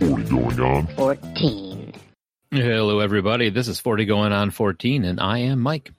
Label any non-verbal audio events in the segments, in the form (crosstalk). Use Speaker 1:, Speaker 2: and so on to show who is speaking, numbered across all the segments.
Speaker 1: going on?
Speaker 2: 14.
Speaker 3: Hello, everybody. This is 40 Going On 14, and I am Mike.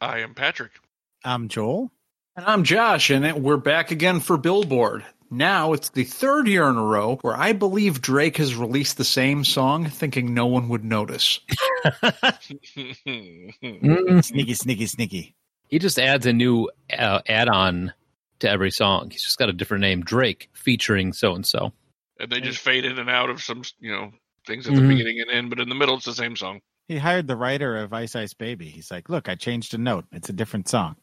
Speaker 4: I am Patrick. (laughs)
Speaker 5: I'm
Speaker 3: (laughs)
Speaker 5: Joel.
Speaker 6: And I'm Josh, and it- we're back again for Billboard. Now it's the third year in a row where I believe Drake has released the same song thinking no one would notice.
Speaker 3: Mm-hmm.
Speaker 5: Sneaky, sneaky, sneaky.
Speaker 3: He just adds a new uh, add on to every song. He's just got a different name Drake featuring so and so.
Speaker 4: and they just fade in and out of some, you know, things at the
Speaker 3: Mhm.
Speaker 4: beginning and end, but in the middle it's the same song.
Speaker 5: He hired the writer of Ice Ice Baby. He's like, look, I changed a note. It's a different song.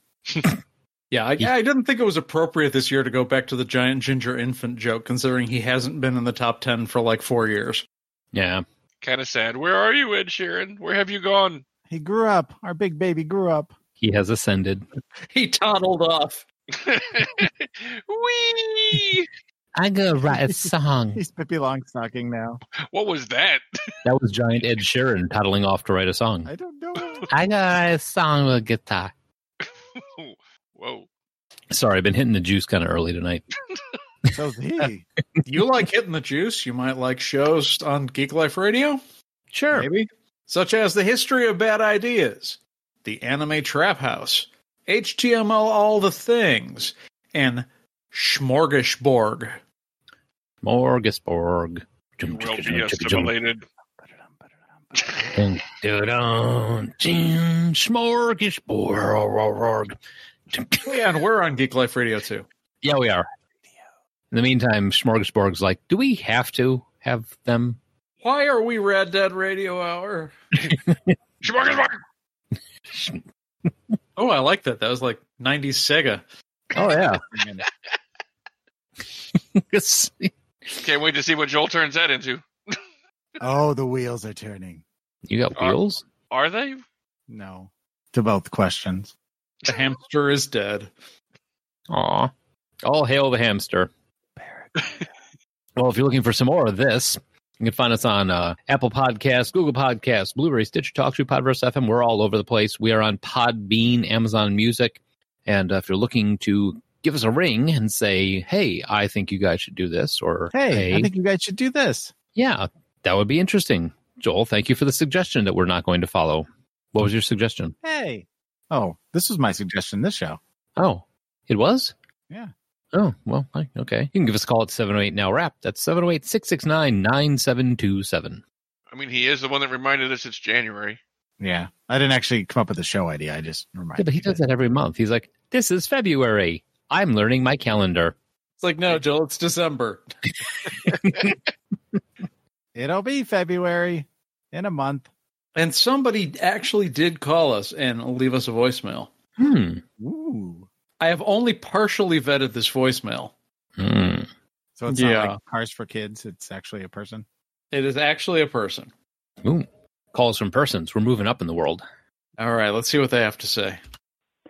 Speaker 6: Yeah, I, I didn't think it was appropriate this year to go back to the giant ginger infant joke, considering he hasn't been in the top 10 for like four years.
Speaker 3: Yeah.
Speaker 4: Kind of sad. Where are you, Ed Sheeran? Where have you gone? (laughs)
Speaker 5: He grew up. Our big baby grew up.
Speaker 3: He has ascended.
Speaker 6: He toddled off.
Speaker 4: Wee!
Speaker 3: I gotta write a song.
Speaker 5: He's Pippi Longstocking now.
Speaker 4: What was that?
Speaker 3: (laughs)
Speaker 4: (laughs)
Speaker 3: that was giant Ed Sheeran toddling off to write a song.
Speaker 5: I don't know.
Speaker 3: I gotta write a song with a guitar.
Speaker 4: Whoa.
Speaker 3: Sorry, I've been hitting the juice kind of early tonight. (laughs)
Speaker 5: So's he.
Speaker 6: You like hitting the juice? You might like shows on Geek Life Radio?
Speaker 3: Sure.
Speaker 6: maybe, such as The History of Bad Ideas, The Anime Trap House, HTML All the Things, and Smorgasborg.
Speaker 3: Morgasborg.
Speaker 4: You will be assimilated.
Speaker 3: Smorgasborg.
Speaker 6: Oh, yeah, and we're on Geek Life Radio too.
Speaker 3: Yeah, we are. In the meantime, Smorgasborg's like, do we have to have them?
Speaker 6: Why are we Red Dead Radio Hour?
Speaker 4: Shmorgasbord!
Speaker 6: Oh, I like that. That was like 90s Sega.
Speaker 3: Oh, (laughs) yeah. It's-
Speaker 4: Can't wait to see what Joel turns that into.
Speaker 5: Oh, the wheels are turning.
Speaker 3: you got
Speaker 4: Are-
Speaker 3: wheels?
Speaker 4: Are they?
Speaker 5: No. To both questions.
Speaker 6: The hamster is dead.
Speaker 3: Aw. All hail the hamster. Well, if you're looking for some more of this, you can find us on uh, Apple Podcasts, Google Podcasts, Blueberry, Stitcher, TalkShoe, Podverse FM. We're all over the place. We are on Podbean, Amazon Music, and uh, if you're looking to give us a ring and say, "Hey, I think you guys should do this," or
Speaker 5: Hey, I think you guys should do this.
Speaker 3: yeah, that would be interesting." Joel, thank you for the suggestion that we're not going to follow. What was your suggestion?
Speaker 5: Hey. Oh, this was my suggestion this show.
Speaker 3: Oh, it was?
Speaker 5: Yeah.
Speaker 3: Oh, well, I- okay. You can give us a call at 708 Now Wrap. That's 708 669 9727.
Speaker 4: I mean, he is the one that reminded us it's January.
Speaker 5: Yeah. I didn't actually come up with the show idea. I just reminded
Speaker 3: Yeah, but he
Speaker 5: you
Speaker 3: does
Speaker 5: guys.
Speaker 3: that every month. He's like, this is February. I'm learning my calendar.
Speaker 6: It's like, no, Joel, it's December.
Speaker 5: It'll be February in a month.
Speaker 6: And somebody actually did call us and leave us a voicemail.
Speaker 3: Hmm.
Speaker 5: Ooh.
Speaker 6: I have only partially vetted this voicemail.
Speaker 3: Hmm.
Speaker 5: So it's
Speaker 6: Yeah.
Speaker 5: not like cars for kids. It's actually a person.
Speaker 6: It is actually a person.
Speaker 3: Ooh. Calls from persons. We're moving up in the world.
Speaker 6: All right, let's see what they have to say.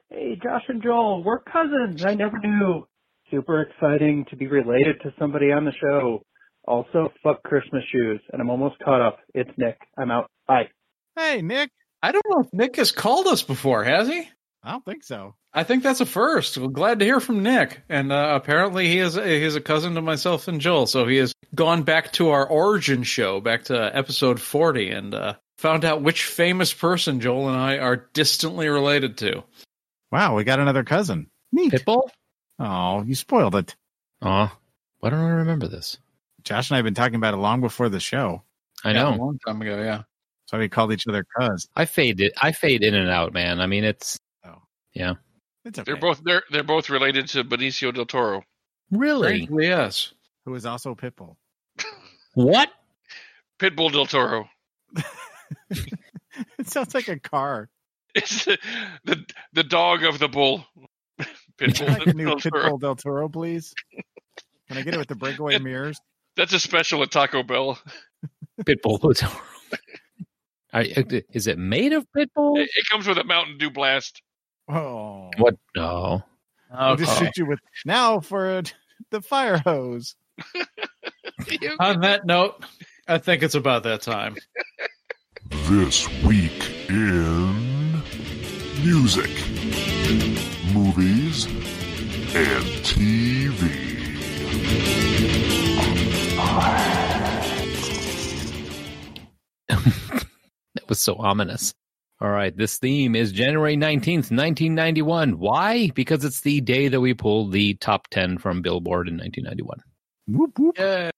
Speaker 7: Hey, Josh and Joel, we're cousins. I never knew. Super exciting to be related to somebody on the show. Also, fuck Christmas shoes. And I'm almost caught up. It's Nick. I'm out. Bye.
Speaker 5: Hey, Nick.
Speaker 6: I don't know if Nick has called us before, has he?
Speaker 5: I don't think so.
Speaker 6: I think that's a first. We're glad to hear from Nick, and uh, apparently he is he is a cousin to myself and Joel, so he has gone back to our origin show, back to episode forty, and uh, found out which famous person Joel and I are distantly related to.
Speaker 5: Wow, we got another cousin. Neat.
Speaker 3: Pitbull?
Speaker 5: Oh, you spoiled it.
Speaker 3: Aw. Why don't I remember this?
Speaker 5: Josh and I have been talking about it long before the show.
Speaker 3: I
Speaker 6: Yeah,
Speaker 3: know.
Speaker 6: a long time ago, yeah.
Speaker 5: So we called each other cuz.
Speaker 3: I fade it. I fade in and out, man. I mean, it's
Speaker 5: It's okay.
Speaker 4: They're both they're they're both related to Benicio del Toro.
Speaker 3: really
Speaker 6: Frankly, yes.
Speaker 5: Who is also Pitbull. (laughs)
Speaker 3: what?
Speaker 4: Pitbull del Toro.
Speaker 5: It sounds like a
Speaker 4: (laughs)
Speaker 5: car.
Speaker 4: It's the the, the dog of the bull. (laughs)
Speaker 5: Can I
Speaker 4: Pitbull
Speaker 5: like a
Speaker 4: del,
Speaker 5: new
Speaker 4: del Toro.
Speaker 5: Pitbull Del Toro, please? Can I get it with
Speaker 4: (laughs)
Speaker 5: the breakaway mirrors?
Speaker 4: That's a special at Taco Bell.
Speaker 3: Pitbull was. (laughs) Are- uh, Is it made of pitbull?
Speaker 4: It, it comes with a Mountain Dew blast.
Speaker 5: Oh.
Speaker 3: What? No.
Speaker 5: I'll
Speaker 6: Okay.
Speaker 5: just shoot you with now for a, (laughs) the fire hose.
Speaker 6: On that note, I think it's about that time.
Speaker 1: This week in music, movies, and TV.
Speaker 3: that was so ominous. All right, this theme is January 19th, 1991. Why? Because it's the day that we pulled the top 10 from Billboard in 1991.
Speaker 5: Whoop, whoop.
Speaker 4: Yeah.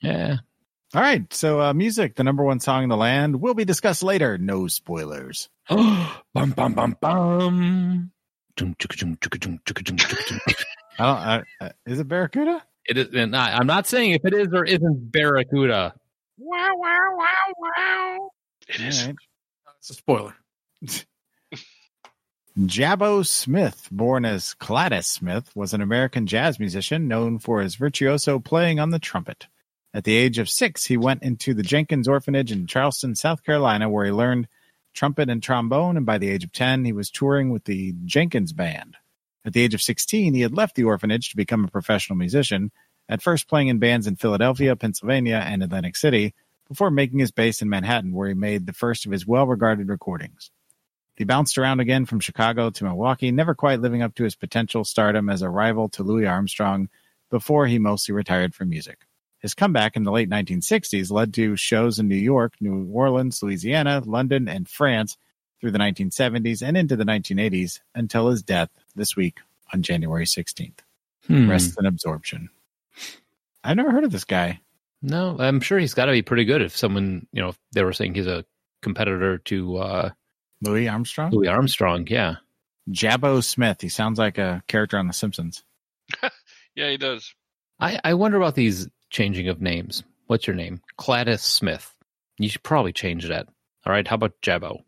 Speaker 3: Yeah. (gasps)
Speaker 5: All right. So, uh, music, the number one song in the land, will be discussed later. No spoilers.
Speaker 3: bum, bum, bum, bum. Dum, chugga, dum, chugga, dum, chugga, dum, chugga, dum.
Speaker 5: I don't, uh, is it Barracuda?
Speaker 3: (laughs) It is, and I, I'm not saying if it is or isn't Barracuda.
Speaker 4: Wow, wow, wow, wow. It
Speaker 5: All
Speaker 4: is.
Speaker 5: right.
Speaker 6: It's a spoiler.
Speaker 5: Jabbo Smith, born as Gladys Smith, was an American jazz musician known for his virtuoso playing on the trumpet. At the age of six, he went into the Jenkins Orphanage in Charleston, South Carolina, where he learned trumpet and trombone, and by the age of 10, he was touring with the Jenkins Band. At the age of 16, he had left the orphanage to become a professional musician, at first playing in bands in Philadelphia, Pennsylvania, and Atlantic City, before making his base in Manhattan, where he made the first of his well regarded recordings. He bounced around again from Chicago to Milwaukee, never quite living up to his potential stardom as a rival to Louis Armstrong before he mostly retired from music. His comeback in the late 1960s led to shows in New York, New Orleans, Louisiana, London, and France through the 1970s and into the 1980s until his death this week on January 16th.
Speaker 3: Hmm.
Speaker 5: Rest in absorption. I've never heard of this guy.
Speaker 3: No, I'm sure he's got to be pretty good if someone, you know, if they were saying he's a competitor to uh,
Speaker 5: Louis Armstrong?
Speaker 3: Louis Armstrong. Yeah.
Speaker 5: Jabbo Smith. He sounds like a character on The Simpsons.
Speaker 4: Yeah, he does.
Speaker 3: I, I wonder about these changing of names. What's your name? Gladys Smith. You should probably change that. All right. How about Jabbo?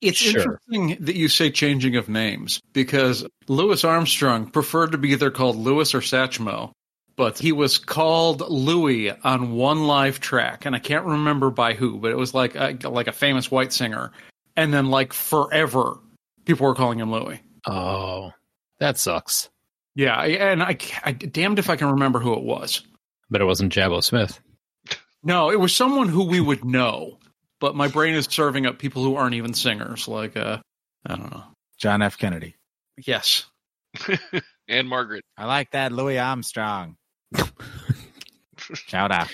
Speaker 6: It's
Speaker 3: Sure.
Speaker 6: interesting that you say changing of names because Louis Armstrong preferred to be either called Louis or Satchmo, but he was called Louis on one live track, and I can't remember by who, but it was like a, like a famous white singer, and then like forever, people were calling him Louis.
Speaker 3: Oh, that sucks.
Speaker 6: Yeah, I- and I, ca- I damned if I can remember who it was.
Speaker 3: But it wasn't Jabbo Smith.
Speaker 6: No, it was someone who we would know, but my brain is serving up people who aren't even singers, like uh, I don't know.
Speaker 5: John F. Kennedy.
Speaker 6: Yes,
Speaker 4: and Margaret.
Speaker 5: I like that Louis Armstrong. Shout out.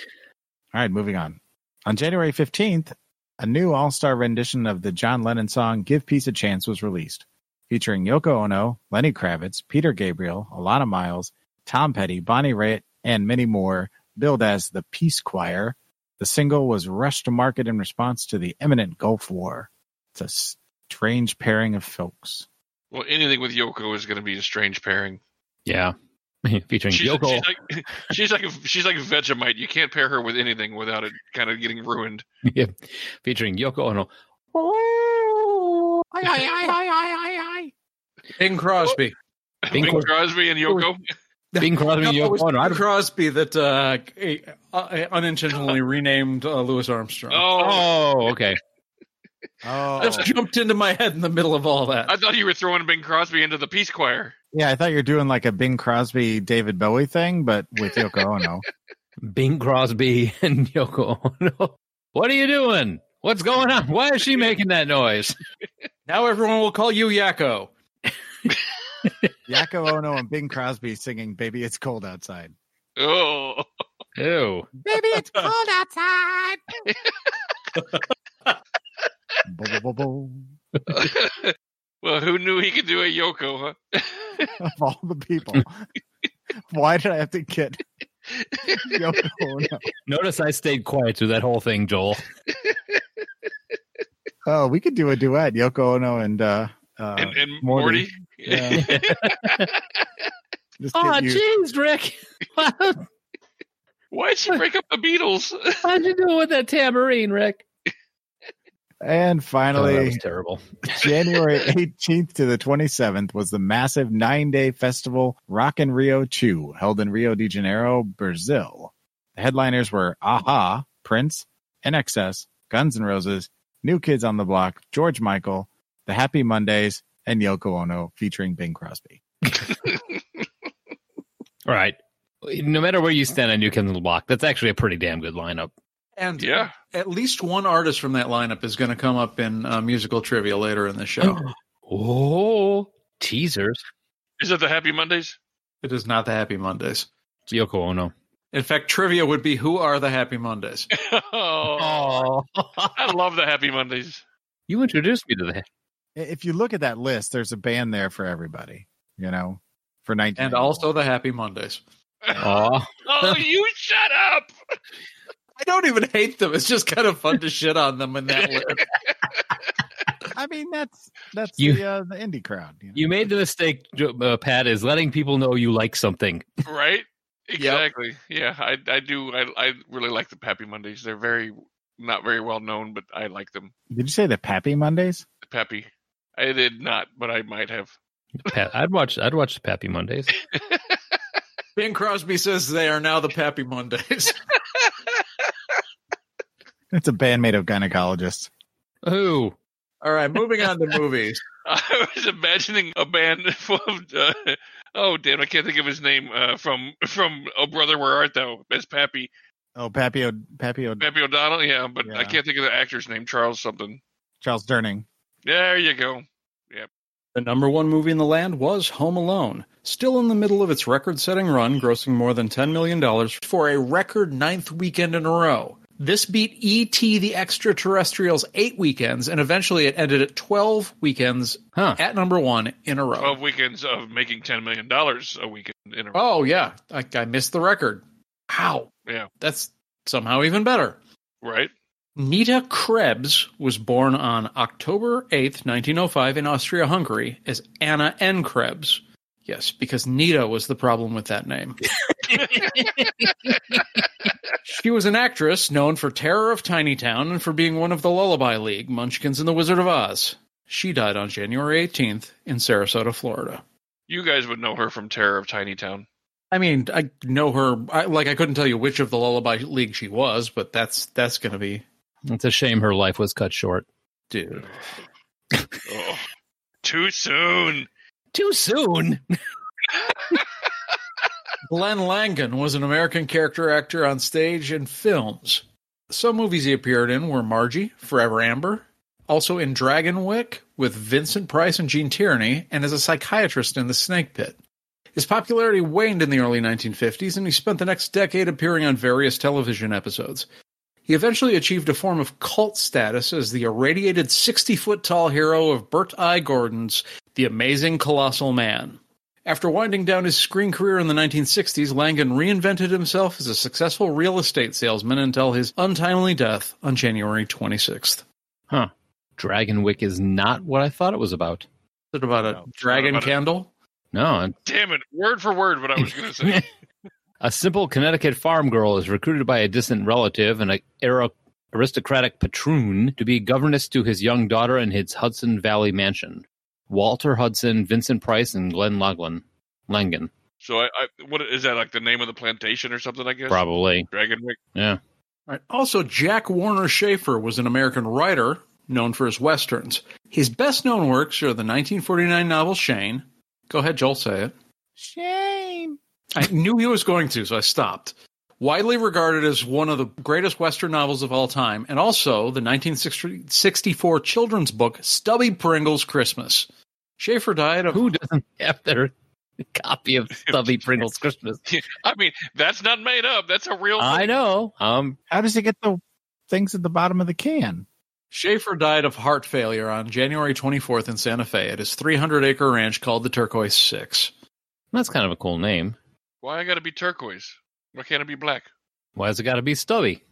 Speaker 5: All right, moving on. On January 15th, a new all star rendition of the John Lennon song Give Peace a Chance was released, featuring Yoko Ono, Lenny Kravitz, Peter Gabriel, Alana Miles, Tom Petty, Bonnie Raitt, and many more, billed as the Peace Choir. The single was rushed to market in response to the imminent Gulf War. It's a strange pairing of folks.
Speaker 4: Well, anything with Yoko is going to be a strange pairing.
Speaker 3: Yeah. (laughs) Featuring
Speaker 4: She's,
Speaker 3: Yoko.
Speaker 4: she's like (laughs) she's like a, she's like Vegemite. You can't pair her with anything without it kind of getting ruined.
Speaker 3: (laughs)
Speaker 4: (laughs)
Speaker 3: yeah. Featuring Yoko
Speaker 6: (laughs)
Speaker 3: Ono.
Speaker 6: Bing Crosby.
Speaker 3: Bing
Speaker 4: Bing,
Speaker 3: Cros-
Speaker 4: Crosby and Yoko.
Speaker 3: Bing Crosby and
Speaker 6: No, it
Speaker 3: Yoko
Speaker 6: was
Speaker 3: Ono. I
Speaker 6: Bing
Speaker 3: don't-
Speaker 6: Crosby that uh, uh, unintentionally renamed uh, Louis Armstrong.
Speaker 4: Oh,
Speaker 3: Oh, okay.
Speaker 5: Oh,
Speaker 6: That's jumped into my head in the middle of all that.
Speaker 4: I thought you were throwing Bing Crosby into the Peace Choir.
Speaker 5: Yeah, I thought you were doing like a Bing Crosby, David Bowie thing, but with
Speaker 4: (laughs)
Speaker 5: Yoko Ono.
Speaker 3: Bing Crosby (laughs) and Yoko Ono. What are you doing? What's going on? Why is she making that noise?
Speaker 6: now everyone will call you Yakko.
Speaker 5: Yoko Ono and Bing Crosby singing "Baby It's Cold Outside."
Speaker 4: Oh, (laughs)
Speaker 3: Ew.
Speaker 5: Baby, it's cold outside. Bo- bo- bo- bo.
Speaker 4: well, who knew he could do a Yoko? Huh?
Speaker 5: Of all the people, (laughs) why did I have to
Speaker 4: (laughs)
Speaker 5: get Yoko Ono?
Speaker 3: Notice I stayed quiet through that whole thing, Joel.
Speaker 5: Oh, we could do a duet, Yoko Ono and uh, uh
Speaker 4: and, and
Speaker 5: Morty.
Speaker 4: Morty.
Speaker 5: Yeah.
Speaker 4: (laughs)
Speaker 5: just
Speaker 3: Oh,
Speaker 5: get you-
Speaker 3: jeez, Rick. Why'd
Speaker 4: Why'd she break up the Beatles?
Speaker 3: you do with that tambourine, Rick?
Speaker 5: And
Speaker 3: Oh, that
Speaker 5: finally,
Speaker 3: was terrible.
Speaker 5: January 18th to the 27th was the massive nine day festival Rock in Rio 2, held in Rio de Janeiro, Brazil. The headliners were Aha, Prince, NXS, Guns N' Roses, New Kids on the Block, George Michael, The Happy Mondays, and Yoko Ono featuring Bing Crosby.
Speaker 3: All right. No matter where you stand on New Kids on the Block, that's actually a pretty damn good lineup.
Speaker 6: And
Speaker 4: yeah.
Speaker 6: at least one artist from that lineup is going to come up in uh, musical trivia later in
Speaker 3: (gasps)
Speaker 6: the show. (gasps)
Speaker 3: Oh, teasers.
Speaker 4: Is it the Happy Mondays? (laughs)
Speaker 6: it is not the Happy Mondays.
Speaker 3: It's Yoko Ono.
Speaker 6: In fact, trivia would be who are the
Speaker 4: (laughs)
Speaker 6: Happy Mondays?
Speaker 4: oh,
Speaker 3: Oh,
Speaker 4: I love the Happy Mondays.
Speaker 3: you introduced me to that.
Speaker 5: I- If you look at that list, there's a band there for everybody, you know, for 19.
Speaker 6: And also the Happy Mondays.
Speaker 3: Oh,
Speaker 4: Oh, you shut up!
Speaker 6: I don't even hate them. It's just kind of fun to shit on them in that list.
Speaker 4: (laughs)
Speaker 5: I mean, that's that's
Speaker 3: You-
Speaker 5: the, uh, the indie crowd. You know?
Speaker 3: you made the mistake, uh, Pat, is letting people know you like something.
Speaker 4: Right? Exactly. Yeah, I I do. I I really like the Happy Mondays. They're very not very well known, but I like them.
Speaker 5: Did you say the Pappy Mondays?
Speaker 4: The Peppy. I did not, but I might have. (laughs)
Speaker 3: Pat, I'd watch. I'd watch the Pappy Mondays.
Speaker 6: Bing Crosby says they are now the Pappy Mondays. (laughs)
Speaker 5: It's a band made of gynecologists.
Speaker 3: Ooh,
Speaker 6: All right, moving on to movies.
Speaker 4: I was imagining a band (laughs) full of. Uh, oh damn! I can't think of his name. Uh, from from Oh Brother Where Art Thou? As Pappy
Speaker 5: Oh, Pappy, o- Pappy o-
Speaker 4: Pappy O'Donnell. Yeah, but
Speaker 5: Yeah.
Speaker 4: I can't think of the actor's name. Charles something.
Speaker 5: Charles Durning.
Speaker 4: There you go.
Speaker 6: The number one movie in the land was Home Alone, still in the middle of its record setting run, grossing more than $10 million for a record ninth weekend in a row. This beat E.T. the Extraterrestrials eight weekends, and eventually it ended at 12 weekends
Speaker 3: huh?
Speaker 6: at number one in a row.
Speaker 4: Twelve weekends of making ten million dollars a weekend in a row.
Speaker 6: Oh yeah, I, I missed the record. How?
Speaker 4: Yeah.
Speaker 6: that's somehow even better.
Speaker 4: Right?
Speaker 6: Nita Krebs was born on October eighth, nineteen o five, in Austria-Hungary as Anna N. Krebs. Yes, because Nita was the problem with that name. she was an actress known for Terror of Tiny Town and for being one of the Lullaby League, Munchkins and the Wizard of Oz. She died on January 18th in Sarasota, Florida.
Speaker 4: You guys would know her from Terror of Tiny Town.
Speaker 6: I mean, I know her. I, like, I couldn't tell you which of the Lullaby League she was, but that's that's going to be,
Speaker 3: It's a shame her life was cut short.
Speaker 6: dude.
Speaker 4: Oh, too soon.
Speaker 3: Too soon.
Speaker 6: Glenn Langan was an American character actor on stage and films. Some movies he appeared in were Margie, Forever Amber, also in Dragonwick with Vincent Price and Gene Tierney, and as a psychiatrist in The Snake Pit. His popularity waned in the early 1950s, and he spent the next decade appearing on various television episodes. He eventually achieved a form of cult status as the irradiated 60 foot tall hero of Bert I. Gordon's The Amazing Colossal Man. After winding down his screen career in the 1960s, Langan reinvented himself as a successful real estate salesman until his untimely death on January 26th.
Speaker 3: Dragonwick is not what I thought it was about.
Speaker 6: Is it about a
Speaker 5: No,
Speaker 6: dragon
Speaker 4: about a-
Speaker 6: candle?
Speaker 3: No,
Speaker 4: Damn it. Word for word, what I was going to say.
Speaker 3: (laughs) a simple Connecticut farm girl is recruited by a distant relative and an aero- aristocratic patroon to be governess to his young daughter in his Hudson Valley mansion. Walter Hudson, Vincent Price, and Glenn Loughlin. Langan,
Speaker 4: So I, I what is that like the name of the plantation or something? I guess
Speaker 3: probably.
Speaker 4: Dragonwick.
Speaker 3: Yeah.
Speaker 6: All right. Also, Jack Warner Schaefer was an American writer known for his westerns. His best known works are the 1949 novel Shane. Go ahead, Joel, say it.
Speaker 5: Shame.
Speaker 6: I knew he was going to, so I stopped. Widely regarded as one of the greatest Western novels of all time, and also the 1964 children's book Stubby Pringle's Christmas. Schaefer died of.
Speaker 3: Who doesn't have their (laughs) copy of Stubby Pringle's Christmas?
Speaker 4: I mean, that's not made up. That's a real.
Speaker 3: I know. Um,
Speaker 5: How does he get the things at the bottom of the can?
Speaker 6: Schaefer died of heart failure on January 24th in Santa Fe at his 300 acre ranch called the Turquoise Six.
Speaker 3: that's kind of a cool name.
Speaker 4: Why I got to be turquoise? Why can't it be black? (laughs)
Speaker 3: Why has it got to be Stubby?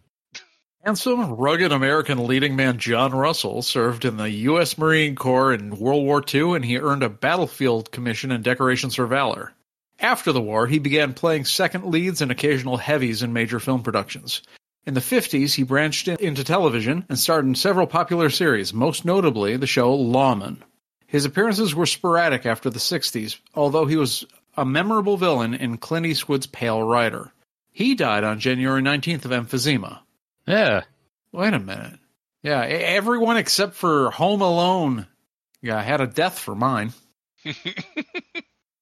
Speaker 6: Handsome, rugged American leading man John Russell served in the U.S. Marine Corps in World War II and he earned a battlefield commission and decorations for valor. After the war, he began playing second leads and occasional heavies in major film productions. In the 50s, he branched in, into television and starred in several popular series, most notably the show Lawman. His appearances were sporadic after the 60s, although he was a memorable villain in Clint Eastwood's Pale Rider. He died on January 19th of emphysema.
Speaker 3: Yeah.
Speaker 6: Wait a minute. Yeah, e- everyone except for Home Alone. Yeah, I had a death for mine.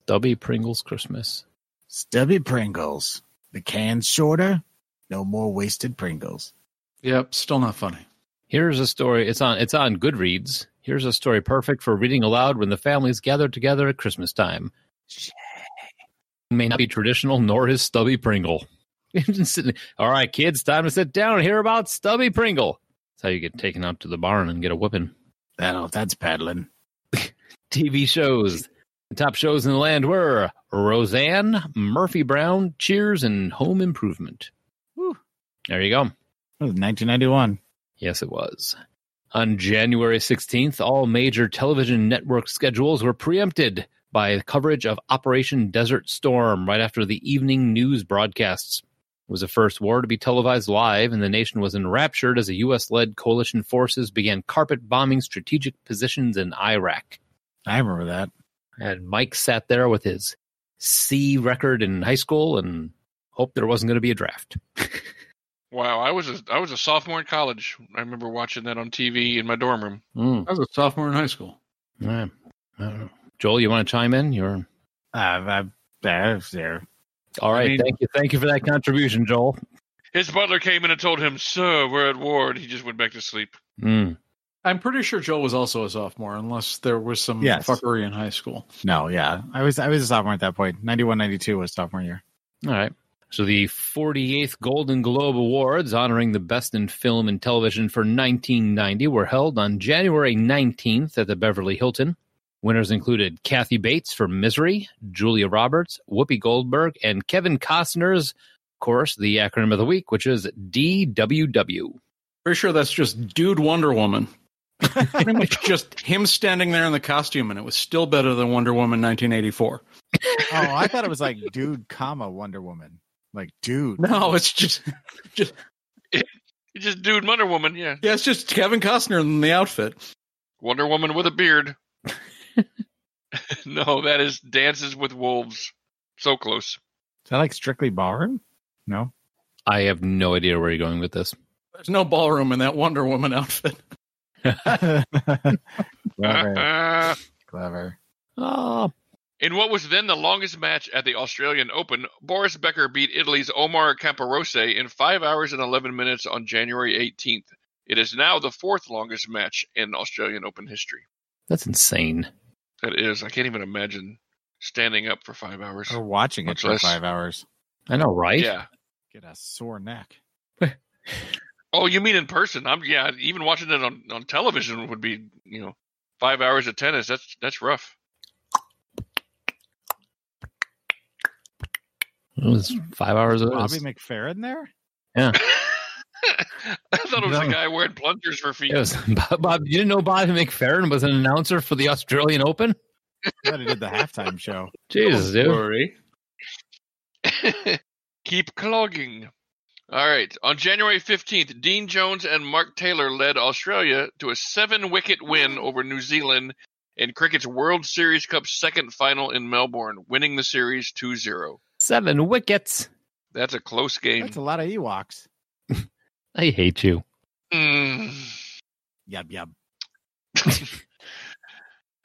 Speaker 3: Stubby Pringle's Christmas.
Speaker 5: Stubby Pringles. The can's shorter. No more wasted Pringles.
Speaker 6: Yep, still not funny.
Speaker 3: Here's a story. It's on. It's on Goodreads. Here's a story perfect for reading aloud when the families gather together at Christmas time. May not be traditional, nor is Stubby Pringle. (laughs) Sitting- All right, kids, time to sit down and hear about Stubby Pringle. That's how you get taken up to the barn and get a whooping.
Speaker 5: That'll, that's paddling.
Speaker 3: TV shows. The top shows in the land were Roseanne, Murphy Brown, Cheers, and Home Improvement.
Speaker 5: Whew.
Speaker 3: There you go.
Speaker 5: It was 1991.
Speaker 3: Yes, it was. On January 16th, all major television network schedules were preempted by coverage of Operation Desert Storm right after the evening news broadcasts. It was the first war to be televised live, and the nation was enraptured as the U.S. led coalition forces began carpet bombing strategic positions in Iraq.
Speaker 5: I remember that.
Speaker 3: And Mike sat there with his C record in high school and hoped there wasn't going to be a draft. (laughs)
Speaker 4: Wow, I was a, I was a sophomore in college. I remember watching that on TV in my dorm room.
Speaker 3: Mm.
Speaker 6: I was a sophomore in high school.
Speaker 3: All right. I don't know. Uh, Joel, you want to chime in? You're
Speaker 5: Uh, I, I was there.
Speaker 3: All right,
Speaker 6: mean-
Speaker 3: thank you, thank you for that contribution, Joel.
Speaker 4: His butler came in and told him, "Sir, we're at war," and he just went back to sleep.
Speaker 3: Mm.
Speaker 6: I'm pretty sure Joel was also a sophomore, unless there was some
Speaker 5: Yes.
Speaker 6: fuckery in high school.
Speaker 5: No, yeah. I was I was a sophomore at that point. 91, 92 was sophomore year.
Speaker 3: All right. So the 48th Golden Globe Awards, honoring the best in film and television for 1990, were held on January 19th at the Beverly Hilton. Winners included Kathy Bates for Misery, Julia Roberts, Whoopi Goldberg, and Kevin Costner's, of course, the acronym of the week, which is DWW.
Speaker 6: Pretty sure that's just Dude Wonder Woman. (laughs) Pretty much just him standing there in the costume, and it was still better than Wonder Woman
Speaker 5: Oh,
Speaker 6: 1984.
Speaker 5: I thought it was like dude, comma Wonder Woman. Like dude.
Speaker 6: No, it's just, just
Speaker 4: He just dude Wonder Woman, yeah,
Speaker 6: yeah, it's just Kevin Costner in the outfit.
Speaker 4: Wonder Woman with a beard. (laughs) no, that is Dances with Wolves. So close.
Speaker 5: Is that like strictly ballroom? No. (laughs)
Speaker 3: I have no idea where you're going with this.
Speaker 6: There's no ballroom in that Wonder Woman outfit.
Speaker 5: clever, clever.
Speaker 3: Oh,
Speaker 4: (laughs) In what was then the longest match at the Australian Open, Boris Becker beat Italy's Omar Camporose in 5 hours and 11 minutes on January 18th. It is now the fourth longest match in Australian Open history.
Speaker 3: that's insane.
Speaker 4: That is, I can't even imagine standing up for 5 hours.
Speaker 5: Or watching it
Speaker 4: Much
Speaker 5: for
Speaker 4: less.
Speaker 5: five hours.
Speaker 3: I know, right?
Speaker 4: yeah.
Speaker 5: Get a sore neck.
Speaker 4: Oh, you mean in person? I'm yeah, even watching it on on television would be, you know, 5 hours of tennis. That's that's rough.
Speaker 3: It was five hours of
Speaker 5: Bobby
Speaker 3: this.
Speaker 5: McFerrin there?
Speaker 4: (laughs) I thought it was
Speaker 3: No.
Speaker 4: a guy wearing plungers for feet.
Speaker 3: It was (laughs) Bob, Bob. You didn't know Bobby McFerrin was an announcer for the Australian Open?
Speaker 5: I thought he did the
Speaker 4: (laughs)
Speaker 5: halftime show.
Speaker 3: Jesus, dude.
Speaker 6: Sorry.
Speaker 4: (laughs) Keep clogging. All right. On January 15th, Dean Jones and Mark Taylor led Australia to a seven wicket win over New Zealand in cricket's World Series Cup second final in Melbourne, winning the series 2 0.
Speaker 3: Seven wickets.
Speaker 4: That's a close game.
Speaker 5: That's a lot of Ewoks.
Speaker 3: I hate you.
Speaker 4: Mm.
Speaker 5: Yub yub.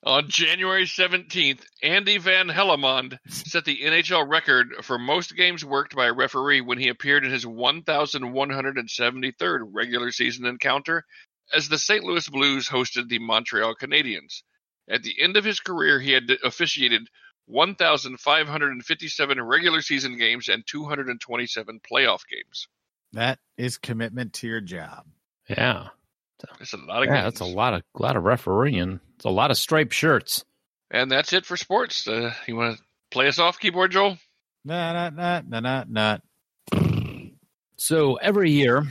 Speaker 4: On January 17th, Andy Van Hellemond set the NHL record for most games worked by a referee when he appeared in his 1,173rd regular season encounter as the St. Louis Blues hosted the Montreal Canadiens. At the end of his career, he had officiated 1,557 regular season games and 227 playoff games.
Speaker 5: That is commitment to your job.
Speaker 3: Yeah,
Speaker 4: That's a lot of
Speaker 3: yeah.
Speaker 4: games.
Speaker 3: That's a lot of lot of refereeing. It's a lot of striped shirts.
Speaker 4: And that's it for sports. Uh, you want to play us off, keyboard Joel?
Speaker 5: Na na na na na na.
Speaker 3: So every year,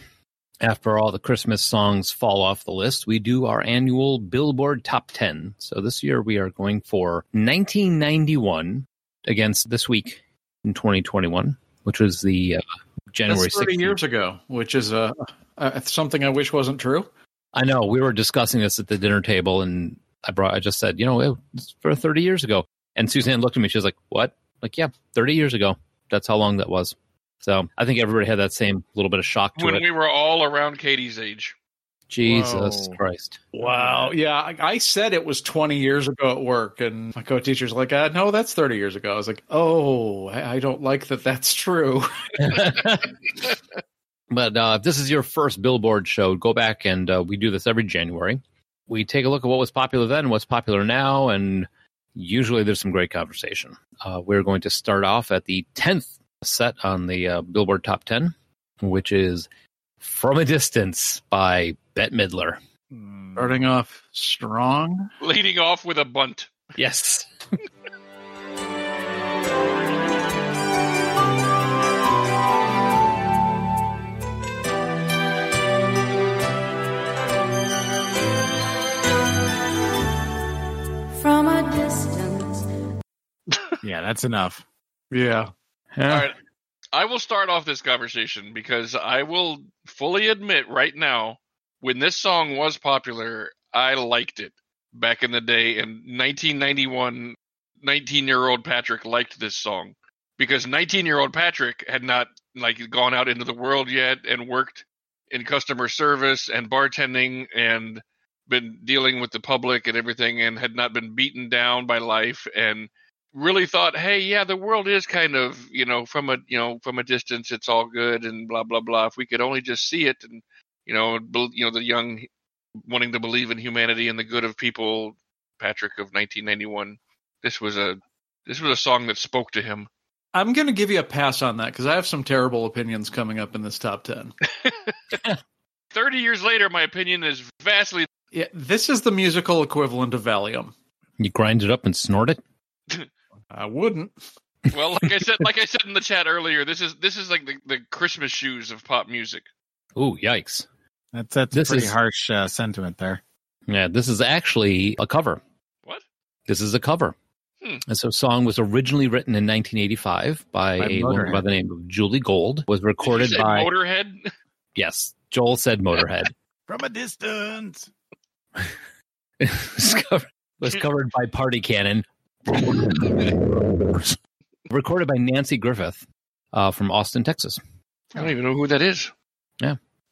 Speaker 3: after all the Christmas songs fall off the list, we do our annual Billboard Top 10. So this year we are going for 1991 against this week in 2021, which was the uh, January
Speaker 6: That's 30
Speaker 3: 16th.
Speaker 6: years ago, which is uh, uh, something I wish wasn't true.
Speaker 3: I know we were discussing this at the dinner table, and I brought. I just said, you know, it was for thirty years ago. And Suzanne looked at me. She was like, "What?" Like, yeah, thirty years ago. That's how long that was. So I think everybody had that same little bit of shock to
Speaker 4: when
Speaker 3: it.
Speaker 4: we were all around Katie's age.
Speaker 3: Jesus
Speaker 5: Whoa.
Speaker 3: Christ!
Speaker 6: Wow. Uh, Yeah. I, I said it was 20 years ago at work, and my co teacher's like, uh, no, that's 30 years ago. I was like, oh, I, I don't like that that's true. (laughs)
Speaker 3: (laughs) but uh, if this is your first Billboard show, go back and uh, we do this every January. We take a look at what was popular then, what's popular now, and usually there's some great conversation. Uh, we're going to start off at the 10th set on the uh, Billboard Top 10, which is From a Distance by Bette Midler.
Speaker 6: Starting off strong.
Speaker 4: Leading off with a bunt.
Speaker 3: Yes.
Speaker 2: From a distance,
Speaker 5: Yeah, that's enough.
Speaker 6: Yeah.
Speaker 4: (laughs) All right. I will start off this conversation because I will fully admit right now, when this song was popular, I liked it back in the day. In 1991, 19 year old Patrick liked this song because 19 year old Patrick had not like gone out into the world yet and worked in customer service and bartending and been dealing with the public and everything and had not been beaten down by life and really thought, hey, yeah, the world is kind of, you know, from a, you know, from a distance, it's all good and blah blah blah. If we could only just see it, and you know, bel- you know, the young wanting to believe in humanity and the good of people. Patrick of 1991. This was a this was a song that spoke to him.
Speaker 6: I'm going to give you a pass on that because I have some terrible opinions coming up in this top 10.
Speaker 4: Thirty years later, my opinion is vastly.
Speaker 6: Yeah, this is the musical equivalent of Valium.
Speaker 3: You grind it up and snort it?
Speaker 6: I wouldn't.
Speaker 4: Well, like I said, like I said in the chat earlier, this is this is like the, the Christmas shoes of pop music.
Speaker 3: Ooh, yikes.
Speaker 5: That's that's
Speaker 3: This
Speaker 5: a pretty
Speaker 3: is-
Speaker 5: harsh uh, sentiment there.
Speaker 3: Yeah, this is actually a cover.
Speaker 4: What?
Speaker 3: This is a cover.
Speaker 4: Hmm.
Speaker 3: And so, song was originally written in 1985 by,
Speaker 5: By
Speaker 3: a woman
Speaker 5: Motorhead.
Speaker 3: by the name of Julie Gold. Was
Speaker 4: You
Speaker 3: recorded
Speaker 4: said
Speaker 3: by
Speaker 4: Motorhead.
Speaker 3: yes, Joel said Motorhead.
Speaker 4: (laughs)
Speaker 3: (laughs)
Speaker 5: From a distance.
Speaker 3: was covered, was
Speaker 4: Hmm.
Speaker 3: covered by Party Cannon. Recorded by Nancy Griffith uh, from Austin, Texas.
Speaker 4: I don't even know who that is.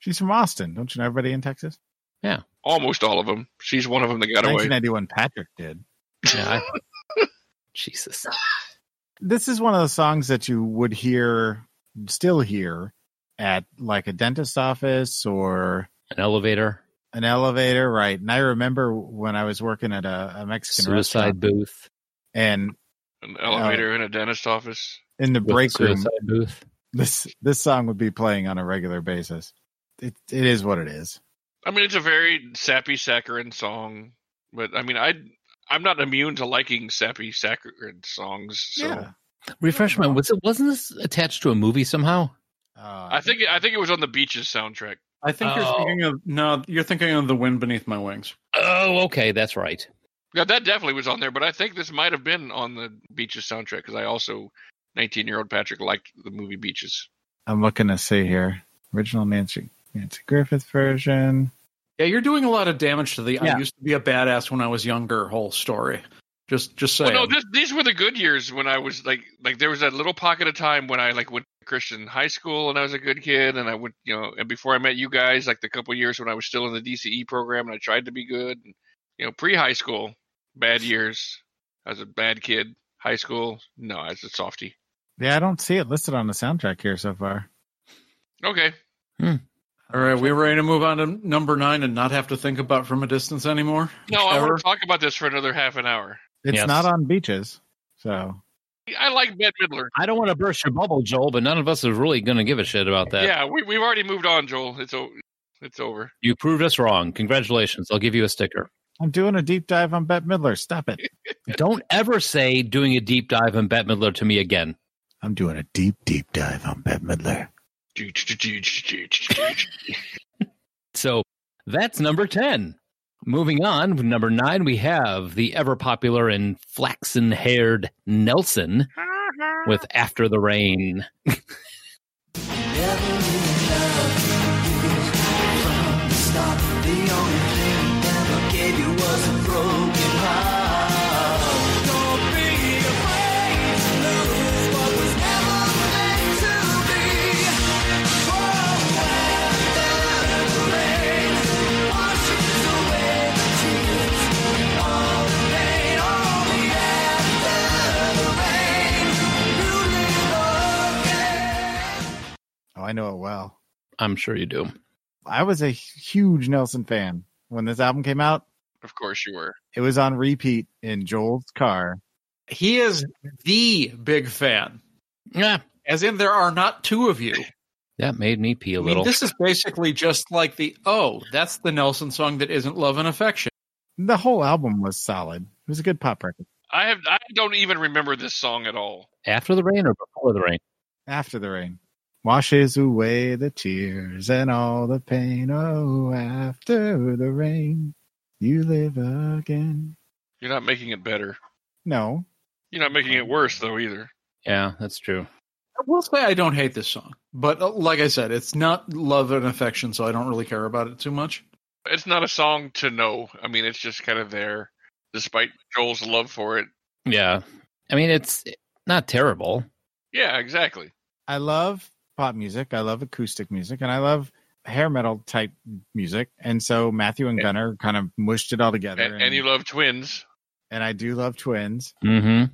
Speaker 5: She's from Austin. Don't you know everybody in Texas?
Speaker 4: Almost all of them. She's one of them that got away.
Speaker 5: 1991 Patrick did.
Speaker 3: Yeah, I- (laughs) Jesus.
Speaker 5: This is one of the songs that you would hear, still hear, at like a dentist's office or
Speaker 3: An elevator,
Speaker 5: an elevator, right? And I remember when I was working at a, a Mexican
Speaker 3: suicide
Speaker 5: restaurant
Speaker 3: booth.
Speaker 5: and
Speaker 4: An elevator in a dentist office.
Speaker 5: in the
Speaker 3: with
Speaker 5: break room,
Speaker 3: Suicide booth.
Speaker 5: this this song would be playing on a regular basis. It it is what it is.
Speaker 4: I mean, it's a very sappy saccharine song, but I mean, I I'm not immune to liking sappy saccharine songs. So
Speaker 5: Yeah.
Speaker 3: Refresh my was it wasn't this attached to a movie somehow?
Speaker 5: Uh,
Speaker 4: I think I think it was on the Beaches soundtrack.
Speaker 6: I think you're
Speaker 3: Oh.
Speaker 6: thinking of no, you're thinking of the wind beneath my wings.
Speaker 3: Oh, okay, that's right.
Speaker 4: Yeah, that definitely was on there, but I think this might have been on the Beaches soundtrack because I also 19 year old Patrick liked the movie Beaches.
Speaker 5: I'm looking to see here. Original Nancy Nancy Griffith version.
Speaker 6: Yeah, you're doing a lot of damage to the
Speaker 3: Yeah.
Speaker 6: I used to be a badass when I was younger whole story. Just just saying.
Speaker 4: Well, no, this, these were the good years when I was like like there was that little pocket of time when I like went to Christian high school and I was a good kid and I went you know and before I met you guys like the couple years when I was still in the DCE program and I tried to be good and, you know pre high school bad years I was a bad kid high school no I was a softie
Speaker 5: Yeah, I don't see it listed on the soundtrack here so far.
Speaker 4: okay
Speaker 6: All right, we ready to move on to number nine and not have to think about from a distance anymore?
Speaker 4: no I
Speaker 6: Ever?
Speaker 4: want to talk about this for another half an hour
Speaker 5: It's
Speaker 3: Yes.
Speaker 5: not on beaches. So
Speaker 4: I like Bette Midler
Speaker 3: I don't want to burst your bubble, Joel, but none of us is really going to give a shit about that.
Speaker 4: yeah we we've already moved on Joel it's o- it's over
Speaker 3: You proved us wrong. Congratulations. I'll give you a sticker.
Speaker 5: I'm doing a deep dive on Bette Midler. Stop it.
Speaker 3: Don't ever say doing a deep dive on Bette Midler to me again.
Speaker 5: (laughs) I'm doing a deep, deep dive on Bette Midler.
Speaker 3: So that's number 10. Moving on, with number nine, we have the ever popular and flaxen haired Nelson
Speaker 6: Uh-huh.
Speaker 3: with After the Rain.
Speaker 5: Oh, I know it well.
Speaker 3: I'm sure you do.
Speaker 5: I was a huge Nelson fan when this album came out.
Speaker 4: (laughs) of course you were
Speaker 5: It was on repeat in Joel's car.
Speaker 6: He is the big fan.
Speaker 3: Yeah,
Speaker 6: as in there are not two of you.
Speaker 3: That made me pee a
Speaker 6: I mean,
Speaker 3: little.
Speaker 6: this is basically just like the oh, that's the Nelson song that isn't love and affection.
Speaker 5: The whole album was solid. It was a good pop record.
Speaker 4: I have I don't even remember this song at all.
Speaker 3: After the rain or before the rain?
Speaker 5: After the rain washes away the tears and all the pain. Oh, after the rain, you live again.
Speaker 4: You're not making it better.
Speaker 5: No,
Speaker 4: You're not making it worse though either.
Speaker 3: Yeah, that's true.
Speaker 6: I will say I don't hate this song, but uh, like I said, it's not love and affection, so I don't really care about it too much.
Speaker 4: It's not a song to know. I mean, it's just kind of there, despite Joel's love for it.
Speaker 3: Yeah. I mean, it's not terrible.
Speaker 4: Yeah, exactly.
Speaker 5: I love pop music. I love acoustic music, and I love hair metal type music. And so Matthew and Gunnar kind of mushed it all together.
Speaker 4: And, and you love twins.
Speaker 5: and I do love Twins,
Speaker 3: Mm hmm.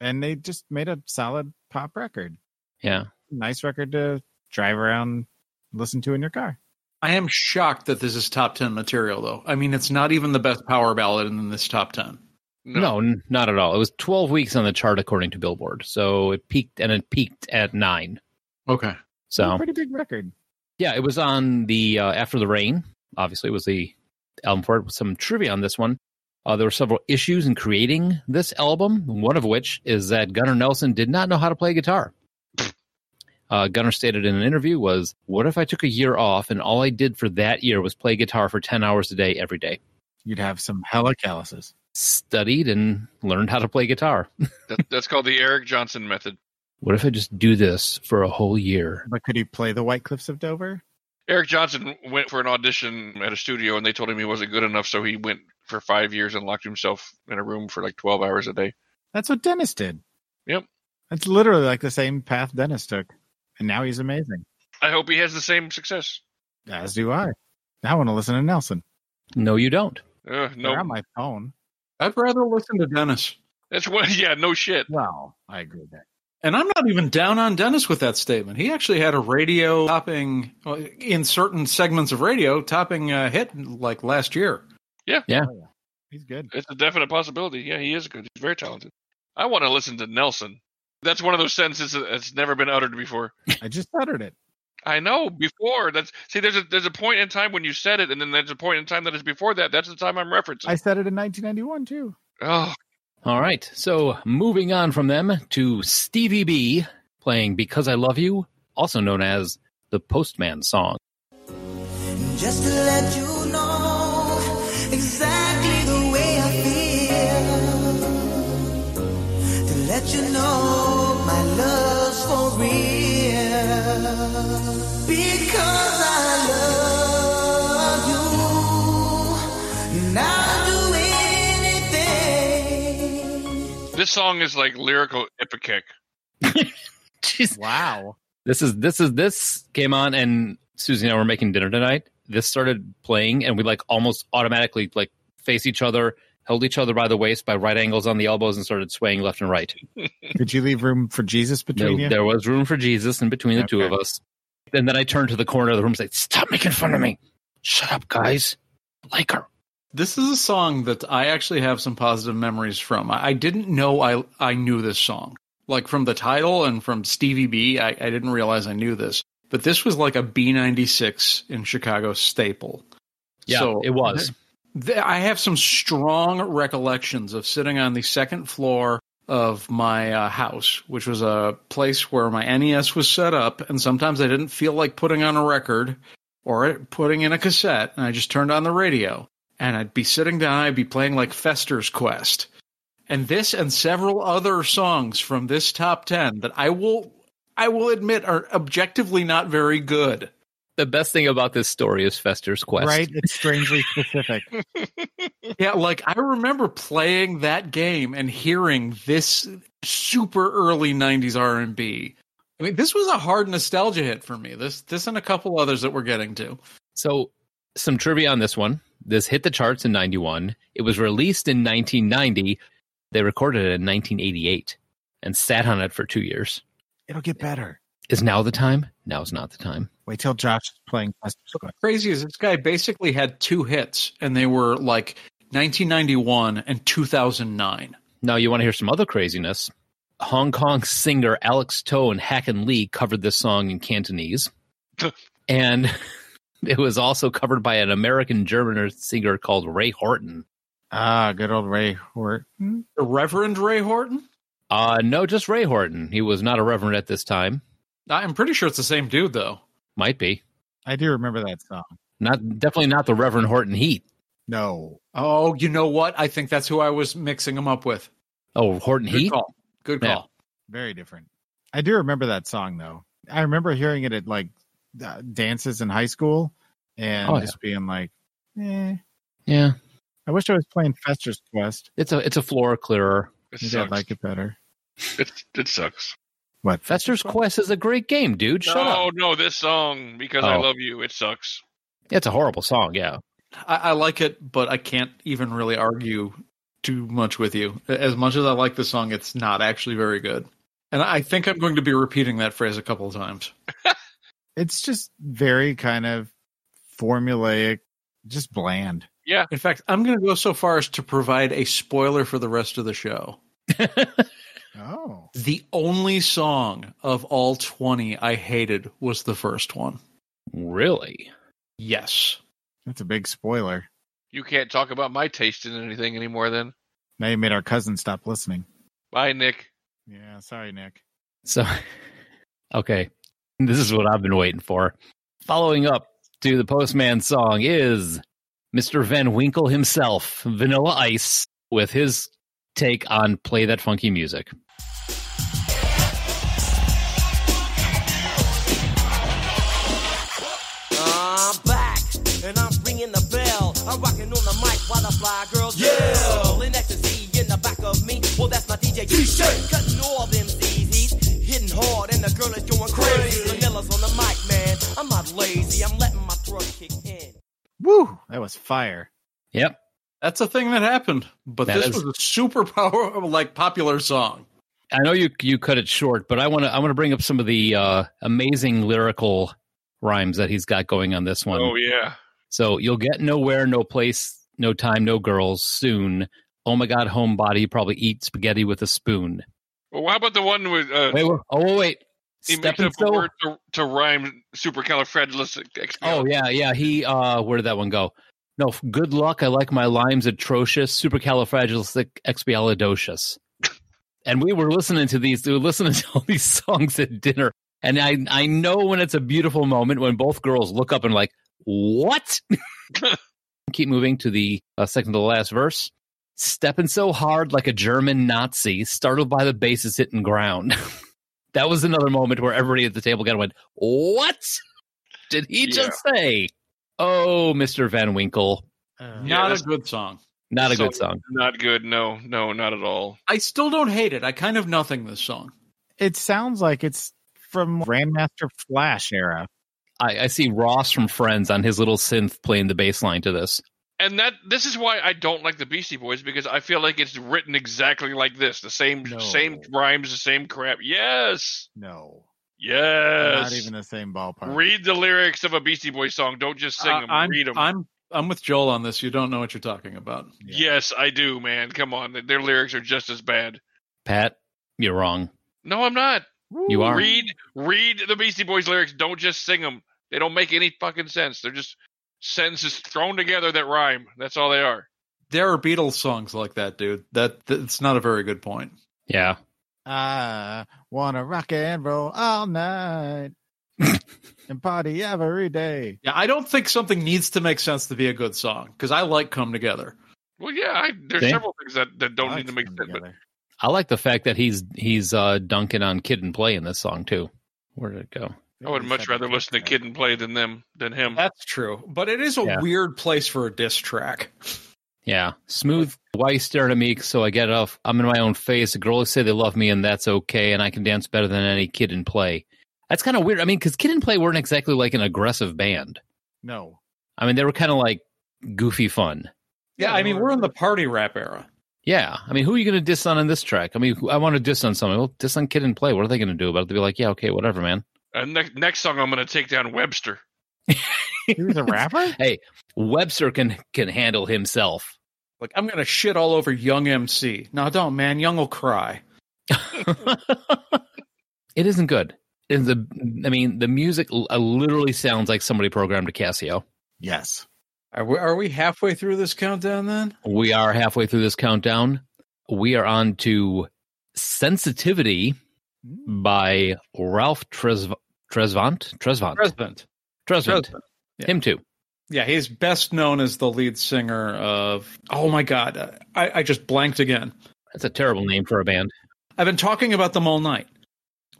Speaker 5: and they just made a solid pop record.
Speaker 3: Yeah.
Speaker 5: Nice record to drive around, listen to in your car.
Speaker 6: I am shocked that this is top 10 material, though. I mean, it's not even the best power ballad in this top 10.
Speaker 3: No. n- not at all. It was 12 weeks on the chart according to Billboard. So it peaked and it peaked at nine.
Speaker 6: Okay.
Speaker 3: So,
Speaker 5: pretty big record.
Speaker 3: yeah, it was on the uh, After the Rain. Obviously, it was the album for it. Some trivia on this one. Uh, there were several issues in creating this album, one of which is that Gunnar Nelson did not know how to play guitar. Uh, Gunnar stated in an interview was, what if I took a year off and all I did for that year was play guitar for 10 hours a day every day?
Speaker 5: You'd have some hella calluses.
Speaker 3: Studied and learned how to play guitar.
Speaker 4: That, that's called the Eric Johnson method.
Speaker 3: What if I just do this for a whole year?
Speaker 5: But could he play the White Cliffs of Dover?
Speaker 4: Eric Johnson went for an audition at a studio, and they told him he wasn't good enough, so he went for five years and locked himself in a room for like twelve hours a day.
Speaker 5: That's what Dennis did.
Speaker 4: Yep.
Speaker 5: That's literally like the same path Dennis took, and now he's amazing.
Speaker 4: I hope he has the same success.
Speaker 5: As do I. Now I want to listen to Nelson.
Speaker 3: No, you don't.
Speaker 4: Uh,
Speaker 5: They're
Speaker 4: no,
Speaker 5: on my phone.
Speaker 6: I'd rather listen to Dennis.
Speaker 4: that's what. (laughs) Yeah, no shit.
Speaker 5: Well, I agree with that.
Speaker 6: And I'm not even down on Dennis with that statement. He actually had a radio topping, well, in certain segments of radio, topping a hit like last year.
Speaker 5: He's good.
Speaker 4: It's a definite possibility. Yeah, he is good. He's very talented. I want to listen to Nelson. That's one of those sentences that- that's never been uttered before.
Speaker 5: I just uttered it.
Speaker 4: I know before. That's see. There's a there's a point in time when you said it, and then there's a point in time that is before that. That's the time I'm referencing.
Speaker 5: I said it in 1991 too.
Speaker 4: oh,
Speaker 3: All right. So moving on from them to Stevie B playing Because I Love You, also known as the Postman song. (laughs)
Speaker 2: Just to let you know exactly the way I feel. To let you know my love's for real. Because I love you. And I'll do anything.
Speaker 4: this song is like lyrical epic.
Speaker 3: Jeez.
Speaker 5: Wow.
Speaker 3: This is this is this came on and Susie and I were making dinner tonight. This started playing and we like almost automatically like face each other, held each other by the waist by right angles on the elbows and started swaying left and right.
Speaker 5: Did you leave room for Jesus
Speaker 3: There,
Speaker 5: between you?
Speaker 3: there was room for Jesus in between the two of
Speaker 5: Okay.
Speaker 3: us. And then I turned to the corner of the room and said, Stop making fun of me. Shut up, guys. Like her.
Speaker 6: This is a song that I actually have some positive memories from. I, I didn't know I I knew this song. Like from the title and from Stevie B, I, I didn't realize I knew this. But this was like a B96 in Chicago staple.
Speaker 3: Yeah,
Speaker 6: So-
Speaker 3: it was.
Speaker 6: Th- I have some strong recollections of sitting on the second floor of my uh, house, which was a place where my NES was set up. And sometimes I didn't feel like putting on a record or putting in a cassette. And I just turned on the radio and I'd be sitting down. I'd be playing like Fester's Quest. And this and several other songs from this top 10 that I will. I will admit are objectively not very good.
Speaker 3: the best thing about this story is Fester's quest.
Speaker 5: Right? It's strangely specific.
Speaker 6: Yeah, like I remember playing that game and hearing this super early '90s R&B. I mean, this was a hard nostalgia hit for me. This, this, and a couple others that we're getting to.
Speaker 3: So, some trivia on this one. This hit the charts in 91. It was released in 1990. They recorded it in 1988 and sat on it for two years.
Speaker 5: It'll get better.
Speaker 3: Is now the time? Now's not the time.
Speaker 5: Wait till Josh is playing Buster's Quest.
Speaker 6: Crazy is this guy basically had two hits, and they were like 1991 and 2009.
Speaker 3: Now, you want to hear some other craziness. Hong Kong singer Alex Toh and Hacken Lee covered this song in
Speaker 6: (laughs)
Speaker 3: Cantonese. and it was also covered by an American German singer called Ray Horton.
Speaker 5: Ah, good old Ray Horton.
Speaker 6: The Reverend Ray Horton?
Speaker 3: Uh, no, just Ray Horton. He was not a reverend at this time.
Speaker 6: I'm pretty sure it's the same dude, though.
Speaker 3: Might be.
Speaker 5: I do remember that song.
Speaker 3: Not definitely not the Reverend Horton Heat.
Speaker 5: No.
Speaker 6: Oh, you know what? I think that's who I was mixing him up with.
Speaker 3: Oh, Horton
Speaker 6: Good
Speaker 3: Heat?
Speaker 6: call. Good
Speaker 3: Yeah.
Speaker 6: call.
Speaker 5: Very different. I do remember that song though. I remember hearing it at like uh, dances in high school and
Speaker 3: Oh, yeah.
Speaker 5: just being like, eh.
Speaker 3: Yeah.
Speaker 5: I wish I was playing Fester's Quest.
Speaker 3: It's a it's a floor clearer.
Speaker 4: It
Speaker 5: Maybe I'd
Speaker 4: sucks.
Speaker 5: like it better.
Speaker 4: it, it sucks.
Speaker 5: What?
Speaker 3: Fester's Quest is a great game, dude. Shut
Speaker 4: no,
Speaker 3: up.
Speaker 4: no, this song because I
Speaker 3: Oh.
Speaker 4: love you. It sucks.
Speaker 3: It's a horrible song, yeah.
Speaker 6: I, I like it, but I can't even really argue too much with you. As much as I like the song, it's not actually very good. And I think I'm going to be repeating that phrase a couple of times.
Speaker 5: It's just very kind of formulaic, just bland.
Speaker 6: In fact, I'm going to go so far as to provide a spoiler for the rest of the show.
Speaker 5: Oh.
Speaker 6: The only song of all 20 I hated was the first one.
Speaker 3: Really?
Speaker 6: Yes.
Speaker 5: That's a big spoiler.
Speaker 4: You can't talk about my taste in anything anymore. Then
Speaker 5: Now you made our cousin stop listening.
Speaker 4: bye, Nick.
Speaker 5: Yeah, sorry, Nick.
Speaker 3: So (laughs) Okay. This is what I've been waiting for. Following up to the postman song is Mr. Van Winkle himself, Vanilla Ice, with his take on play that funky music.
Speaker 8: I'm back, and I'm ringing the bell. I'm rocking on the mic while the fly girls yell. Rolling ecstasy in the back of me. Well, that's my DJ. DJ. Cutting all them C's. He's hitting hard, and the girl is going crazy. Vanilla's on the mic, man. I'm not lazy. I'm letting my throat kick in.
Speaker 5: Woo! That was fire.
Speaker 3: Yep.
Speaker 6: That's a thing that happened, but
Speaker 3: That
Speaker 6: this
Speaker 3: is-
Speaker 6: was a super power, (laughs) like popular song.
Speaker 3: I know you you cut it short, but I want to I want to bring up some of the uh, amazing lyrical rhymes that he's got going on this one.
Speaker 4: Oh yeah,
Speaker 3: So you'll get nowhere, no place, no time, no girls soon. Oh my God, homebody probably eat spaghetti with a spoon.
Speaker 4: Well, how about the one with uh,
Speaker 3: Wait, wait oh wait,
Speaker 4: he makes
Speaker 3: stepping
Speaker 4: up a
Speaker 3: stone.
Speaker 4: word to, to rhyme supercalifragilistic?
Speaker 3: Oh yeah, yeah. He uh, where did that one go? No, f- good luck. I like my limes atrocious, supercalifragilisticexpialidocious. and we were listening to these, we were listening to all these songs at dinner, and I I know when it's a beautiful moment when both girls look up and like what? Keep moving to the uh, second to the last verse. Stepping so hard like a German Nazi, startled by the bases hitting ground. (laughs) that was another moment where everybody at the table kind of went, "What?" did he
Speaker 4: Yeah.
Speaker 3: just say? Oh, Mr. Van Winkle.
Speaker 5: Uh,
Speaker 4: Yeah,
Speaker 6: Not
Speaker 4: that's-
Speaker 6: a good song.
Speaker 3: Not a
Speaker 4: So-
Speaker 3: good song.
Speaker 4: not good. No, no, not at all.
Speaker 6: I still don't hate it. I kind of nothing this song.
Speaker 5: It sounds like it's from Grandmaster Flash era.
Speaker 3: I, I see Ross from Friends on his little synth playing the bass line to this.
Speaker 4: And that this is why I don't like the Beastie Boys because I feel like it's written exactly like this. The same,
Speaker 5: No.
Speaker 4: same rhymes, the same crap. Yes,
Speaker 5: No,
Speaker 4: yes.
Speaker 5: not even the same ballpark.
Speaker 4: Read the lyrics of a Beastie Boy song. Don't just sing
Speaker 6: I-
Speaker 4: them.
Speaker 6: Uh, I'm,
Speaker 4: Read them.
Speaker 6: I'm I'm with Joel on this. You don't know what you're talking about.
Speaker 4: Yes, I do, man. Come on, their lyrics are just as bad.
Speaker 3: Pat, you're wrong.
Speaker 4: No, I'm not.
Speaker 3: You are.
Speaker 4: Read, read the Beastie Boys lyrics. Don't just sing them. They don't make any fucking sense. They're just sentences thrown together that rhyme. That's all they are.
Speaker 6: There are Beatles songs like that, dude. That that's not a very good point.
Speaker 3: Yeah.
Speaker 5: I wanna rock and roll all (laughs) night and party every day.
Speaker 6: Yeah, I don't think something needs to make sense to be a good song because I like "Come Together."
Speaker 4: Well, yeah, I, there's
Speaker 3: See?
Speaker 4: several things that, that don't
Speaker 5: I
Speaker 4: need to
Speaker 5: like
Speaker 4: make
Speaker 5: them
Speaker 4: sense. But
Speaker 5: together.
Speaker 3: I like the fact that he's he's uh, dunking on Kid and Play in this song too. Where did it go?
Speaker 4: I would much rather listen to Kid and Play than them than him.
Speaker 6: That's true, but it is a
Speaker 3: Yeah.
Speaker 6: weird place for a
Speaker 4: (laughs)
Speaker 6: diss track.
Speaker 3: Yeah. Smooth. Why you staring at me? So I get off. I'm in my own face. The girls say they love me, and that's okay. And I can dance better than any kid in play. That's kind of weird. I mean, because Kid and Play weren't exactly like an aggressive band.
Speaker 5: No,
Speaker 3: I mean, they were kind of like goofy fun.
Speaker 6: Yeah, I mean we're in the party rap era.
Speaker 3: Yeah, I mean, who are you going to diss on in this track? I mean, who- I want to diss on someone. Well, diss on Kid and Play. What are they going to do about it? They'll be like, yeah, okay, whatever, man.
Speaker 4: And ne- Uh, next song, I'm going to take down Webster.
Speaker 5: (laughs) he was a rapper.
Speaker 3: Webster can can handle himself. (laughs)
Speaker 6: Like I'm gonna shit all over Young MC. No, don't, man. Young will cry.
Speaker 3: it isn't good. It's a, I mean, the music l- uh, literally sounds like somebody programmed a Casio.
Speaker 5: Yes.
Speaker 6: Are we, are we halfway through this countdown then?
Speaker 3: We are halfway through this countdown. We are on to Sensitivity by Ralph Tresv- Tresvant. Tresvant.
Speaker 6: President.
Speaker 3: Tresvant.
Speaker 6: Tresvant, yeah.
Speaker 3: Him too.
Speaker 6: Yeah, he's best known as the lead singer of. Oh my God, I, I just blanked again.
Speaker 3: That's a terrible name for a band.
Speaker 6: I've been talking about them all night.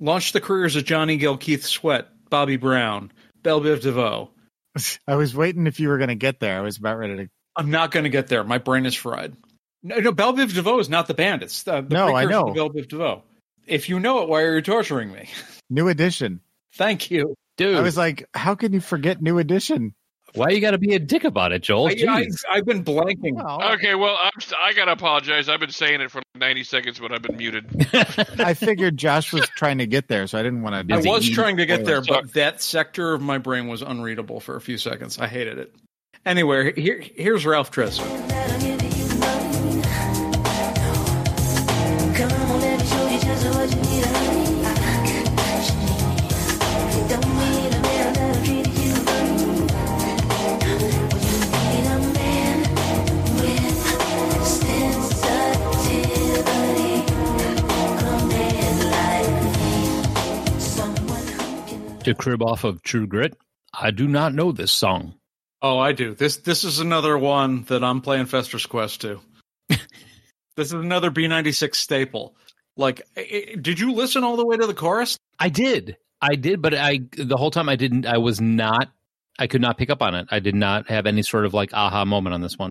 Speaker 6: Launched the careers of Johnny Gill, Keith Sweat, Bobby Brown, Belle Biv DeVoe.
Speaker 5: (laughs) I was waiting if you were going to get there. I was about ready to.
Speaker 6: I'm not going to get there. My brain is fried. No, no Belle Biv DeVoe is not the band. It's the, the
Speaker 5: No, I
Speaker 6: precursor
Speaker 5: know.
Speaker 6: to Belle Biv DeVoe. If you know it, why are you torturing me? (laughs)
Speaker 5: New Edition.
Speaker 6: Thank you.
Speaker 3: Dude,
Speaker 5: I was like, how can you forget New Edition?
Speaker 3: why you got to be a dick about it, Joel?
Speaker 6: I, I,
Speaker 3: Jeez.
Speaker 6: I've been blanking.
Speaker 5: Well,
Speaker 4: Okay, well, I'm, s- I gotta apologize. I've been saying it for like 90 seconds, but I've been
Speaker 3: (laughs)
Speaker 4: muted.
Speaker 5: I figured Josh was trying to get there, so I didn't want to.
Speaker 6: I
Speaker 3: Busy
Speaker 6: was
Speaker 3: eating
Speaker 6: trying to get there,
Speaker 4: spoilers.
Speaker 6: but that sector of my brain was unreadable for a few seconds. I hated it. Anyway, here, here's Ralph Tresvant.
Speaker 8: That I'm giving you mine. Come on, let me show you just what you need. I got you. Don't need a man that'll treat you right. You need a man with sensitivity. A man like me. Someone who can
Speaker 3: to crib off of True Grit, I do not know this song.
Speaker 6: Oh, I do. This this is another one that I'm playing Fester's Quest (laughs) to. this is another B96 staple. Like, i i did you listen all the way to the chorus?
Speaker 3: I did. I did, but I the whole time I didn't I was not I could not pick up on it. I did not have any sort of like aha moment on this one.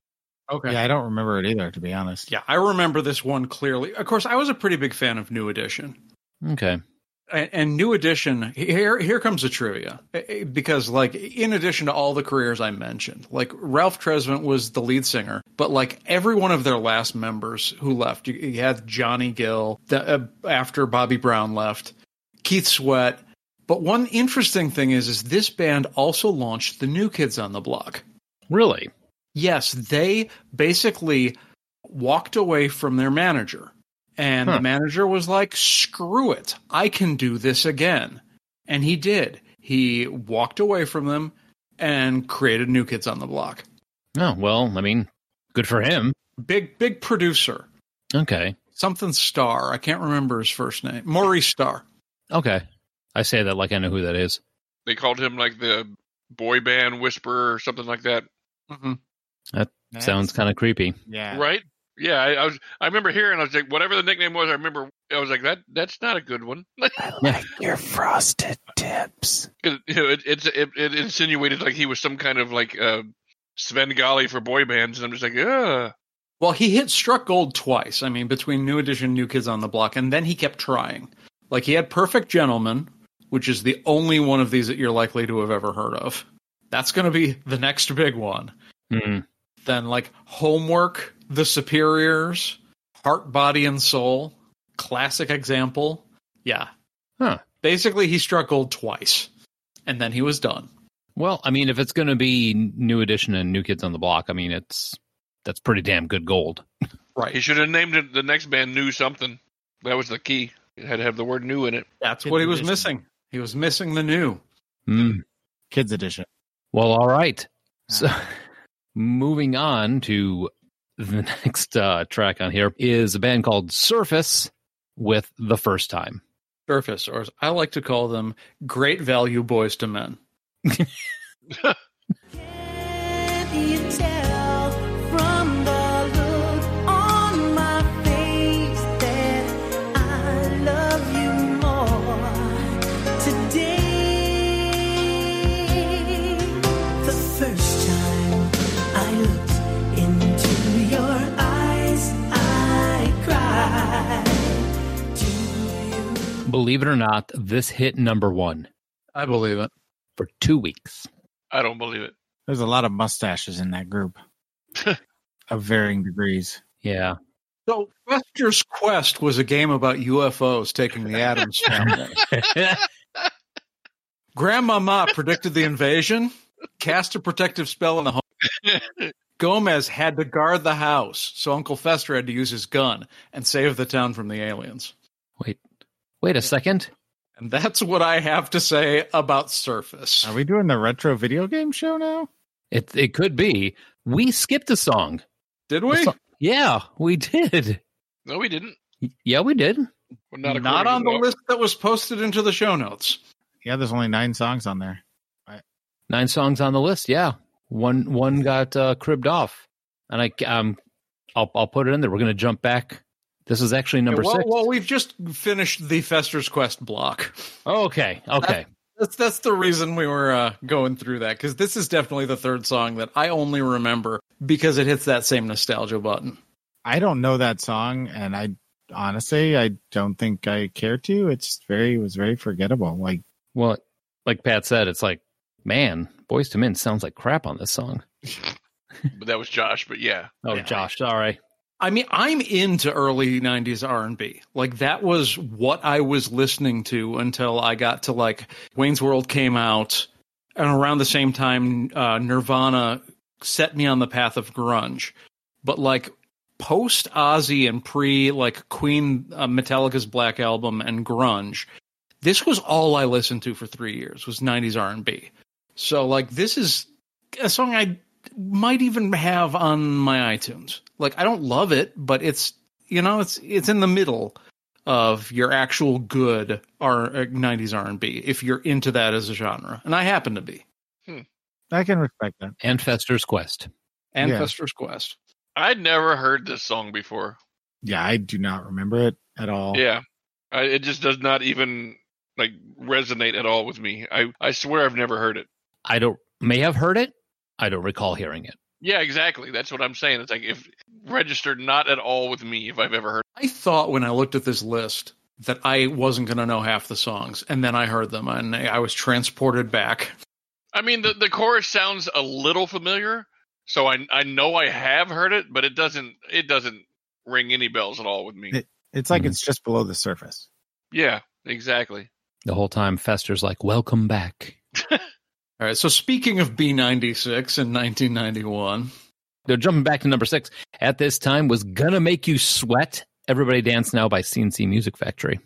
Speaker 6: Okay.
Speaker 5: Yeah, I don't remember it either, to be honest.
Speaker 6: Yeah, I remember this one clearly. Of course, I was a pretty big fan of New Edition.
Speaker 3: Okay.
Speaker 6: and, and new edition here here comes the trivia Eh, eh, because like in addition to all the careers i mentioned like ralph tresvant was the lead singer but like every one of their last members who left you, you had johnny gill the, uh, after bobby brown left keith sweat but one interesting thing is is this band also launched the new kids on the block
Speaker 3: Really?
Speaker 6: yes they basically walked away from their manager and
Speaker 3: Huh.
Speaker 6: the manager was like screw it i can do this again and he did he walked away from them and created new kids on the block
Speaker 3: Oh, well, I mean, good for him.
Speaker 6: big big producer
Speaker 3: Okay.
Speaker 6: something star i can't remember his first name maurice star
Speaker 3: Okay. I say that like I know who that is.
Speaker 4: they called him like the boy band whisperer or something like that,
Speaker 3: Sounds kind of creepy.
Speaker 5: Yeah.
Speaker 4: right? Yeah, I, I was. I remember hearing. I was like, whatever the nickname was, I remember. I was like, that. That's not a good one. (laughs)
Speaker 5: Your frosted tips.
Speaker 4: 'Cause, you know, it, it's it, it insinuated like he was some kind of like uh, Svengali for boy bands, and I'm just like, ugh.
Speaker 6: Well, he hit struck gold twice. I mean, between New Edition, New Kids on the Block, and then he kept trying. Like he had Perfect Gentleman, which is the only one of these that you're likely to have ever heard of. That's going to be the next big one.
Speaker 3: Hmm.
Speaker 6: Then like Homework, The Superiors, Heart, Body, and Soul, classic example. Yeah.
Speaker 3: Huh.
Speaker 6: Basically, he struck gold twice, and then he was done.
Speaker 3: Well, I mean, if it's going to be New Edition and New Kids on the Block, I mean, it's that's pretty damn good gold.
Speaker 4: He
Speaker 6: Right.
Speaker 4: should have named it the next band "New Something." That was the key. It had to have the word "new" in it.
Speaker 6: That's what he was missing. He was missing the new.
Speaker 3: Hmm.
Speaker 5: Kids edition.
Speaker 3: Well, all right. So, (laughs) moving on to the (laughs) next uh, track on here is a band called Surface with The First Time.
Speaker 6: surface, or as I like to call them, great value boys to men.
Speaker 8: Can you tell from the look on my face that I love you more today? The first time I looked into your eyes, I cried to you.
Speaker 3: Believe it or not, this hit number one
Speaker 6: I believe it.
Speaker 3: for two weeks.
Speaker 4: I don't believe it.
Speaker 5: There's a lot of mustaches in that group of varying degrees.
Speaker 3: Yeah. (laughs)
Speaker 6: So, Fester's Quest was a game about UFOs taking the (laughs) Adams family. Grandmama predicted the invasion, cast a protective spell on the home. Gomez had to guard the house, so Uncle Fester had to use his gun and save the town from the aliens.
Speaker 3: Wait, wait a second.
Speaker 6: And that's what I have to say about Surface.
Speaker 5: Are we doing the retro video game show now?
Speaker 3: It it could be we skipped a song.
Speaker 6: Did we?
Speaker 3: so- Yeah, we did.
Speaker 4: No, we didn't.
Speaker 3: Yeah, we did.
Speaker 4: Well,
Speaker 6: Not,
Speaker 4: not, according to
Speaker 6: on the
Speaker 4: law.
Speaker 6: list that was posted into the show notes.
Speaker 5: Yeah, there's only nine songs on there.
Speaker 3: Nine songs on the list. Yeah, one one got uh, cribbed off, and I um, I'll I'll put it in there. We're gonna jump back. This is actually number
Speaker 6: Yeah, well,
Speaker 3: six.
Speaker 6: well, we've just finished the Fester's Quest block.
Speaker 3: okay, okay.
Speaker 6: That's that's the reason we were uh, going through that because this is definitely the third song that I only remember because it hits that same nostalgia button.
Speaker 5: I don't know that song, and I honestly, I don't think I care to. It's very, it was very forgettable. Like,
Speaker 3: Well, like Pat said, it's like, man, Boys to Men sounds like crap on this song.
Speaker 4: But that was Josh. But yeah,
Speaker 3: Oh, Josh, sorry.
Speaker 6: I mean, I'm into early '90s R&B. Like that was what I was listening to until I got to like Wayne's World came out, and around the same time, uh, Nirvana set me on the path of grunge. But like post Ozzy and pre like Queen, uh, Metallica's Black Album, and grunge, this was all I listened to for three years was '90s R&B. So like this is a song I might even have on my iTunes. Like I don't love it, but it's you know it's it's in the middle of your actual good R uh, '90s R&B if you're into that as a genre, and I happen to be.
Speaker 5: I can respect that.
Speaker 3: And Fester's Quest.
Speaker 6: And
Speaker 5: Yeah.
Speaker 6: Fester's Quest.
Speaker 4: I'd never heard this song before.
Speaker 5: Yeah, I do not remember it at all.
Speaker 4: Yeah, I, it just does not even like resonate at all with me. I I swear I've never heard it.
Speaker 3: I don't may have heard it. I don't recall hearing it.
Speaker 4: Yeah, exactly. That's what I'm saying. It's like if registered not at all with me if I've ever heard.
Speaker 6: I thought when I looked at this list that I wasn't going to know half the songs, and then I heard them, and I I was transported back.
Speaker 4: I mean, the the chorus sounds a little familiar, so I I know I have heard it, but it doesn't it doesn't ring any bells at all with me.
Speaker 5: It's like
Speaker 3: Mhm.
Speaker 5: it's just below the surface.
Speaker 4: Yeah, exactly.
Speaker 3: The whole time Fester's like, Welcome back.
Speaker 6: All right. So speaking of B96 in 1991,
Speaker 3: They're jumping back to number six. At this time was Gonna Make You Sweat. Everybody Dance Now by CNC Music Factory.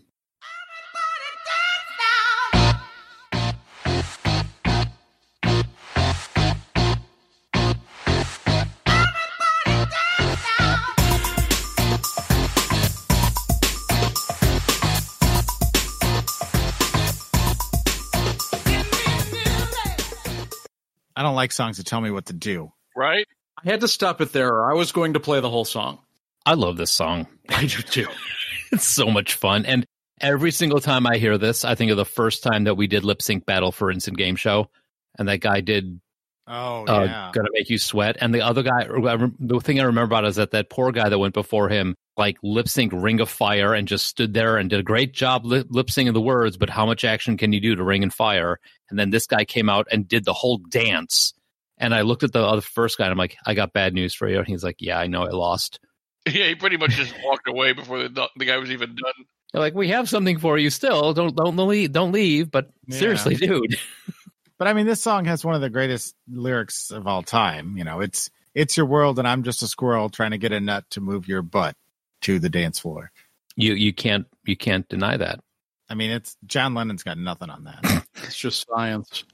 Speaker 5: I don't like songs that tell me what to do.
Speaker 4: Right? (laughs)
Speaker 6: I had to stop it there, or I was going to play the whole song.
Speaker 3: I love this song. (laughs)
Speaker 6: I do too.
Speaker 3: It's so much fun. And every single time I hear this, I think of the first time that we did lip sync battle for Instant Game Show. And that guy did
Speaker 5: Oh
Speaker 3: uh,
Speaker 5: yeah,
Speaker 3: gonna make you sweat. And the other guy, the thing I remember about is that that poor guy that went before him, like lip sync Ring of Fire, and just stood there and did a great job lip syncing the words. But how much action can you do to Ring and Fire? And then this guy came out and did the whole dance. And I looked at the other first guy and I'm like, I got bad news for you. And he's like, Yeah, I know, I lost.
Speaker 4: Yeah, he pretty much just walked away before the the guy was even done.
Speaker 3: They're like, We have something for you still. Don't don't leave, don't leave. But
Speaker 5: Yeah.
Speaker 3: seriously, dude,
Speaker 5: but I mean, this song has one of the greatest lyrics of all time. You know, it's it's your world, and I'm just a squirrel trying to get a nut to move your butt to the dance floor.
Speaker 3: you you can't you can't deny that.
Speaker 5: I mean, it's John Lennon's got nothing on that.
Speaker 6: It's just science,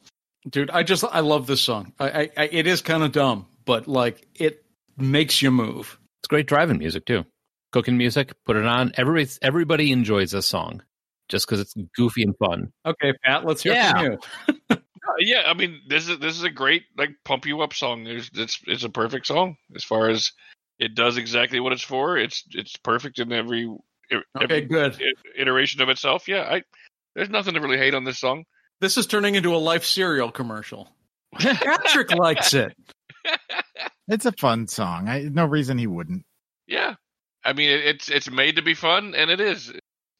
Speaker 6: dude. I just I love this song. I, I, I it is kind of dumb, but like it makes you move.
Speaker 3: It's great driving music too. Cooking music, put it on. Everybody, everybody enjoys this song just because it's goofy and fun.
Speaker 6: Okay, Pat, let's hear
Speaker 3: Yeah.
Speaker 6: from you.
Speaker 4: Uh, yeah, I mean this is this is a great like pump you up song. There's it's it's a perfect song as far as it does exactly what it's for. It's it's perfect in every e,
Speaker 6: Okay,
Speaker 4: every
Speaker 6: good.
Speaker 4: iteration of itself. Yeah, I there's nothing to really hate on this song.
Speaker 6: This is turning into a life cereal commercial. (laughs) Patrick likes it.
Speaker 5: it's a fun song. I, no reason he wouldn't.
Speaker 4: Yeah, I mean it, it's it's made to be fun, and it is.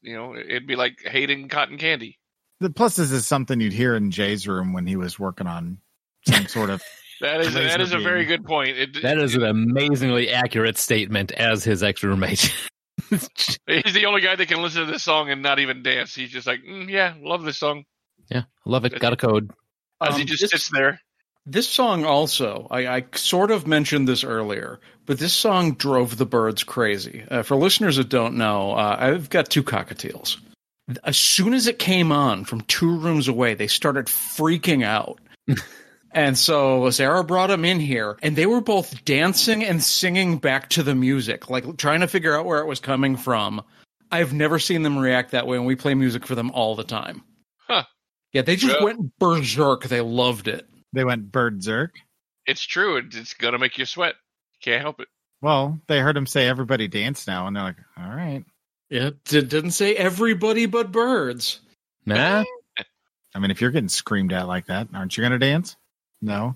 Speaker 4: You know, it'd be like hating cotton candy.
Speaker 5: The plus this is something you'd hear in Jay's room when he was working on some sort of.
Speaker 4: That is that is a very good point. It,
Speaker 3: That is an amazingly accurate statement as his ex roommate.
Speaker 4: (laughs)
Speaker 3: (laughs)
Speaker 4: he's the only guy that can listen to this song and not even dance. He's just like, mm, yeah, love this song.
Speaker 3: yeah, love it. Got a code.
Speaker 4: As he
Speaker 6: Um,
Speaker 4: just
Speaker 6: this-
Speaker 4: sits there.
Speaker 6: This song also, I, I sort of mentioned this earlier, but this song drove the birds crazy. Uh, for listeners that don't know, uh, I've got two cockatiels. As soon as it came on from two rooms away, they started freaking out. and so Sarah brought them in here, and they were both dancing and singing back to the music, like trying to figure out where it was coming from. I've never seen them react that way, and we play music for them all the time.
Speaker 4: Huh.
Speaker 6: Yeah, they just
Speaker 4: Yeah.
Speaker 6: went berserk. They loved it.
Speaker 5: They went bird zerk.
Speaker 4: It's true. It- It's gonna make you sweat. Can't help it.
Speaker 5: Well, they heard him say everybody dance now, and they're like, all right.
Speaker 6: Yeah, did, didn't say everybody but birds.
Speaker 3: Nah.
Speaker 5: I mean, if you're getting screamed at like that, aren't you going to dance? No.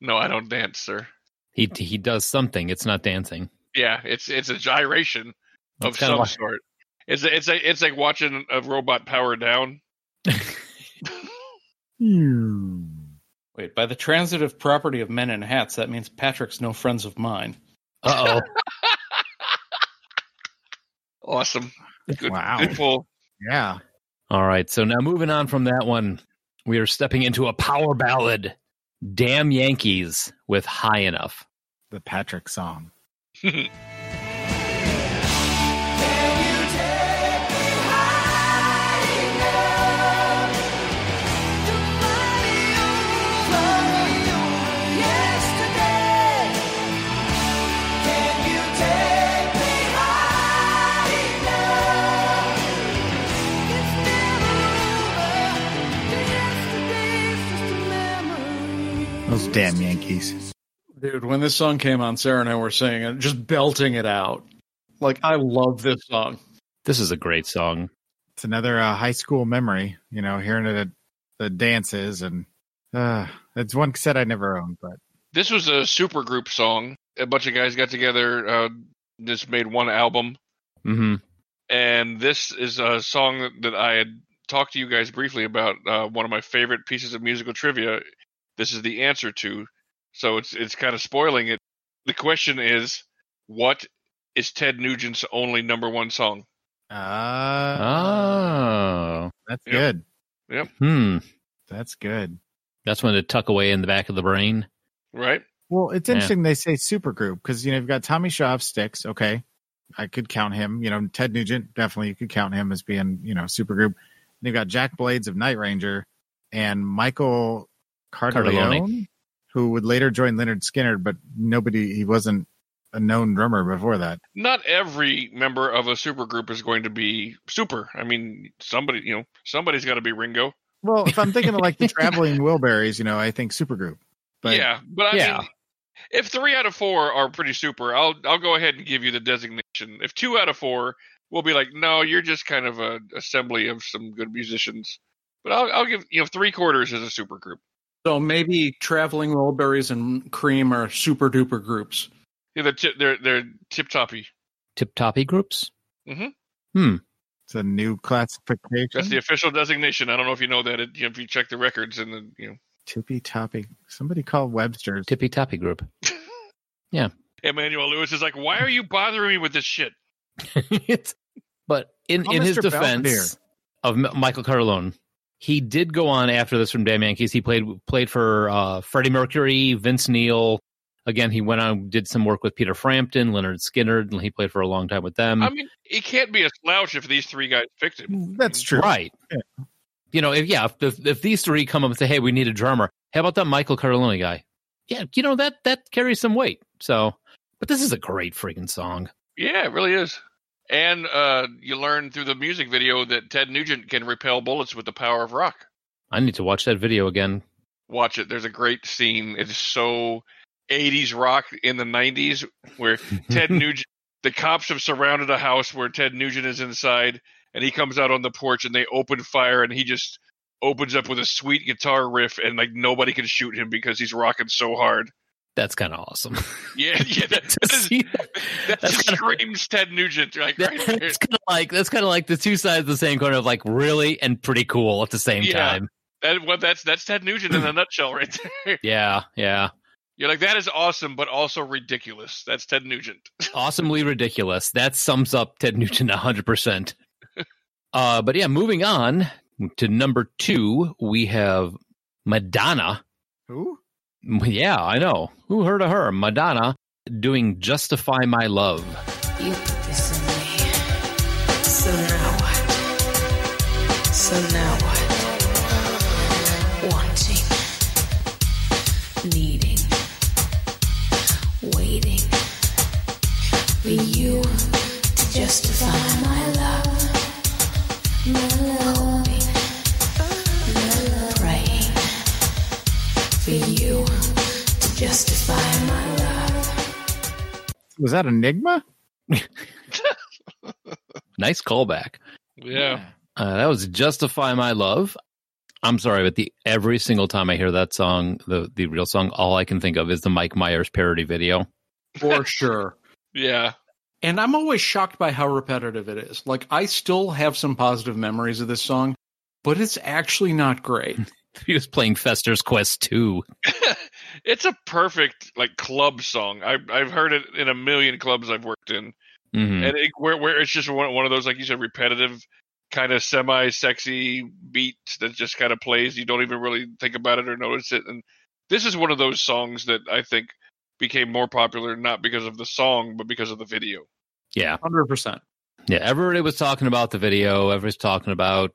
Speaker 4: No, I don't dance, sir.
Speaker 3: He he does something. It's not dancing.
Speaker 4: Yeah, it's it's a gyration of
Speaker 3: It's kinda
Speaker 4: some
Speaker 3: like-
Speaker 4: sort. It's a, it's a, it's like watching a robot power down.
Speaker 6: Wait, by the transitive property of men in hats, that means Patrick's no friends of mine.
Speaker 3: Uh oh.
Speaker 4: Awesome. Good,
Speaker 5: Wow.
Speaker 4: good pull.
Speaker 5: Yeah.
Speaker 3: All right. So now moving on from that one, we are stepping into a power ballad, "Damn Yankees" with "High Enough."
Speaker 5: The Patrick song. Those damn Yankees.
Speaker 6: Dude, when this song came on, Sarah and I were singing it, just belting it out. Like, I love this song.
Speaker 3: This is a great song.
Speaker 5: It's another uh, high school memory, you know, hearing it at the dances. And uh, it's one cassette I never owned, but
Speaker 4: This was a super group song. A bunch of guys got together. Uh, just made one album,
Speaker 3: hmm
Speaker 4: and this is a song that, that I had talked to you guys briefly about. Uh, one of my favorite pieces of musical trivia. This is the answer to. So it's it's kind of spoiling it. The question is, what is Ted Nugent's only number one song?
Speaker 5: uh,
Speaker 3: Oh.
Speaker 5: that's
Speaker 4: Yep.
Speaker 5: good.
Speaker 3: Hmm.
Speaker 5: That's good.
Speaker 3: That's one to tuck away in the back of the brain.
Speaker 4: Right?
Speaker 5: Well, it's
Speaker 3: Yeah.
Speaker 5: interesting they say supergroup because you know you've got Tommy Shaw of Sticks. Okay, I could count him. You know Ted Nugent definitely you could count him as being you know supergroup. And you've got Jack Blades of Night Ranger and Michael Cardellone,
Speaker 3: Cardellone.
Speaker 5: who would later join Leonard Skinner, but nobody he wasn't a known drummer before that.
Speaker 4: Not every member of a supergroup is going to be super. I mean, somebody, you know, somebody's got to be Ringo.
Speaker 5: Well, if I'm thinking of
Speaker 4: (laughs)
Speaker 5: like the traveling Wilburys, you know I think supergroup. But
Speaker 4: yeah, but I
Speaker 3: Yeah.
Speaker 4: mean, if three out of four are pretty super, I'll I'll go ahead and give you the designation. If two out of four, we'll be like, no, you're just kind of a assembly of some good musicians. But I'll I'll give you know three quarters is a super group.
Speaker 6: So maybe Traveling Rollberries and Cream are super duper groups.
Speaker 4: Yeah, they're ti- they're they're tip toppy.
Speaker 3: Tip toppy groups.
Speaker 5: it's a new classification.
Speaker 4: That's the official designation. I don't know if you know that. It, you know, if you check the records and the you know,
Speaker 5: tippy toppy. Somebody called Webster's.
Speaker 3: Tippy toppy group.
Speaker 4: Emmanuel Lewis is like, why are you bothering me with this shit?
Speaker 3: It's- but in,
Speaker 5: Oh,
Speaker 3: in his
Speaker 5: Mr.
Speaker 3: defense of M- Michael Carlone, he did go on after this from Damn Yankees. He played played for uh, Freddie Mercury, Vince Neil. Again, he went on did some work with Peter Frampton, Leonard Skinner. and He played for a long time with them.
Speaker 4: I mean, he can't be a slouch if these three guys picked him.
Speaker 5: That's true.
Speaker 3: Right.
Speaker 5: Yeah.
Speaker 3: You know, if yeah, if, if these three come up and say, "Hey, we need a drummer," how about that Michael Carlone guy? Yeah, you know that that carries some weight. So, but this is a great freaking song.
Speaker 4: Yeah, it really is. And uh, you learn through the music video that Ted Nugent can repel bullets with the power of rock.
Speaker 3: I need to watch that video again.
Speaker 4: Watch it. There's a great scene. It's so 80s rock in the 90s
Speaker 3: (laughs)
Speaker 4: where
Speaker 3: Mm-hmm.
Speaker 4: Ted Nugent, the cops have surrounded a house where Ted Nugent is inside, and he comes out on the porch and they open fire, and he just opens up with a sweet guitar riff, and like nobody can shoot him because he's rocking so hard. (laughs)
Speaker 3: That's kind of awesome. (laughs)
Speaker 4: Yeah, yeah, that,
Speaker 3: To
Speaker 4: that, is,
Speaker 3: see-
Speaker 4: that
Speaker 3: that's
Speaker 4: just
Speaker 3: kinda-
Speaker 4: screams Ted Nugent. Like, right
Speaker 3: that's
Speaker 4: there.
Speaker 3: kind of like that's kind of like the two sides of the same coin of like really and pretty cool at the same
Speaker 4: Yeah.
Speaker 3: time.
Speaker 4: That, well, that's that's Ted Nugent in a nutshell, right there. (laughs)
Speaker 3: Yeah, yeah.
Speaker 4: You're like, that is awesome, but also ridiculous. That's Ted Nugent.
Speaker 3: Awesomely ridiculous. That sums up Ted Nugent
Speaker 4: (laughs)
Speaker 3: 100%. Uh, but yeah, moving on to number two, we have Madonna
Speaker 5: Who?
Speaker 3: Yeah, I know. Who heard of her? Madonna doing Justify My Love.
Speaker 9: You put this in me. So now what? So now what? Wanting, needing, waiting for you to justify my love. Hoping, praying for you to justify my love.
Speaker 5: Was that Enigma?
Speaker 3: Nice callback.
Speaker 4: Yeah.
Speaker 3: Uh, that was Justify My Love. I'm sorry, but the every single time I hear that song, the the real song, all I can think of is the Mike Myers parody video. (laughs)
Speaker 6: (laughs) for sure.
Speaker 4: Yeah. (laughs)
Speaker 6: And I'm always shocked by how repetitive it is. Like I still have some positive memories of this song, but it's actually not great.
Speaker 3: He was playing Fester's Quest 2.
Speaker 4: It's a perfect like club song. I I've heard it in a million clubs I've worked in.
Speaker 3: Mhm.
Speaker 4: and it, where where it's just one one of those like you said repetitive kind of semi sexy beats that just kind of plays you don't even really think about it or notice it and this is one of those songs that I think became more popular not because of the song but because of the video
Speaker 3: Yeah.
Speaker 6: 100%.
Speaker 3: Yeah. Everybody was talking about the video. Everybody's talking about,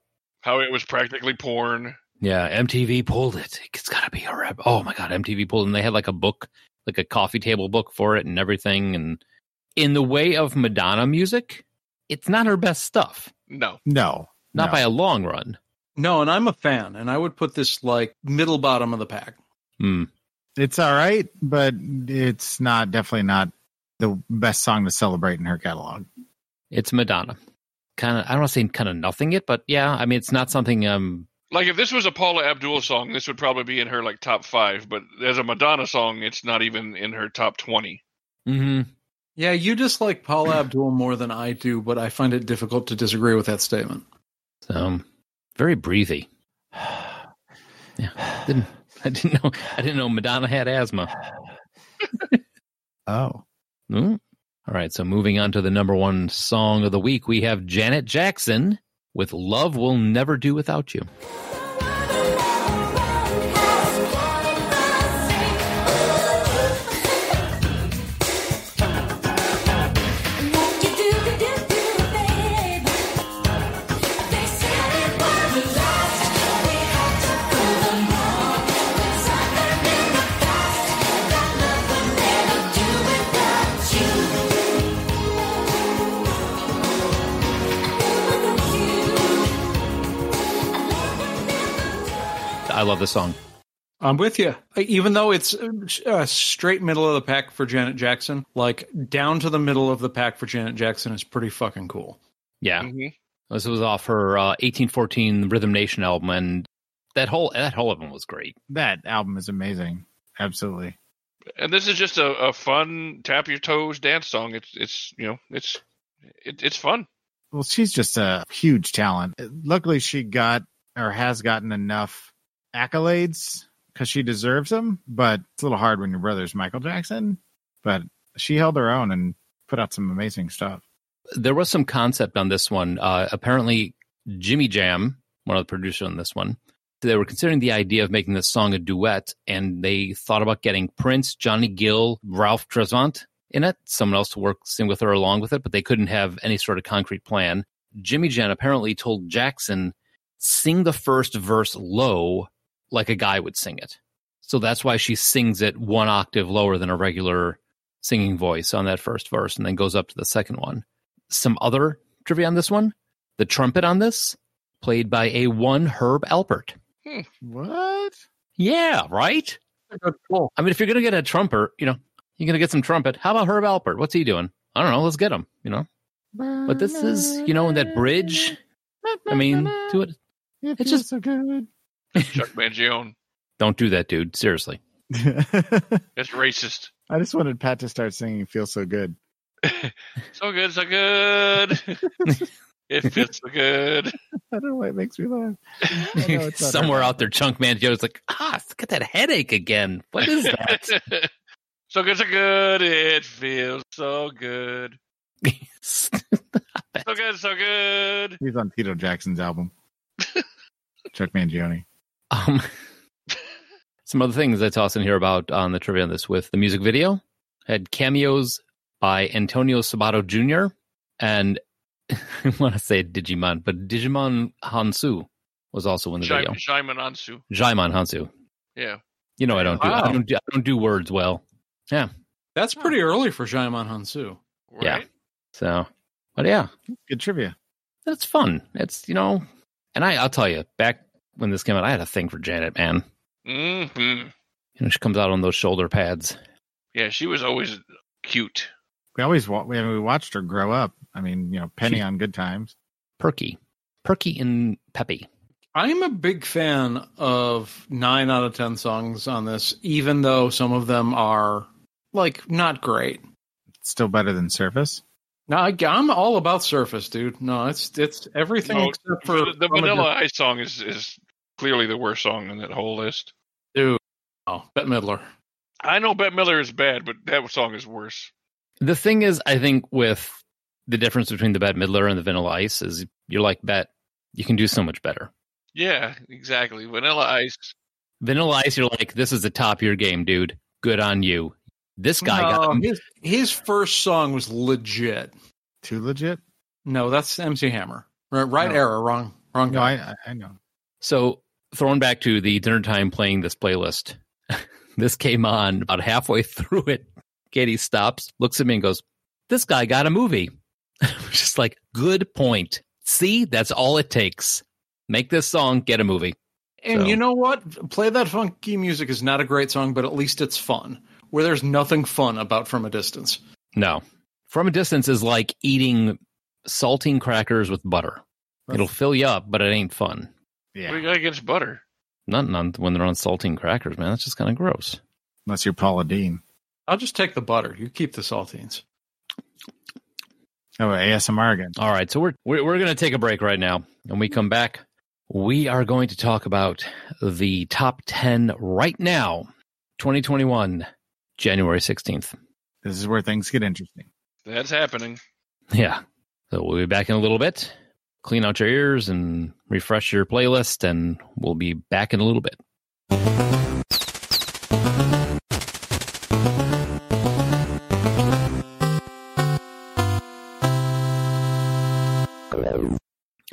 Speaker 4: how it was practically porn
Speaker 3: yeah, MTV pulled it. It's got to be a rep. Oh my God. MTV pulled it. And they had like a book, like a coffee table book for it and everything. And in the way of Madonna music, it's not her best stuff,
Speaker 4: no
Speaker 5: No.
Speaker 3: not
Speaker 5: No.
Speaker 3: by a long run.
Speaker 6: No, and I'm a fan and I would put this like middle bottom of the pack.
Speaker 3: Hmm.
Speaker 5: It's all right, but it's not definitely not the best song to celebrate in her catalog.
Speaker 3: It's Madonna. Kind of, I don't want to say kind of nothing it, but yeah, I mean, it's not something um,
Speaker 4: like if this was a Paula Abdul song this would probably be in her like top 5 but as a Madonna song it's not even in her top 20
Speaker 3: mhm.
Speaker 6: Yeah, you dislike Paula
Speaker 4: (clears throat)
Speaker 6: Abdul more than I do, but I find it difficult to disagree with that statement.
Speaker 3: So very breathy. (sighs) Yeah. Didn't, I didn't know I didn't know Madonna had asthma.
Speaker 5: Oh.
Speaker 3: Hmm. All right, so moving on to the number one song of the week, we have Janet Jackson with Love Will Never Do Without You. I love this song.
Speaker 6: I'm with you. Even though it's uh, straight middle of the pack for Janet Jackson, like down to the middle of the pack for Janet Jackson is pretty fucking cool.
Speaker 3: Yeah.
Speaker 4: Mhm.
Speaker 3: This was off her uh, 1814 Rhythm Nation album and that whole that whole album was great.
Speaker 5: That album is amazing. Absolutely.
Speaker 4: and this is just a, a fun tap your toes dance song it's it's you know it's it, it's fun
Speaker 5: Well, she's just a huge talent. Luckily, she got or has gotten enough accolades because she deserves them, but it's a little hard when your brother's Michael Jackson. But she held her own and put out some amazing stuff.
Speaker 3: there was some concept on this one. Uh, apparently, Jimmy Jam, one of the producers on this one, they were considering the idea of making this song a duet, and they thought about getting Prince, Johnny Gill, Ralph Tresvant in it, someone else to work sing with her along with it, but they couldn't have any sort of concrete plan. Jimmy Jam apparently told Jackson, "Sing the first verse low, like a guy would sing it." So that's why she sings it one octave lower than a regular singing voice on that first verse, and then goes up to the second one some other trivia on this one. The trumpet on this, played by a one Herb Alpert.
Speaker 5: What?
Speaker 3: Yeah, right. I mean, if you're gonna get a trumper, you know, you're gonna get some trumpet. How about Herb Alpert? What's he doing? I don't know. Let's get him. You know. But this is, you know, in that bridge. I mean, do it.
Speaker 5: It
Speaker 3: it's
Speaker 5: it's
Speaker 3: just-
Speaker 5: just so good.
Speaker 4: Chuck (laughs) Mangione
Speaker 3: Don't do that, dude. Seriously.
Speaker 5: (laughs)
Speaker 4: that's racist
Speaker 5: I just wanted Pat to start singing "Feel So Good."
Speaker 4: So good, so good. (laughs) it feels so good. (laughs)
Speaker 5: I don't know why it makes me laugh. I
Speaker 3: (laughs)
Speaker 5: know it's not
Speaker 3: Somewhere
Speaker 5: Herb
Speaker 3: out there, Chunk Man Joe's like, ah, look at that headache again. What is that? (laughs)
Speaker 4: so good, so good. It feels so good. So good, so good.
Speaker 5: He's on Tito Jackson's album. Chuck Mangione.
Speaker 3: um, (laughs) Some other things I toss in here about uh, on the trivia on this with the music video had cameos by Antonio Sabato Jr. and (laughs) I want to say Digimon, but Digimon Hansu was also in the
Speaker 4: Shai-
Speaker 3: video.
Speaker 4: Shaiman Ansu.
Speaker 3: Jaimon Hansu.
Speaker 4: Yeah.
Speaker 3: You know I don't do
Speaker 6: Wow.
Speaker 3: I don't do, I don't do words well.
Speaker 6: That's pretty early for Jaimon Hansu.
Speaker 4: Right?
Speaker 3: Yeah. So, but yeah,
Speaker 5: Good trivia.
Speaker 3: that's fun. It's you know, and I I'll tell you back when this came out, I had a thing for Janet. Man,
Speaker 4: hmm
Speaker 3: you know she comes out on those shoulder pads.
Speaker 4: Yeah, she was always cute.
Speaker 5: We always wa- we, I mean, we watched her grow up. I mean, you know, Penny on Good Times.
Speaker 3: Perky, Perky and Peppy.
Speaker 6: I'm a big fan of nine out of ten songs on this, even though some of them are like not great.
Speaker 5: It's still better than Surface.
Speaker 6: No, I, am all about Surface, dude. No, it's it's everything
Speaker 4: No,
Speaker 6: except for
Speaker 4: The, the
Speaker 6: From a
Speaker 4: Vanilla Ice song is, is clearly the worst song in that whole list.
Speaker 6: Dis- dude. Oh, Bette Midler.
Speaker 4: I know Bette Miller is bad, but that song is worse.
Speaker 3: The thing is, I think with the difference between the Bette Midler and the Vanilla Ice is you're like Bette, you can do so much better.
Speaker 4: Yeah, exactly. Vanilla Ice.
Speaker 3: Vanilla Ice, you're like this is the top of your game, dude. Good on you. This guy
Speaker 6: no,
Speaker 3: got him.
Speaker 6: his, his first song was legit.
Speaker 5: Too legit.
Speaker 6: No, that's MC Hammer. Right, right
Speaker 5: No.
Speaker 6: error, wrong, wrong
Speaker 5: No,
Speaker 6: guy.
Speaker 5: I I- I know.
Speaker 3: So thrown back to the dinner time playing this playlist. (laughs) this came on about halfway through it. Katie stops, looks at me and goes, This guy got a movie. (laughs) Just like, good point. See, that's all it takes. Make this song, get a movie.
Speaker 6: And
Speaker 3: So-
Speaker 6: you know what? Play that funky music is not a great song, but at least it's fun. Where there's nothing fun about from a distance.
Speaker 3: No. From a distance is like eating saltine crackers with butter. It'll fill you up, but it ain't fun.
Speaker 4: What do you
Speaker 5: Yeah,
Speaker 4: got against butter?
Speaker 3: Nothing on when they're on saltine crackers, man. That's just kind of gross.
Speaker 5: unless you're Paula Dean.
Speaker 6: I'll just take the butter. You keep the saltines.
Speaker 5: Oh, ASMR again.
Speaker 3: All right, so we're we're, we're going to take a break right now, and we come back. We are going to talk about the top ten right now, 2021, January 16th.
Speaker 5: This is where things get interesting.
Speaker 4: That's happening.
Speaker 3: Yeah, so we'll be back in a little bit. Clean out your ears and refresh your playlist, and we'll be back in a little bit.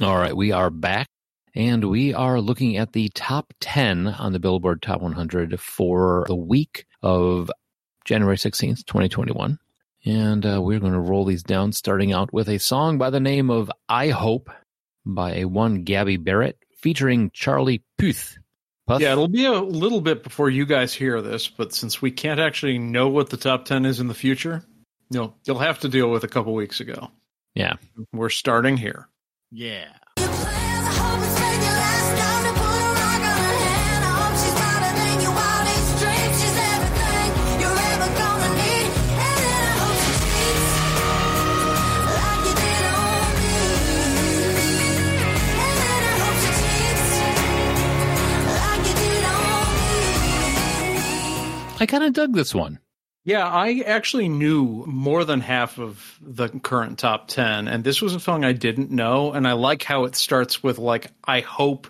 Speaker 3: All right, we are back and we are looking at the top 10 on the Billboard Top 100 for the week of January 16th, 2021. And uh, we're going to roll these down, starting out with a song by the name of I Hope by a one Gabby Barrett featuring Charlie Puth. Puth?
Speaker 6: Yeah, it'll be a little bit before you guys hear this, but since we can't actually know what the top 10 is in the future, no, you'll have to deal with a couple weeks ago.
Speaker 3: Yeah.
Speaker 6: We're starting here.
Speaker 5: Yeah.
Speaker 3: I kind of dug this one.
Speaker 6: Yeah, I actually knew more than half of the current top 10, and this was a song I didn't know. And I like how it starts with, like, I hope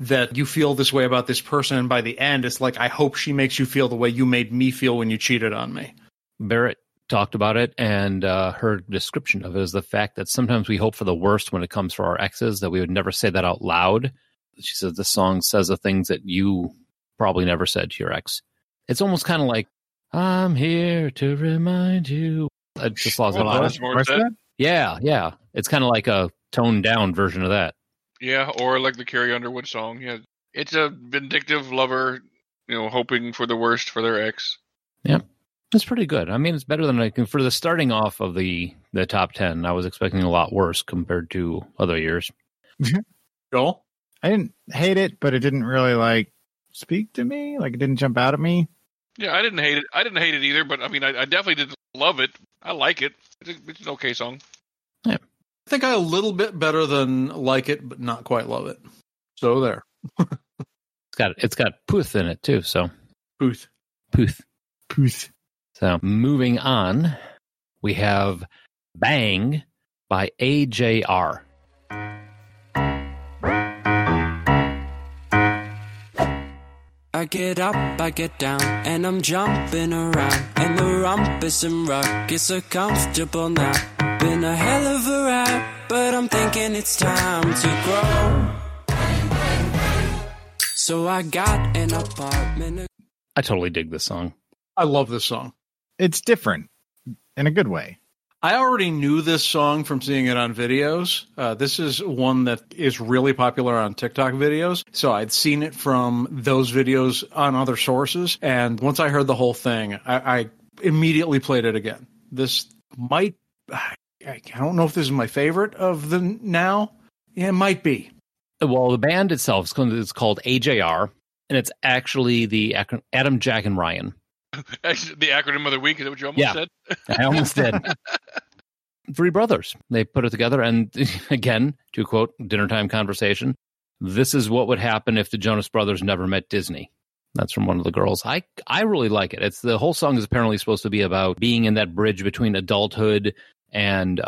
Speaker 6: that you feel this way about this person. And by the end, it's like, I hope she makes you feel the way you made me feel when you cheated on me.
Speaker 3: Barrett talked about it, and uh, her description of it is the fact that sometimes we hope for the worst when it comes for our exes, that we would never say that out loud. She says the song says the things that you probably never said to your ex. It's almost kind of like, I'm here to remind you. I just lost
Speaker 4: Oh,
Speaker 3: it.
Speaker 4: that's more
Speaker 5: Where's
Speaker 4: set.
Speaker 5: that?
Speaker 3: Yeah, yeah. It's kind of like a toned down version of that.
Speaker 4: Yeah, or like the Carrie Underwood song. Yeah, it's a vindictive lover, you know, hoping for the worst for their ex.
Speaker 3: It's pretty good. I mean, it's better than I can for the starting off of the the top ten. I was expecting a lot worse compared to other years.
Speaker 6: Joel?
Speaker 5: I didn't hate it, but it didn't really like speak to me. Like it didn't jump out at me.
Speaker 4: Yeah, I didn't hate it. I didn't hate it either, but I mean, I, I definitely didn't love it. I like it. It's, a- it's an okay song. (laughs)
Speaker 6: I think I a little bit better than like it, but not quite love it. So there.
Speaker 3: It's got it's got Puth in it too. So
Speaker 6: Booth.
Speaker 3: Puth.
Speaker 5: Poof.
Speaker 3: So moving on, we have Bang by AJR.
Speaker 10: I get up, I get down, and I'm jumping around. And the rumpus and ruckus so comfortable now. Been a hell of a ride, but I'm thinking it's time to grow. So I got an apartment.
Speaker 3: I totally dig this song.
Speaker 6: I love this song.
Speaker 5: It's different in a good way.
Speaker 6: I already knew this song from seeing it on videos. Uh, this is one that is really popular on TikTok videos. So I'd seen it from those videos on other sources. And once I heard the whole thing, I, I immediately played it again. This might, I I don't know if this is my favorite of the now. Yeah, it might be.
Speaker 3: Well, the band itself is called, it's called AJR, and it's actually the ac- Adam, Jack, and Ryan.
Speaker 4: Actually, the acronym of the week is that what you almost
Speaker 3: Yeah.
Speaker 4: said?
Speaker 3: I almost did. (laughs) Three brothers. They put it together. And (laughs) again, to quote Dinner Time Conversation, this is what would happen if the Jonas Brothers never met Disney. That's from one of the girls. I, I really like it. It's the whole song is apparently supposed to be about being in that bridge between adulthood and uh,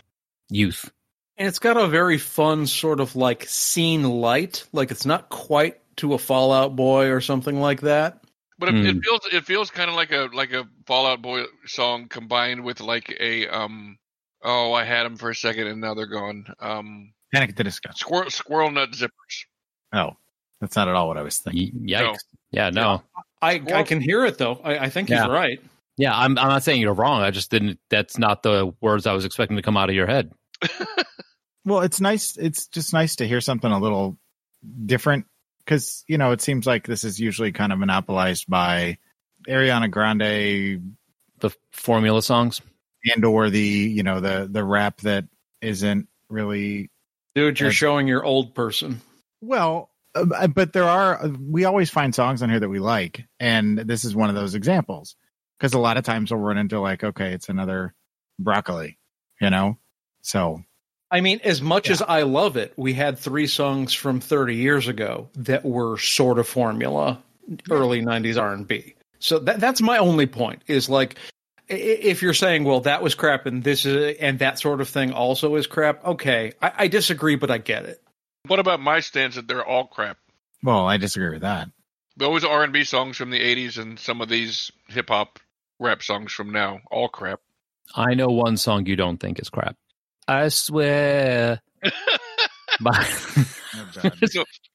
Speaker 3: youth.
Speaker 6: And it's got a very fun sort of like scene light. Like it's not quite to a Fallout Boy or something like that.
Speaker 4: But it,
Speaker 3: Hmm.
Speaker 4: it feels it feels kind of like a like a Fallout Boy song combined with like a um oh I had them for a second and now they're gone um
Speaker 5: Panic at the Disco.
Speaker 4: squirrel squirrel nut zippers
Speaker 5: Oh, that's not at all what I was thinking.
Speaker 3: Y- Yikes. Yeah, no.
Speaker 6: I, I can hear it though. I, I think
Speaker 3: Yeah.
Speaker 6: he's right.
Speaker 3: Yeah, I'm, I'm not saying you're wrong. I just didn't, that's not the words I was expecting to come out of your head.
Speaker 5: Well, it's nice. It's just nice to hear something a little different because, you know, it seems like this is usually kind of monopolized by Ariana Grande
Speaker 3: The formula songs.
Speaker 5: and or the, you know, the, the rap that isn't really
Speaker 6: Dude, you're
Speaker 5: Yeah.
Speaker 6: showing your old person.
Speaker 5: Well, uh, but there are we always find songs on here that we like, and this is one of those examples because a lot of times we'll run into like, okay, it's another broccoli, you know. So
Speaker 6: I mean, as much as I love it, we had three songs from 30 years ago that were sort of formula, early 90s R&B. So that that's my only point is like i- i- if you're saying, well, that was crap and this is and that sort of thing also is crap. Okay, I, I disagree, but I get it.
Speaker 4: What about my stance that they're all crap?
Speaker 5: well, I disagree with that.
Speaker 4: Those R and B songs from the '80s and some of these hip hop rap songs from now, all crap. (laughs)
Speaker 3: I know one song you don't think is crap. I swear. by,
Speaker 5: Oh, God.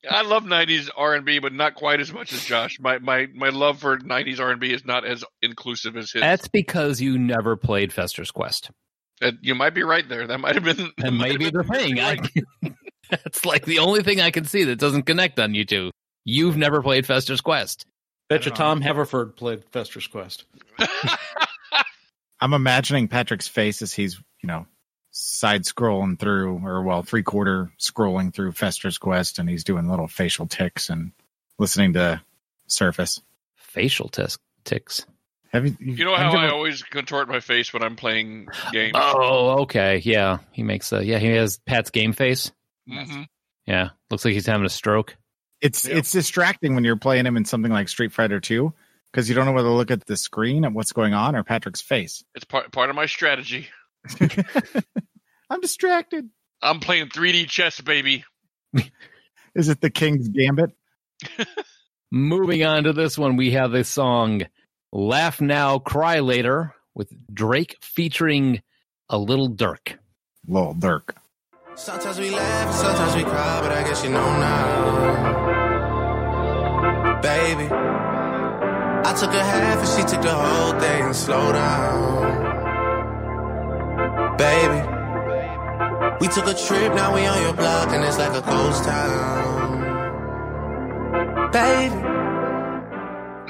Speaker 4: I love '90s R and B, but not quite as much as Josh. My my my love for '90s R and B is not as inclusive as
Speaker 3: (laughs)
Speaker 4: his.
Speaker 3: that's because you never played Fester's (laughs) Quest.
Speaker 4: Uh, you might be right there. (laughs) That might have been.
Speaker 3: That may be the
Speaker 4: (laughs)
Speaker 3: thing. I,
Speaker 4: Right.
Speaker 3: that's like (laughs) the only thing I can see that doesn't connect on you two. You've never played Fester's Quest.
Speaker 6: Bet you Tom Haverford played Fester's Quest.
Speaker 4: (laughs)
Speaker 5: I'm imagining Patrick's face as he's you know side scrolling through, or well, three quarter scrolling through Fester's Quest, and he's doing little facial ticks and listening to Surface.
Speaker 3: Facial tis- ticks.
Speaker 5: Have you?
Speaker 4: You know how I always contort my face when I'm playing games.
Speaker 3: Oh, okay. Yeah. He makes a, yeah, he has Pat's game face.
Speaker 4: Mhm.
Speaker 3: Yeah. Looks like he's having a stroke.
Speaker 5: It's
Speaker 4: Yeah.
Speaker 5: it's distracting when you're playing him in something like Street Fighter Two because you don't know whether to look at the screen at what's going on or Patrick's face. (laughs)
Speaker 4: It's part part of my strategy.
Speaker 5: I'm distracted.
Speaker 4: I'm playing 3D chess, baby.
Speaker 5: Is it the King's Gambit?
Speaker 3: Moving on to this one, we have the song Laugh Now, Cry Later with Drake featuring a little Dirk.
Speaker 5: Lil Durk.
Speaker 8: Sometimes we laugh and sometimes we cry, but I guess you know now. Baby, I took a half and she took the whole thing and slow down. Baby, we took a trip, now we on your block and it's like a ghost town. Baby.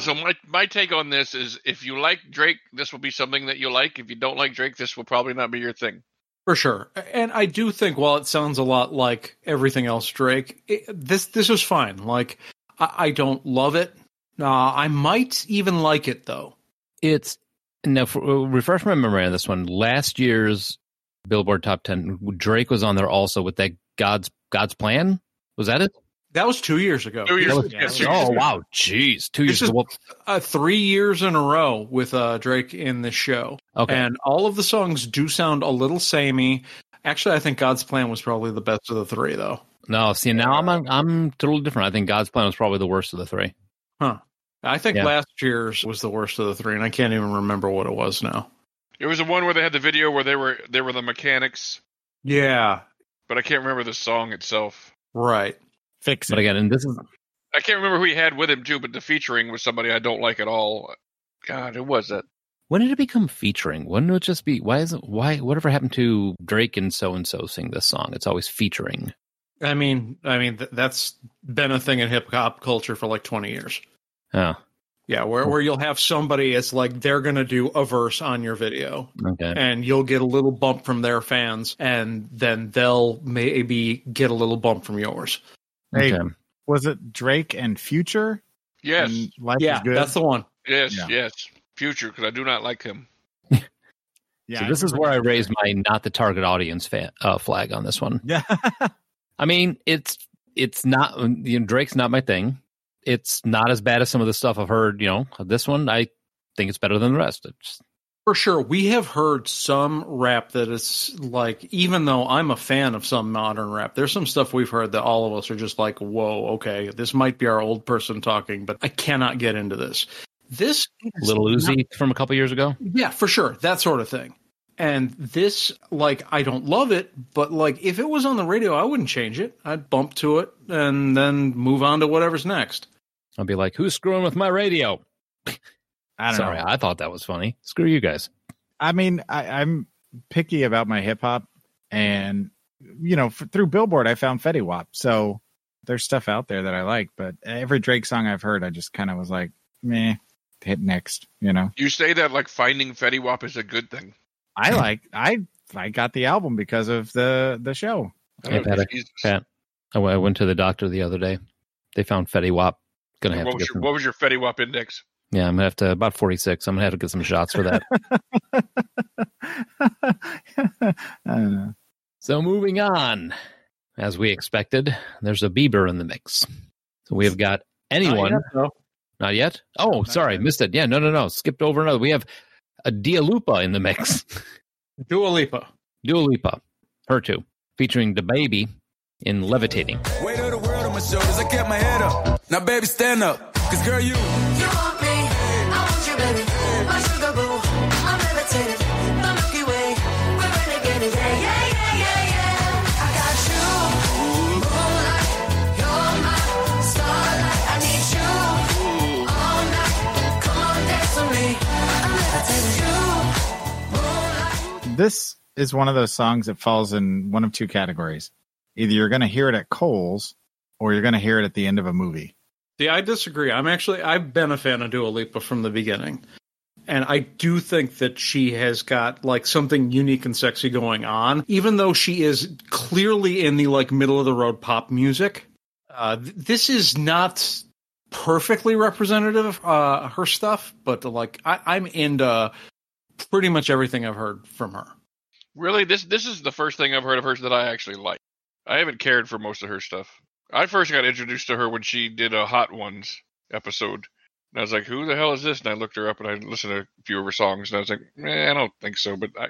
Speaker 4: So my my take on this is if you like Drake, this will be something that you like. If you don't like Drake, this will probably not be your thing.
Speaker 6: For sure. And I do think while it sounds a lot like everything else, Drake, it, this this is fine. Like I, I don't love it. Uh, I might even like it though.
Speaker 3: It's now for, uh, refresh my memory on this one. Last year's Billboard Top Ten, Drake was on there also with that God's God's Plan. Was that it?
Speaker 6: That was two years ago.
Speaker 4: Two years-
Speaker 6: That was-
Speaker 4: yeah, two years
Speaker 3: oh
Speaker 4: ago.
Speaker 3: wow, jeez, two years.
Speaker 6: This is-
Speaker 3: ago.
Speaker 6: uh, three years in a row with uh, Drake in this show,
Speaker 3: okay,
Speaker 6: and all of the songs do sound a little samey. Actually, I think God's Plan was probably the best of the three, though.
Speaker 3: no, see now I'm I'm totally different. I think God's Plan was probably the worst of the three.
Speaker 6: Huh. I think
Speaker 3: Yeah.
Speaker 6: last year's was the worst of the three, and I can't even remember what it was now.
Speaker 4: There was the one where they had the video where they were they were the mechanics,
Speaker 6: Yeah,
Speaker 4: but I can't remember the song itself.
Speaker 6: right.
Speaker 5: Fix it.
Speaker 3: But again, and this is
Speaker 4: I can't remember who he had with him too, but the featuring was somebody I don't like at all. God, who was that?
Speaker 3: when did it become featuring? When did it just be why is it why whatever happened to Drake and so and so sing this song? It's always featuring.
Speaker 6: I mean, I mean th- that's been a thing in hip hop culture for like twenty years.
Speaker 3: Oh,
Speaker 6: Yeah, where where you'll have somebody, it's like they're gonna do a verse on your video,
Speaker 3: okay.
Speaker 6: and you'll get a little bump from their fans, and then they'll maybe get a little bump from yours.
Speaker 5: Hey,
Speaker 3: okay.
Speaker 5: was it Drake and Future?
Speaker 4: Yes,
Speaker 5: And Life
Speaker 6: yeah,
Speaker 5: is good.
Speaker 6: that's the one.
Speaker 4: yes,
Speaker 5: Mm, Yeah.
Speaker 4: yes. Future, because I do not like him.
Speaker 5: yeah,
Speaker 3: so this is where I raised my not the target audience fa- uh, flag on this one.
Speaker 5: Yeah.
Speaker 3: I mean, it's it's not you know, Drake's not my thing. It's not as bad as some of the stuff I've heard. You know, this one I think it's better than the rest. It's,
Speaker 6: For sure, we have heard some rap that is like, even though I'm a fan of some modern rap, there's some stuff we've heard that all of us are just like, whoa, okay, this might be our old person talking, but I cannot get into this. This is
Speaker 3: Little Uzi from a couple years ago.
Speaker 6: yeah, for sure. That sort of thing. And this, like, I don't love it, but like, if it was on the radio, I wouldn't change it. I'd bump to it and then move on to whatever's next.
Speaker 3: I'll be like, who's screwing with my radio?
Speaker 5: (laughs) I don't
Speaker 3: Sorry,
Speaker 5: know.
Speaker 3: I thought that was funny. Screw you guys.
Speaker 5: I mean, I, I'm picky about my hip hop, and you know, f through Billboard, I found Fetty Wap. So there's stuff out there that I like, but every Drake song I've heard, I just kind of was like, meh, hit next. You know,
Speaker 4: You say that like finding Fetty Wap is a good thing.
Speaker 5: I like I I got the album because of the the show.
Speaker 3: Hey,
Speaker 4: Oh,
Speaker 3: Pat,
Speaker 4: Jesus.
Speaker 3: Pat, I w- I went to the doctor the other day. They found Fetty Wap. Gonna have
Speaker 4: What
Speaker 3: to
Speaker 4: was,
Speaker 3: get
Speaker 4: your,
Speaker 3: some,
Speaker 4: what was your Fetty Wap index?
Speaker 3: yeah, I'm gonna have to about 46. I'm gonna have to get some shots for that.
Speaker 5: I don't know.
Speaker 3: so moving on, as we expected, there's a Bieber in the mix. So we have got
Speaker 6: Uh,
Speaker 3: anyone? Not yet. Oh, sorry, missed it. Yeah, no, no, no, skipped over another. We have a Dia Lupa in the mix.
Speaker 6: Dua Lipa.
Speaker 3: Dua Lipa, her two, featuring the baby in levitating.
Speaker 8: Weight of the world on my shoulders, I kept my head up. Now, baby, stand up. Cause, girl,
Speaker 9: You
Speaker 8: you.
Speaker 9: want me, I want you, baby. My sugar boo, I'm levitated. The Milky Way, we're renegading. Yeah, yeah, yeah, yeah, yeah. I got you, moonlight. You're my starlight. I need you all night. Come on, dance with me. I'm levitating. You, moonlight.
Speaker 5: This is one of those songs that falls in one of two categories. Either you're going to hear it at Cole's, or you're going to hear it at the end of a movie.
Speaker 6: See, I disagree. I'm actually I've been a fan of Dua Lipa from the beginning. And I do think that she has got like something unique and sexy going on, even though she is clearly in the like middle of the road pop music. Uh, th- this is not perfectly representative of uh, her stuff, but like I- I'm into pretty much everything I've heard from her.
Speaker 4: Really, this this is the first thing I've heard of hers that I actually like. I haven't cared for most of her stuff. I first got introduced to her when she did a Hot Ones episode, and I was like, "Who the hell is this?" And I looked her up and I listened to a few of her songs, and I was like, eh, "I don't think so." But I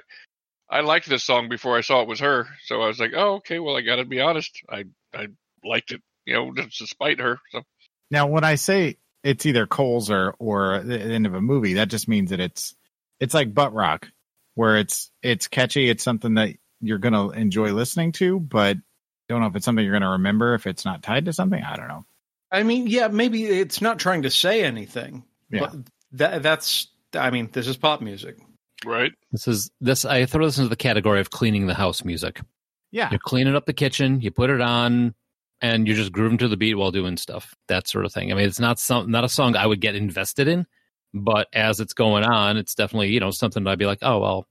Speaker 4: I liked this song before I saw it was her, so I was like, "Oh, okay. Well, I got to be honest. I I liked it, you know, just despite her." So
Speaker 5: Now, when I say it's either Cole's or or the end of a movie, that just means that it's it's like butt rock, where it's it's catchy, it's something that you're going to enjoy listening to, but don't know if it's something you're going to remember if it's not tied to something. I don't know.
Speaker 6: I mean, yeah, maybe it's not trying to say anything,
Speaker 5: Yeah.
Speaker 6: but that that's I mean, this is pop music.
Speaker 4: right,
Speaker 3: This is this. I throw this into the category of cleaning the house music.
Speaker 5: Yeah,
Speaker 3: You're cleaning up the kitchen, you put it on, and you're just grooving to the beat while doing stuff. That sort of thing. I mean, it's not some not a song I would get invested in, but as it's going on, it's definitely you know something that I'd be like, oh well,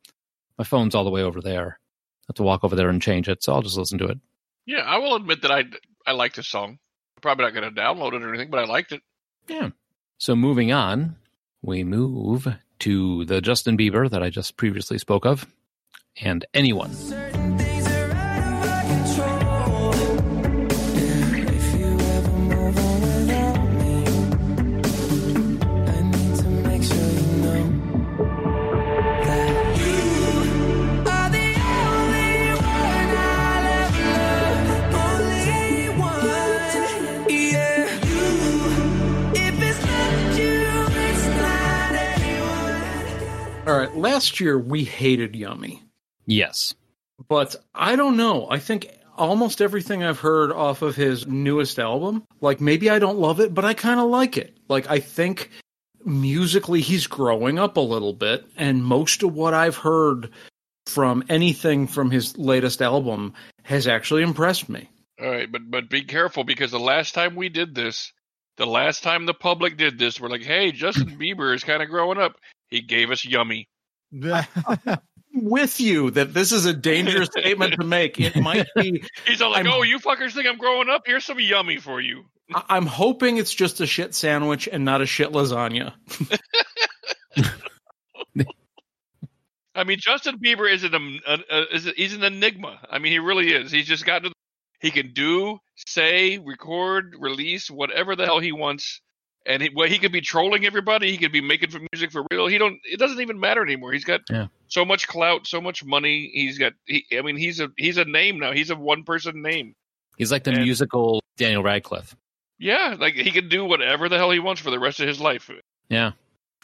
Speaker 3: my phone's all the way over there. I have to walk over there and change it, so I'll just listen to it.
Speaker 4: yeah. I will admit that I I liked this song. Probably not going to download it or anything, but I liked it.
Speaker 3: Yeah. So moving on, we move to the Justin Bieber that I just previously spoke of, and anyone.
Speaker 9: Certain things are out of our control. If you ever move on without me, I need to make sure you know that you are the only one I'll ever, only one. Yeah, you. If it's not you,
Speaker 6: last year we hated Yummy,
Speaker 3: Yes.
Speaker 6: but I don't know. I think almost everything I've heard off of his newest album, like maybe I don't love it, but I kind of like it. Like I think musically he's growing up a little bit, and most of what I've heard from anything from his latest album has actually impressed me.
Speaker 4: All right, but but be careful because the last time we did this, the last time the public did this, we're like, hey, Justin Bieber is kind of growing up. He gave us yummy.
Speaker 5: (laughs)
Speaker 6: With you that this is a dangerous statement to make. It might be
Speaker 4: He's all like,
Speaker 6: I'm-
Speaker 4: oh, you fuckers think I'm growing up? Here's some yummy for you.
Speaker 6: I- I'm hoping it's just a shit sandwich and not a shit lasagna.
Speaker 4: I mean, Justin Bieber is an, um, an uh, is a, he's an enigma. I mean, he really is. He's just got to he can do, say, record, release whatever the hell he wants, and he, well, he could be trolling everybody. He could be making for music for real. He don't. It doesn't even matter anymore. He's got
Speaker 3: Yeah.
Speaker 4: so much clout, so much money. He's got. He, I mean, he's a he's a name now. He's a one person name.
Speaker 3: He's like the
Speaker 4: And-
Speaker 3: musical Daniel Radcliffe.
Speaker 4: Yeah, like he can do whatever the hell he wants for the rest of his life.
Speaker 3: Yeah.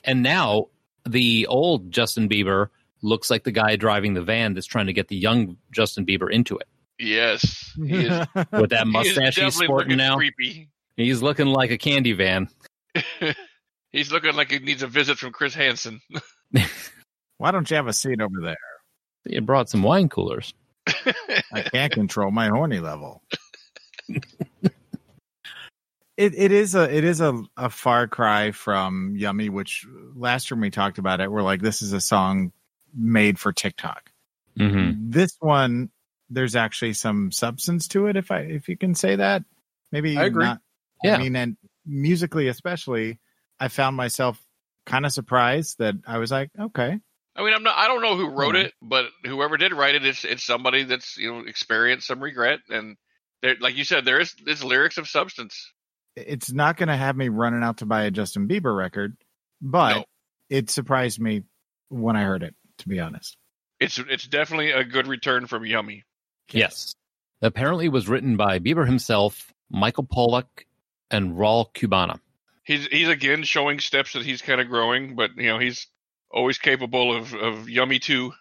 Speaker 3: And now the old Justin Bieber looks like the guy driving the van that's trying to get the young Justin Bieber into
Speaker 4: (laughs)
Speaker 3: it.
Speaker 4: Yes, (laughs) he is.
Speaker 3: With that (laughs)
Speaker 4: he is
Speaker 3: mustache he's
Speaker 4: definitely
Speaker 3: sporting
Speaker 4: looking
Speaker 3: now,
Speaker 4: creepy.
Speaker 3: he's looking like a candy van.
Speaker 4: (laughs) He's looking like he needs a visit from Chris Hansen. (laughs)
Speaker 5: Why don't you have a seat over there?
Speaker 3: He brought some wine coolers.
Speaker 5: I can't control my horny level. (laughs) it it is a it is a, a far cry from Yummy, which last year when we talked about it, we're like, this is a song made for TikTok.
Speaker 3: Mm-hmm.
Speaker 5: This one, there's actually some substance to it, if I if you can say that. Maybe
Speaker 6: I agree.
Speaker 5: not-
Speaker 3: Yeah.
Speaker 5: I mean, and musically especially, I found myself kind of surprised that I was like, okay,
Speaker 4: I mean, I'm not. I don't know who wrote
Speaker 5: Yeah.
Speaker 4: it, but whoever did write it, it's it's somebody that's you know experienced some regret, and there, like you said, there is it's lyrics of substance.
Speaker 5: it's not going to have me running out to buy a Justin Bieber record, but
Speaker 4: No.
Speaker 5: it surprised me when I heard it, to be honest.
Speaker 4: It's it's definitely a good return from Yummy.
Speaker 3: Yes. Apparently it was written by Bieber himself, Michael Pollock, and Raul Cubana.
Speaker 4: He's he's again showing steps that he's kind of growing, but you know he's always capable of of Yummy too.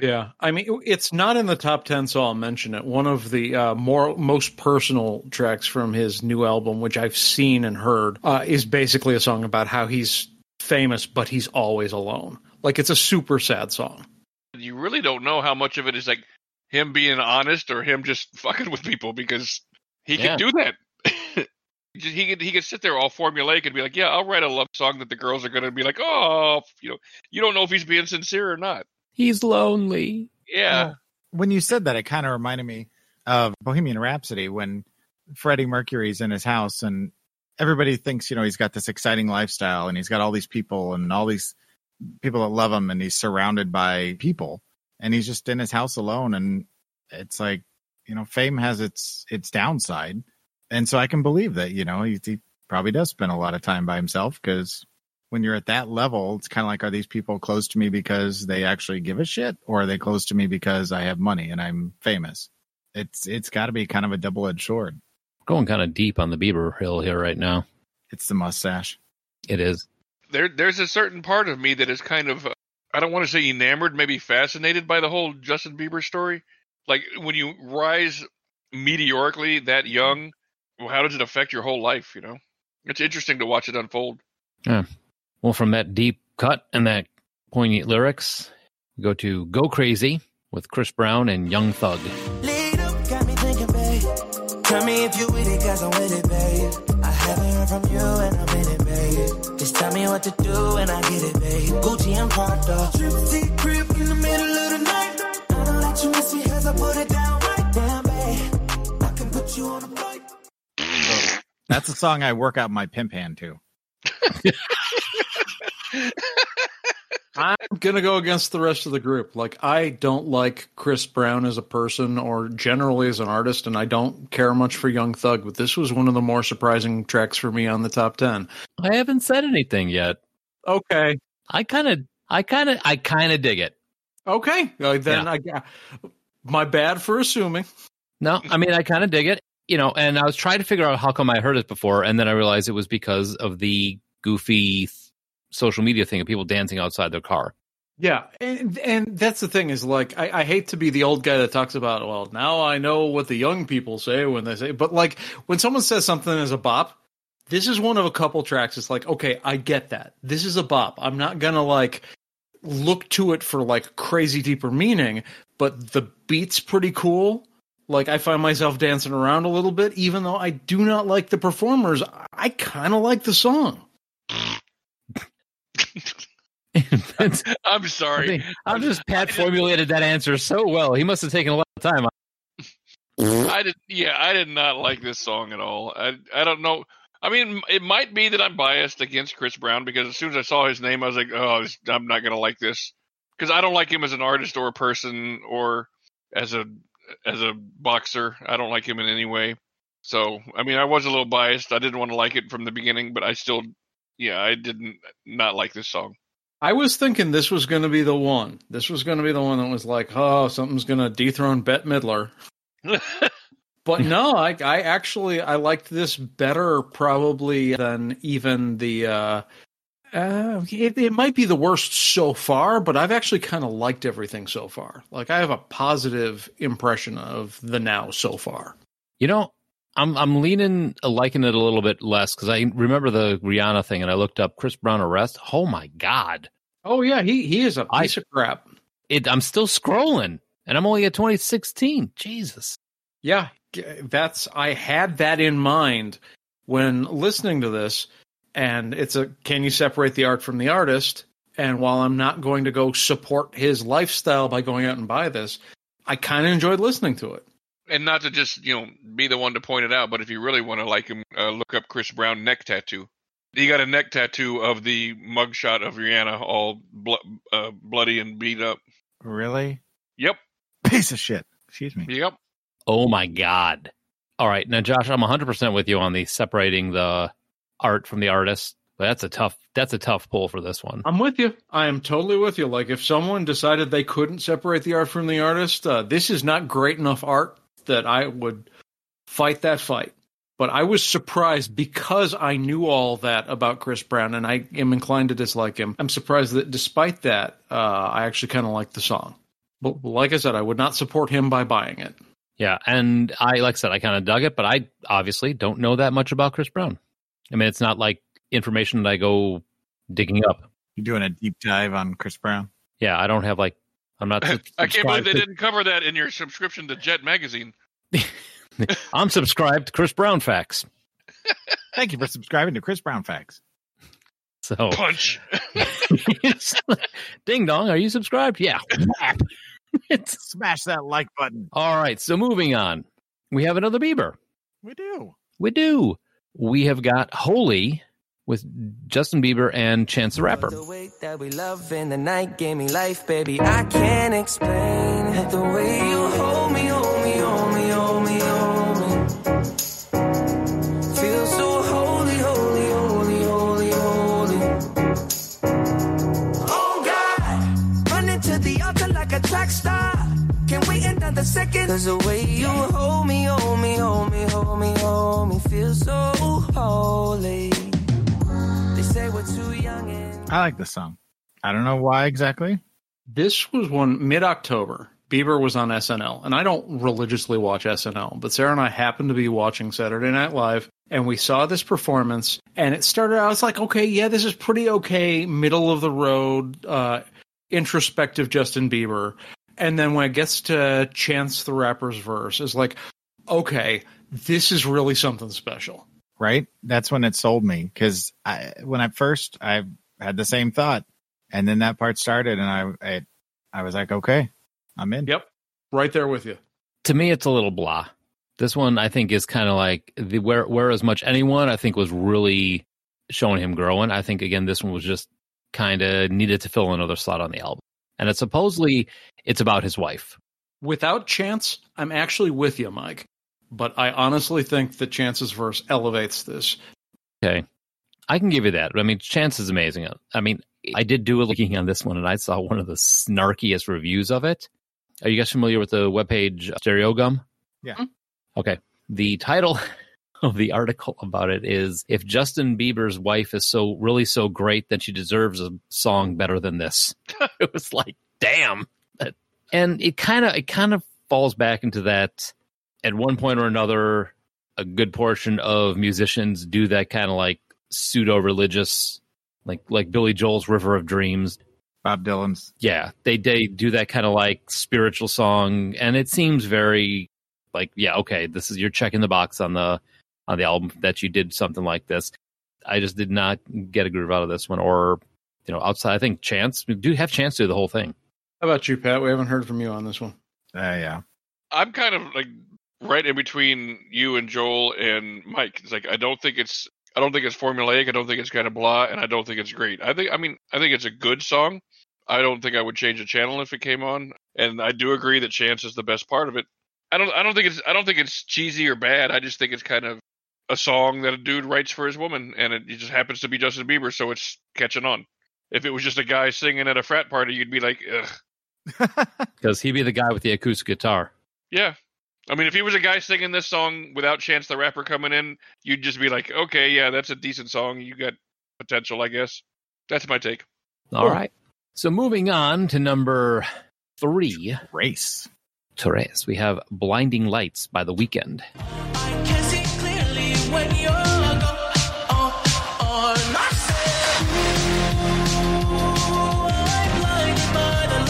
Speaker 6: Yeah, I mean it's not in the top ten, so I'll mention it. One of the uh, more most personal tracks from his new album, which I've seen and heard, uh, is basically a song about how he's famous, but he's always alone. Like it's a super sad song.
Speaker 4: You really don't know how much of it is like him being honest or him just (laughs) fucking with people because he
Speaker 3: Yeah.
Speaker 4: can do that. (laughs) Just- he could he could sit there all formulaic and be like, "Yeah, I'll write a love song that the girls are going to be like, oh, you know, you don't know if he's being sincere or not."
Speaker 3: He's lonely.
Speaker 4: Yeah,
Speaker 5: Well, when you said that, it kind of reminded me of Bohemian Rhapsody when Freddie Mercury's in his house and everybody thinks, you know, he's got this exciting lifestyle and he's got all these people and all these people that love him and he's surrounded by people and he's just in his house alone and it's like, you know, fame has its its downside. And so I can believe that, you know, he, he probably does spend a lot of time by himself because when you're at that level, it's kind of like, are these people close to me because they actually give a shit, or are they close to me because I have money and I'm famous? It's it's got to be kind of a double edged sword.
Speaker 3: Going kind of deep on the Bieber hill here right now.
Speaker 5: It's the mustache.
Speaker 3: It is.
Speaker 4: there there's a certain part of me that is kind of uh, I don't want to say enamored, maybe fascinated by the whole Justin Bieber story. Like when you rise meteorically that young, well, how does it affect your whole life? You know, it's interesting to watch it unfold.
Speaker 3: Well, from that deep cut and that poignant lyrics, we go to Go Crazy with Chris Brown and Young Thug.
Speaker 8: Lead up, got me thinking, babe. Tell me if you with it, cause I'm with it, babe. I haven't heard from you and I'm in it, babe. Just tell me what to do and I get it, babe. Gucci and Prada. Tripsy crib in the middle of the night. I know that you miss me cause I put it down right down, babe. I can put you on a flight.
Speaker 5: That's a song I work out my pimp hand to.
Speaker 6: I'm gonna go against the rest of the group. Like I don't like Chris Brown as a person or generally as an artist, and I don't care much for Young Thug. But this was one of the more surprising tracks for me on the top ten.
Speaker 3: I haven't said anything yet.
Speaker 6: Okay,
Speaker 3: I kind of, I kind of, I kind of dig it.
Speaker 6: Okay, uh, then I got my bad for assuming.
Speaker 3: No, I mean, I kind of dig it, you know, and I was trying to figure out how come I heard it before. And then I realized it was because of the goofy th- social media thing of people dancing outside their car. (laughs)
Speaker 6: Yeah, and and that's the thing is like I, I hate to be the old guy that talks about well now I know what the young people say when they say but like when someone says something as a bop, this is one of a couple tracks. It's like okay, I get that this is a bop. I'm not gonna like look to it for like crazy deeper meaning, but the beat's pretty cool. Like I find myself dancing around a little bit, even though I do not like the performers. I kind of like the song.
Speaker 3: That's-
Speaker 4: I'm sorry.
Speaker 3: I'm just Pat formulated that answer so well. He must have taken a lot of time.
Speaker 4: I did. Yeah, I did not like this song at all. I I don't know. I mean, it might be that I'm biased against Chris Brown because as soon as I saw his name, I was like, oh, this- I'm not gonna like this because I don't like him as an artist or a person or as a as a boxer. I don't like him in any way. So I mean, I was a little biased. I didn't want to like it from the beginning, but I still, yeah, I didn't not like this song.
Speaker 6: I was thinking this was going to be the one. This was going to be the one that was like, oh, something's going to dethrone Bette Midler. But no, I, I actually I liked this better probably than even the. Uh, uh, it, it might be the worst so far, but I've actually kind of liked everything so far. Like I have a positive impression of the now so far.
Speaker 3: You know, I'm I'm leaning uh, liking it a little bit less because I remember the Rihanna thing and I looked up Chris Brown arrest. Oh my god!
Speaker 6: Oh yeah, he he is a
Speaker 3: I-
Speaker 6: piece of crap.
Speaker 3: It I'm still scrolling and I'm only at 2016. Jesus.
Speaker 6: Yeah, g- that's I had that in mind when listening to this and it's a can you separate the art from the artist? And while I'm not going to go support his lifestyle by going out and buy this, I kind of enjoyed listening to it.
Speaker 4: and not to just you know be the one to point it out, but if you really want to like him, uh, look up Chris Brown neck tattoo. He got a neck tattoo of the mugshot of Rihanna, all blo- uh, bloody and beat up.
Speaker 5: Really?
Speaker 4: Yep,
Speaker 5: Piece of shit. Excuse me.
Speaker 4: yep.
Speaker 3: Oh my god. All right, now Josh, I'm 100 percent with you on the separating the art from the artist. But that's a tough that's a tough pull for this one.
Speaker 6: I'm with you. I am totally with you. Like if someone decided they couldn't separate the art from the artist, uh, this is not great enough art that I would fight that fight. But I was surprised because I knew all that about Chris Brown, and I am inclined to dislike him. I'm surprised that despite that, uh, I actually kind of like the song. But like I said, I would not support him by buying it.
Speaker 3: Yeah, and I like I said I kind of dug it, but I obviously don't know that much about Chris Brown. I mean, it's not like information that I go digging up.
Speaker 5: You're doing a deep dive on Chris Brown.
Speaker 3: Yeah, I don't have like I'm not.
Speaker 4: (laughs) I can't believe
Speaker 3: subscribed
Speaker 4: they
Speaker 3: to-
Speaker 4: didn't cover that in your subscription to Jet magazine.
Speaker 3: I'm subscribed to Chris Brown facts.
Speaker 5: Thank you for subscribing to Chris Brown Facts.
Speaker 4: (laughs)
Speaker 3: So
Speaker 4: Punch.
Speaker 3: (laughs) ding dong, are you subscribed?
Speaker 4: (laughs)
Speaker 3: Yeah. Whap. it's
Speaker 5: Smash that like button.
Speaker 3: all right. So moving on, we have another Bieber.
Speaker 5: We do.
Speaker 3: We do. We have got Holy with Justin Bieber and Chance the Rapper.
Speaker 8: The way that we love in the night gave me life, baby. I can't explain the way you hold me, hold me, hold me, hold me, hold me. Feel so holy, holy, holy, holy, holy. Oh God, running to the altar like a track star. Can wait another second? Cause the way you hold me, hold me, hold me, hold me, hold me. Feel so holy. They say we're too young and.
Speaker 5: I like this song. I don't know why exactly.
Speaker 6: This was one mid October. Bieber was on SNL, and I don't religiously watch SNL, but Sarah and I happened to be watching Saturday Night Live, and we saw this performance, and it started out, I was like, okay, yeah, this is pretty okay, middle of the road, uh, introspective Justin Bieber. And then when it gets to Chance the Rapper's verse, it's like, okay, this is really something special.
Speaker 5: right? That's when it sold me because I, when I first, I had the same thought, and then that part started, and I, I, I was like, okay, I'm in.
Speaker 6: Yep. Right there with you.
Speaker 3: To me, it's a little blah. This one, I think, is kind of like the where where as much anyone I think was really showing him growing. I think again, this one was just kind of needed to fill another slot on the album, and it's supposedly it's about his wife.
Speaker 6: Without Chance, I'm actually with you, Mike. But I honestly think that Chance's verse elevates this.
Speaker 3: Okay. I can give you that. I mean, Chance is amazing. I mean, I did do a (laughs) looking on this one and I saw one of the snarkiest reviews of it. Are you guys familiar with the webpage uh, Stereo Gum?
Speaker 5: Yeah.
Speaker 3: Okay. The title (laughs) of the article about it is if Justin Bieber's wife is so really so great, then she deserves a song better than this. (laughs) it was like, damn. That- And it kind of it kind of falls back into that at one point or another. A good portion of musicians do that kind of like pseudo religious, like like Billy Joel's "River of Dreams."
Speaker 5: Bob Dylan's.
Speaker 3: yeah, they they do that kind of like spiritual song, and it seems very like yeah, okay, this is you're checking the box on the on the album that you did something like this. I just did not get a groove out of this one, or you know, outside. I think Chance we do have Chance do the whole thing.
Speaker 6: How about you, Pat? We haven't heard from you on this one.
Speaker 5: Uh, yeah.
Speaker 4: I'm kind of like right in between you and Joel and Mike. It's like I don't think it's I don't think it's formulaic. I don't think it's kind of blah, and I don't think it's great. I think I mean I think it's a good song. I don't think I would change the channel if it came on, and I do agree that Chance is the best part of it. I don't I don't think it's I don't think it's cheesy or bad. I just think it's kind of a song that a dude writes for his woman, and it, it just happens to be Justin Bieber, so it's catching on. If it was just a guy singing at a frat party, you'd be like, ugh.
Speaker 3: Because he'd be the guy with the acoustic guitar.
Speaker 4: Yeah. I mean, if he was a guy singing this song without Chance the Rapper coming in, you'd just be like, okay, yeah, that's a decent song. You got potential, I guess. That's my take.
Speaker 3: All right. So moving on to number three,
Speaker 5: Race.
Speaker 3: Torres, we have Blinding Lights by The Weekend.
Speaker 8: I can see clearly when you're gone. Oh, On myself, I'm blinded by the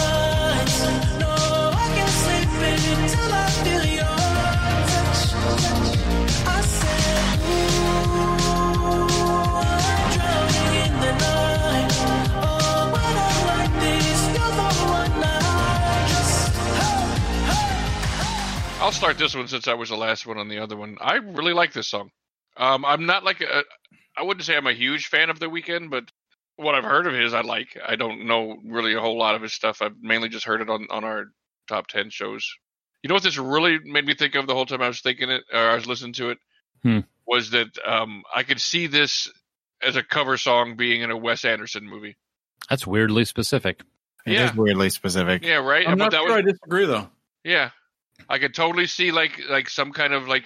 Speaker 8: lights. No, I can't sleep until I feel your touch. I said, I'm drowning in the night. Oh, when I'm like this, you're the one I just.
Speaker 4: I'll start this one since I was the last one on the other one. I really like this song. Um, I'm not like a, I wouldn't say I'm a huge fan of The Weeknd, but what I've heard of his, I like. I don't know really a whole lot of his stuff. I've mainly just heard it on on our top ten shows. You know what this really made me think of the whole time I was thinking it or I was listening to it
Speaker 3: Hmm.
Speaker 4: was that um, I could see this as a cover song being in a Wes Anderson movie.
Speaker 3: That's weirdly specific. (laughs)
Speaker 5: It is
Speaker 4: Yeah.
Speaker 5: weirdly specific.
Speaker 4: Yeah, right.
Speaker 6: I'm
Speaker 4: But
Speaker 6: not
Speaker 4: that
Speaker 6: sure
Speaker 4: was-
Speaker 6: I disagree though.
Speaker 4: Yeah, I could totally see like like some kind of like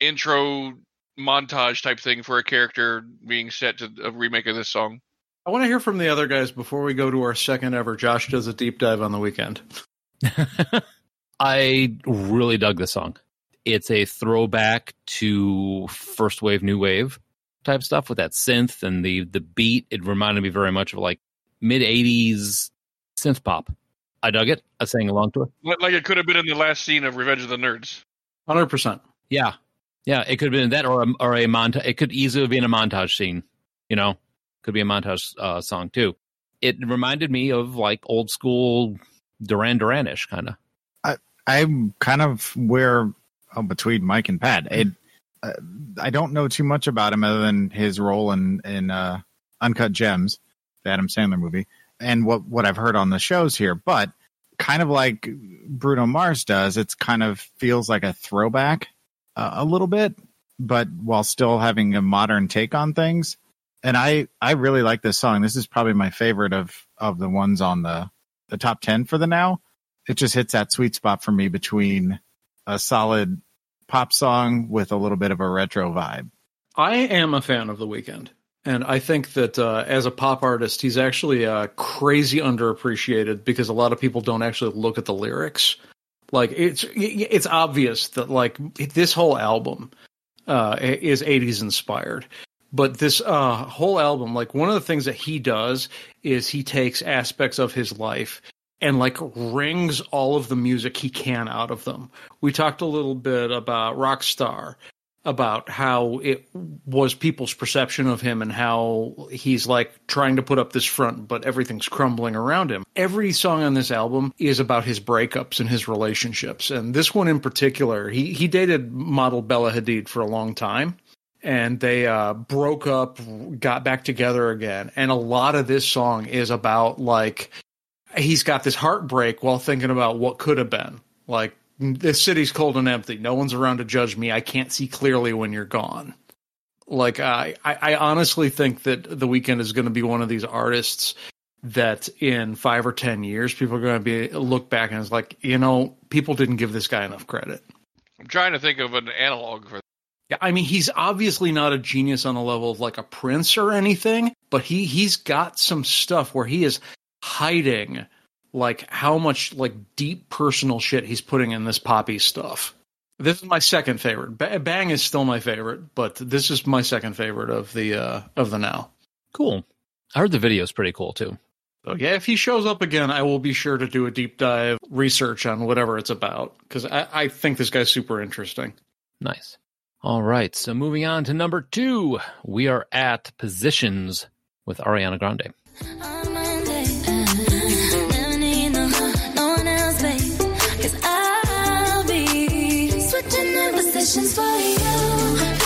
Speaker 4: intro montage type thing for a character being set to a remake of this song.
Speaker 6: I want to hear from the other guys before we go to our second ever. Josh does a deep dive on the weekend.
Speaker 3: I really dug the song. It's a throwback to first wave, new wave type stuff with that synth and the the beat. It reminded me very much of like mid '80s synth pop. I dug it. I sang along to it.
Speaker 4: Li- Like it could have been in the last scene of Revenge of the Nerds.
Speaker 6: Hundred percent.
Speaker 3: Yeah, yeah. It could have been that or a, or a montage. It could easily be in a montage scene. You know, could be a montage uh, song too. It reminded me of like old school Duran Duranish kind of.
Speaker 5: I'm kind of where oh, between Mike and Pat. It, uh, I don't know too much about him other than his role in in uh, Uncut Gems, the Adam Sandler movie, and what what I've heard on the shows here. But kind of like Bruno Mars does, it's kind of feels like a throwback uh, a little bit, but while still having a modern take on things. And I I really like this song. This is probably my favorite of of the ones on the the top ten for the now it just hits that sweet spot for me between a solid pop song with a little bit of a retro vibe.
Speaker 6: I am a fan of the weekend, and I think that uh, as a pop artist, he's actually uh, crazy underappreciated because a lot of people don't actually look at the lyrics. Like it's it's obvious that like this whole album uh, is '80s inspired, but this uh, whole album, like one of the things that he does is he takes aspects of his life and like wrings all of the music he can out of them. We talked a little bit about Rockstar about how it was people's perception of him and how he's like trying to put up this front, but everything's crumbling around him. Every song on this album is about his breakups and his relationships. And this one in particular, he, he dated model Bella Hadid for a long time and they uh, broke up, got back together again. And a lot of this song is about like he's got this heartbreak while thinking about what could have been. Like this city's cold and empty. No one's around to judge me. I can't see clearly when you're gone. Like I, I, I honestly think that the weekend is going to be one of these artists that in five or ten years people are going to be look back and it's like you know people didn't give this guy enough credit.
Speaker 4: I'm trying to think of an analog for
Speaker 6: Yeah, I mean, he's obviously not a genius on the level of like a prince or anything, but he he's got some stuff where he is hiding like how much like deep personal shit he's putting in this poppy stuff. This is my second favorite. Ba- Bang is still my favorite, but this is my second favorite of the uh of the now.
Speaker 3: Cool. I heard the video's pretty cool too.
Speaker 6: So yeah, if he shows up again, I will be sure to do a deep dive research on whatever it's about because I, I think this guy's super interesting.
Speaker 3: Nice. All right. So moving on to number two, we are at positions with Ariana Grande.
Speaker 2: On Monday, never need no no one else, babe, 'cause I'll be switching in positions for you.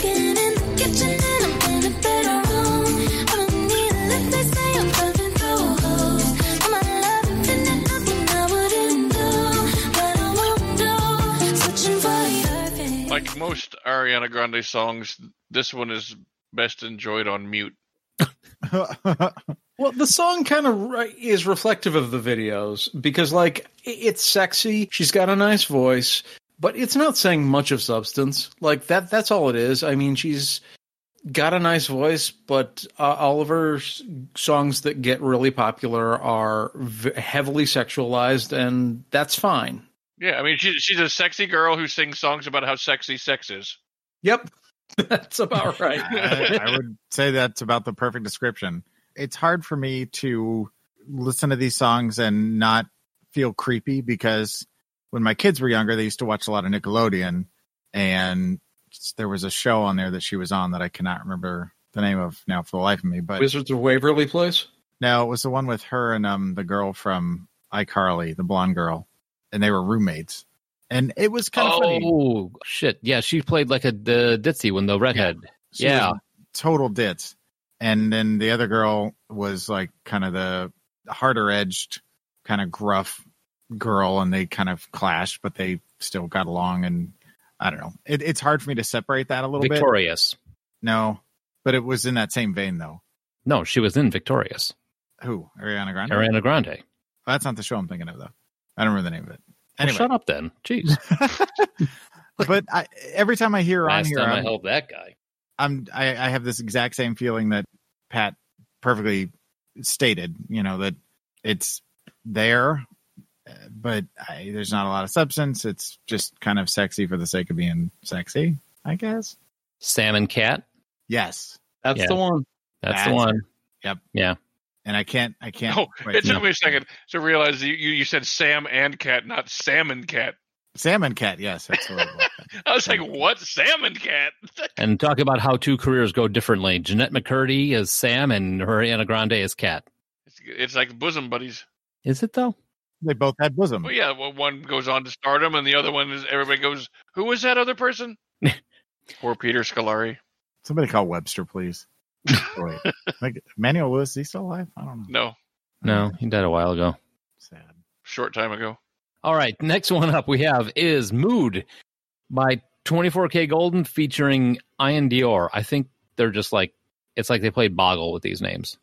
Speaker 2: Getting in the kitchen and I'm in the bedroom. I don't need a lift, they say I'm perfect through holes. All my love infinite, nothing I wouldn't do, but I won't do. Switching for you.
Speaker 4: Like most Ariana Grande songs, this one is best enjoyed on mute.
Speaker 6: Well, the song kind of re- is reflective of the videos because, like, i- it's sexy. She's got a nice voice, but it's not saying much of substance. Like that—that's all it is. I mean, she's got a nice voice, but uh, all of her s- songs that get really popular are v- heavily sexualized, and that's fine.
Speaker 4: Yeah, I mean she, she's a sexy girl who sings songs about how sexy sex is.
Speaker 6: Yep, (laughs) that's about right.
Speaker 5: (laughs) I, I would say that's about the perfect description. It's hard for me to listen to these songs and not feel creepy because when my kids were younger, they used to watch a lot of Nickelodeon, and there was a show on there that she was on that I cannot remember the name of now for the life of me. But
Speaker 6: Wizards of Waverly Place.
Speaker 5: no, it was the one with her and um the girl from iCarly, the blonde girl, and they were roommates, and it was kind of funny.
Speaker 3: Oh shit! Yeah, she played like a the ditzy when the redhead.
Speaker 5: She
Speaker 3: yeah.
Speaker 5: was total ditz. And then the other girl was like kind of the harder edged, kind of gruff girl, and they kind of clashed, but they still got along. And I don't know. It, it's hard for me to separate that a little bit.
Speaker 3: Victorious.
Speaker 5: No, but it was in that same vein though.
Speaker 3: No, she was in Victorious.
Speaker 5: Who? Ariana Grande.
Speaker 3: Ariana Grande.
Speaker 5: That's not the show I'm thinking of though. I don't remember the name of it.
Speaker 3: Well,
Speaker 5: Anyway,
Speaker 3: shut up then. Jeez.
Speaker 5: but I, every time I hear her on
Speaker 3: Last
Speaker 5: here,
Speaker 3: time I
Speaker 5: I'm-
Speaker 3: helped that guy.
Speaker 5: I'm I, I have this exact same feeling that Pat perfectly stated. You know that it's there, uh, but I, there's not a lot of substance. It's just kind of sexy for the sake of being sexy, I guess.
Speaker 3: Salmon Cat.
Speaker 5: Yes,
Speaker 6: That's
Speaker 3: Yeah.
Speaker 6: the one.
Speaker 3: That's, the
Speaker 5: That's
Speaker 3: one.
Speaker 5: and I can't I can't.
Speaker 4: Oh,
Speaker 5: wait,
Speaker 4: it took
Speaker 5: no.
Speaker 4: me a second to realize you, you you said Sam and Cat, not Salmon Cat.
Speaker 5: salmon cat. Yes, that's what
Speaker 4: (laughs)
Speaker 5: it was.
Speaker 4: I was like, what Salmon Cat?
Speaker 3: And talk about how two careers go differently. Jeanette McCurdy is Sam, and Ariana Grande is Cat.
Speaker 4: It's, it's like bosom buddies.
Speaker 3: Is it though?
Speaker 5: they both had bosom.
Speaker 4: Well, Oh, yeah, well, one goes on to stardom, and the other one is everybody goes, who was that
Speaker 3: (laughs)
Speaker 4: other person? Poor Peter Scolari.
Speaker 5: Somebody call
Speaker 4: (laughs)
Speaker 5: Webster, please. Wait, like Manuel Lewis, is he still alive? I don't know.
Speaker 4: No,
Speaker 3: No, he died a while ago.
Speaker 5: Sad.
Speaker 4: short time ago.
Speaker 3: All right, next one up we have is Mood by 24K Golden featuring Ian Dior. I think they're just like it's like they played Boggle with these names.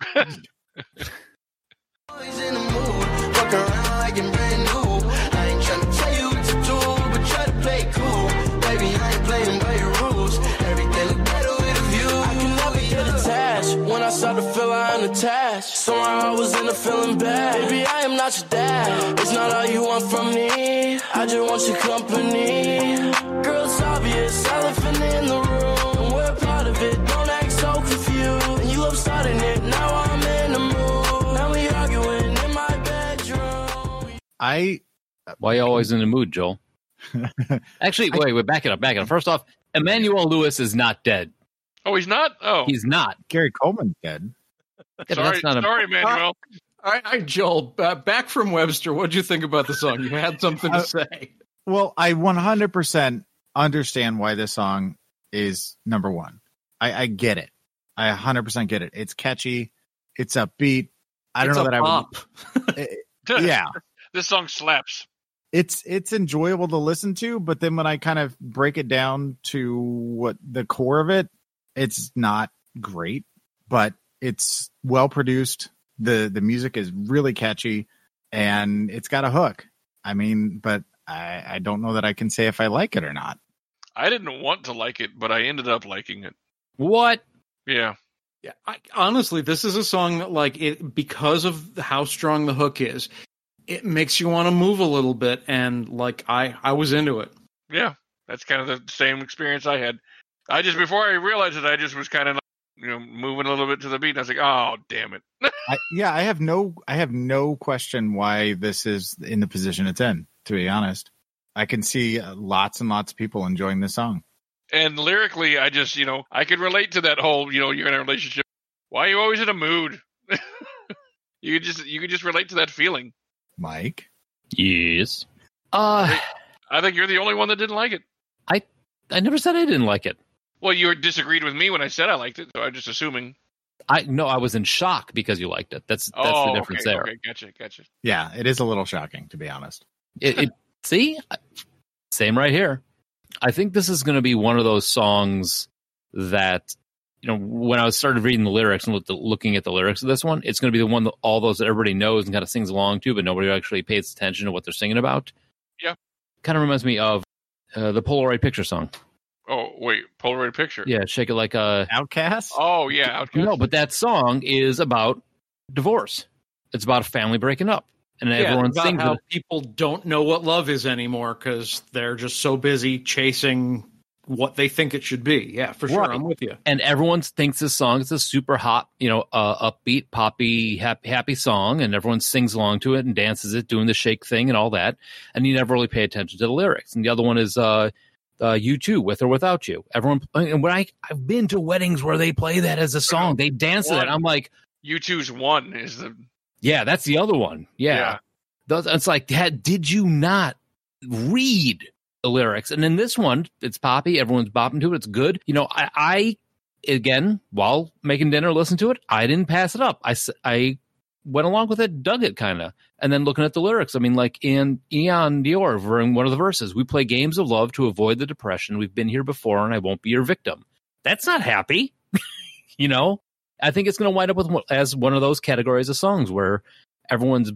Speaker 8: Always in the mood, walk around like I'm brand new. I ain't tryna tell you what to do, but try to play it cool. Baby, I ain't playing by your rules. Everything look better with a view. I can never get attached. When I start to feel I am attached, somehow I was in a feeling bad. Baby, I am not your dad. It's not all you want from me. I just want your company. Girl, it's obvious, elephant in the room. And we're a part of it. Don't act so confused. And you love starting it. Now I'm in the mood. Now we arguing in my bedroom.
Speaker 5: I
Speaker 3: Why you always in the mood,
Speaker 5: (laughs)
Speaker 3: Joel? Actually, wait, wait, back it up, back it up. First off, Emmanuel Lewis is not dead.
Speaker 4: Oh, he's not? Oh,
Speaker 3: He's not.
Speaker 5: Gary Coleman's dead.
Speaker 3: Yeah, but
Speaker 4: sorry,
Speaker 3: that's not a-
Speaker 4: sorry, Manuel. (laughs)
Speaker 6: All right, all right, Joel, uh, back from Webster. What'd you think about the song? You had something to
Speaker 5: Uh,
Speaker 6: say.
Speaker 5: Well, I 100% understand why this song is number one. I, I get it. I 100% get it. It's catchy. It's upbeat. I don't
Speaker 6: It's
Speaker 5: know
Speaker 6: a
Speaker 5: that
Speaker 6: (laughs) bop.
Speaker 5: I would. Yeah,
Speaker 4: this song slaps.
Speaker 5: it's it's enjoyable to listen to, but then when I kind of break it down to what the core of it, it's not great, but it's well produced. the The music is really catchy, and it's got a hook. I mean, but I, I don't know that I can say if I like it or not.
Speaker 4: I didn't want to like it, but I ended up liking it.
Speaker 3: What?
Speaker 4: Yeah.
Speaker 6: Yeah, I, honestly, this is a song that, like, it because of how strong the hook is, it makes you want to move a little bit, and like, I I was into it.
Speaker 4: Yeah. That's kind of the same experience I had. I just, before I realized it, I just was kind of, like, you know, moving a little bit to the beat. And I was like, oh, damn it.
Speaker 5: I, yeah, I have no, I have no question why this is in the position it's in. To be honest, I can see uh, lots and lots of people enjoying this song.
Speaker 4: And lyrically, I just, you know, I could relate to that whole, you know, you're in a relationship. Why are you always in a mood? (laughs) you just, you can just relate to that feeling.
Speaker 5: Mike,
Speaker 3: Yes. Uh,
Speaker 4: I think you're the only one that didn't like it.
Speaker 3: I never said I didn't like it.
Speaker 4: Well, you disagreed with me when I said I liked it, so I'm just assuming.
Speaker 3: I no, I was in shock because you liked it. That's that's
Speaker 4: oh,
Speaker 3: the difference
Speaker 4: okay,
Speaker 3: there.
Speaker 4: Okay, gotcha, gotcha.
Speaker 5: yeah, it is a little shocking to be honest.
Speaker 3: It, it see, I- same right here. I think this is going to be one of those songs that you know when I started reading the lyrics and looked, looking at the lyrics of this one, it's going to be the one that all those that everybody knows and kind of sings along to, but nobody actually pays attention to what they're singing about.
Speaker 4: Yeah.
Speaker 3: kind of reminds me of uh, the Polaroid picture song.
Speaker 4: Oh wait, Polaroid picture.
Speaker 3: Yeah, shake it like uh, a
Speaker 5: Outcast.
Speaker 4: Oh yeah. Outkast.
Speaker 3: No, but that song is about divorce. It's about a family breaking up, and
Speaker 6: Yeah,
Speaker 3: everyone
Speaker 6: about
Speaker 3: sings
Speaker 6: how
Speaker 3: it.
Speaker 6: people don't know what love is anymore because they're just so busy chasing what they think it should be. Yeah, for sure,
Speaker 3: Right.
Speaker 6: I'm with you.
Speaker 3: And everyone thinks this song is a super hot, you know, uh, upbeat, poppy, happy, happy song, and everyone sings along to it and dances it, doing the shake thing and all that. And you never really pay attention to the lyrics. And the other one is uh, uh, "You Too," with or without you. Everyone, and when I I've been to weddings where they play that as a song, they dance to that. I'm like.
Speaker 4: You choose one is the
Speaker 3: Yeah, that's the other one. Yeah.
Speaker 4: Yeah.
Speaker 3: Those, it's like, Dad, did you not read the lyrics? And in this one, it's poppy. Everyone's bopping to it. It's good. You know, I, I again, while making dinner, listen to it. I didn't pass it up. I, s- I went along with it, dug it kind of. And then looking at the lyrics, I mean, like in Eon Dior, we're in one of the verses, we play games of love to avoid the depression. We've been here before and I won't be your victim. That's not happy. (laughs) you know, I think it's going to wind up with one- as one of those categories of songs where everyone's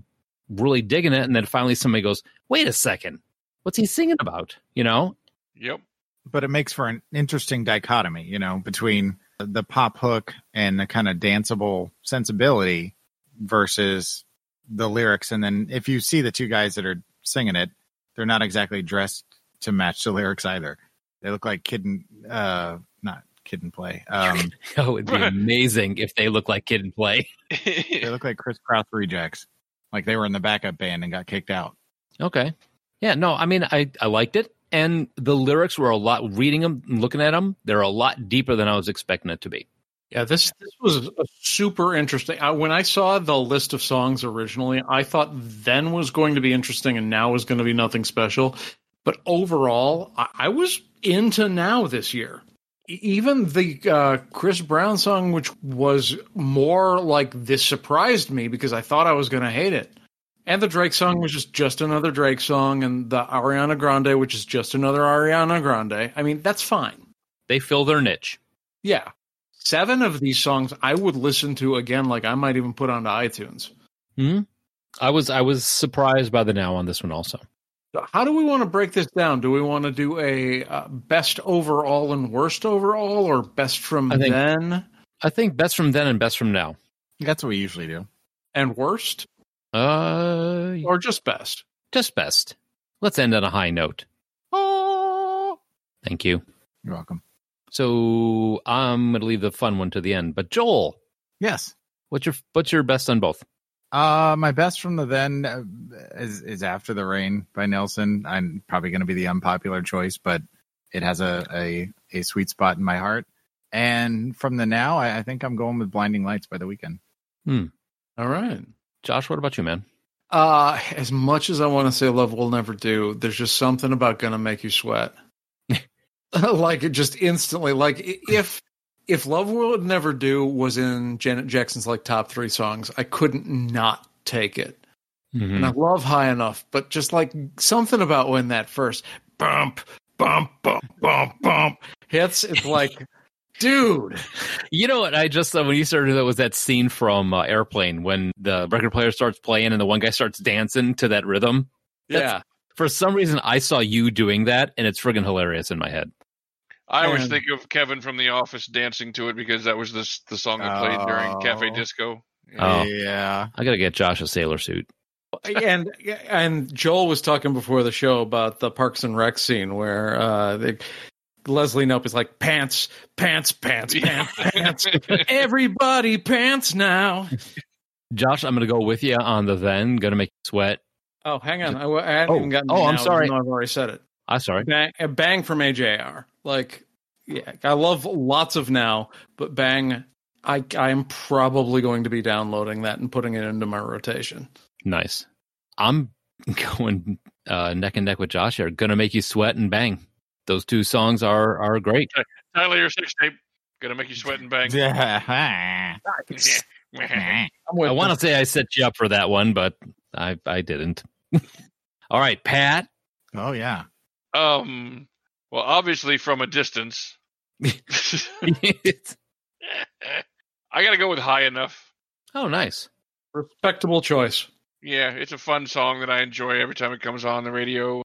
Speaker 3: really digging it. And then finally somebody goes, wait a second, what's he singing about? You know? (laughs)
Speaker 4: Yep. (laughs)
Speaker 5: but it makes for an interesting dichotomy, you know, between the pop hook and the kind of danceable sensibility versus the lyrics. And then if you see the two guys that are singing it, they're not exactly dressed to match the lyrics either. They look like kid and, uh, not kid and play. Um,
Speaker 3: Oh, it'd be amazing if they look like kid and play. (laughs)
Speaker 5: they look like Chris Kraus rejects, like they were in the backup band and got kicked out.
Speaker 3: Okay. Yeah, no, I mean, I, I liked it. And the lyrics were a lot, reading them and looking at them, they're a lot deeper than I was expecting it to be.
Speaker 6: Yeah, this this was a super interesting. I, when I saw the list of songs originally, I thought then was going to be interesting, and now was going to be nothing special. But overall, I, I was into now this year. E- Even the uh, Chris Brown song, which was more like this, surprised me because I thought I was going to hate it. And the Drake song was just just another Drake song, and the Ariana Grande, which is just another Ariana Grande. I mean, that's fine.
Speaker 3: They fill their niche.
Speaker 6: Yeah. Seven of these songs I would listen to again, like I might even put onto iTunes.
Speaker 3: Hmm? I was I was surprised by the now on this one also.
Speaker 6: So How do we want to break this down? Do we want to do a uh, best overall and worst overall or best from
Speaker 3: I think-
Speaker 6: then
Speaker 3: I think best from then and best from now.
Speaker 5: That's what we usually do.
Speaker 6: and worst
Speaker 3: Uh,
Speaker 6: or just best?
Speaker 3: just best. Let's end on a high note. Thank you.
Speaker 5: You're welcome.
Speaker 3: So I'm going to leave the fun one to the end. But Joel,
Speaker 5: Yes.
Speaker 3: what's your what's your best on both?
Speaker 5: Uh, my best from the then uh, is is After the Rain by Nelson. I'm probably going to be the unpopular choice, but it has a, a a sweet spot in my heart. And from the now, I, I think I'm going with Blinding Lights by the weekend.
Speaker 6: All right.
Speaker 3: Josh, what about you, man?
Speaker 6: Uh, as much as I want to say love will never do, there's just something about gonna make you sweat. (laughs) like it just instantly, like i- if if love will never do was in Janet Jackson's like top three songs, I couldn't not take it. And I love high enough, but just like something about when that first bump, bump, bump, bump, bump hits, it's like, dude,
Speaker 3: You know what I just saw when you started that was that scene from uh, Airplane when the record player starts playing and the one guy starts dancing to that rhythm. That's-
Speaker 6: yeah.
Speaker 3: For some reason, I saw you doing that, and it's friggin' hilarious in my head.
Speaker 4: I always
Speaker 6: And-
Speaker 4: think of Kevin from The Office dancing to it because that was the s- the song I played during Cafe
Speaker 5: Oh.
Speaker 4: Disco.
Speaker 3: Oh.
Speaker 5: Yeah.
Speaker 3: I gotta get Josh a sailor suit.
Speaker 6: (laughs) and and Joel was talking before the show about the Parks and Rec scene where uh, they, Leslie Nope is like pants, pants, pants,
Speaker 4: Yeah.
Speaker 6: pants, pants. (laughs) Everybody pants now.
Speaker 3: Josh, I'm gonna go with you on the then. Gonna make you sweat.
Speaker 6: Oh, hang on, I, I haven't
Speaker 3: Oh,
Speaker 6: even gotten. to
Speaker 3: oh, I'm
Speaker 6: now, even
Speaker 3: sorry.
Speaker 6: though I've already said it.
Speaker 3: I Ah, sorry.
Speaker 6: Bang, a bang from AJR. Like, yeah, I love lots of now, but bang. I I am probably going to be downloading that and putting it into my rotation.
Speaker 3: Nice. I'm (laughs) going uh, neck and neck with Josh here. Gonna make you sweat and bang. Those two songs are are great.
Speaker 4: Tyler, your sex tape gonna make you sweat and bang.
Speaker 5: Yeah.
Speaker 6: I'm with
Speaker 3: I want to say I set you up for that one, but I I didn't. (laughs) All right, Pat.
Speaker 5: (laughs)
Speaker 3: (laughs)
Speaker 5: oh yeah.
Speaker 4: (laughs) um, well, obviously from a distance. (laughs) I gotta go with high enough.
Speaker 3: oh, nice.
Speaker 6: respectable choice.
Speaker 4: Yeah, it's a fun song that I enjoy every time it comes on the radio.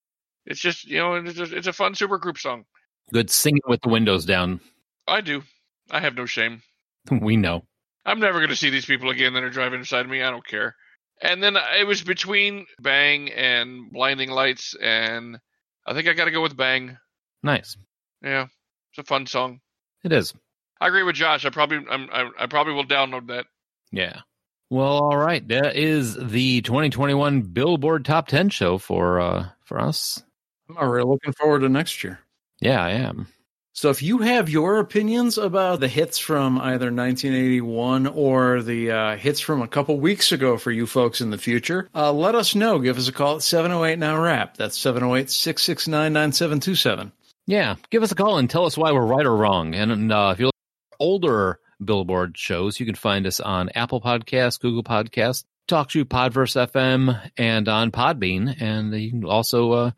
Speaker 4: It's just you know, it's, just, it's a fun supergroup song.
Speaker 3: Good singing with the windows down. (laughs)
Speaker 4: I do. I have no shame.
Speaker 3: We know.
Speaker 4: I'm never going to see these people again that are driving beside me. I don't care. And then it was between Bang and Blinding Lights, and I think I got to go with Bang.
Speaker 3: Nice.
Speaker 4: Yeah, it's a fun song.
Speaker 3: It is.
Speaker 4: I agree with Josh. I probably I'm, I, I probably will download that.
Speaker 3: Yeah. Well, all right. That is the 2021 Billboard Top 10 show for uh for us.
Speaker 6: I'm already looking forward to next year.
Speaker 3: Yeah, I am.
Speaker 6: So if you have your opinions about the hits from either 1981 or the uh, hits from a couple weeks ago for you folks in the future, uh, let us know. Give us a call at 708 Now Rap. That's 708 669 9727.
Speaker 3: Yeah, give us a call and tell us why we're right or wrong. And uh, if you look at older Billboard shows, you can find us on Apple Podcasts, Google Podcasts, Talk to Podverse FM, and on Podbean. And you can also uh,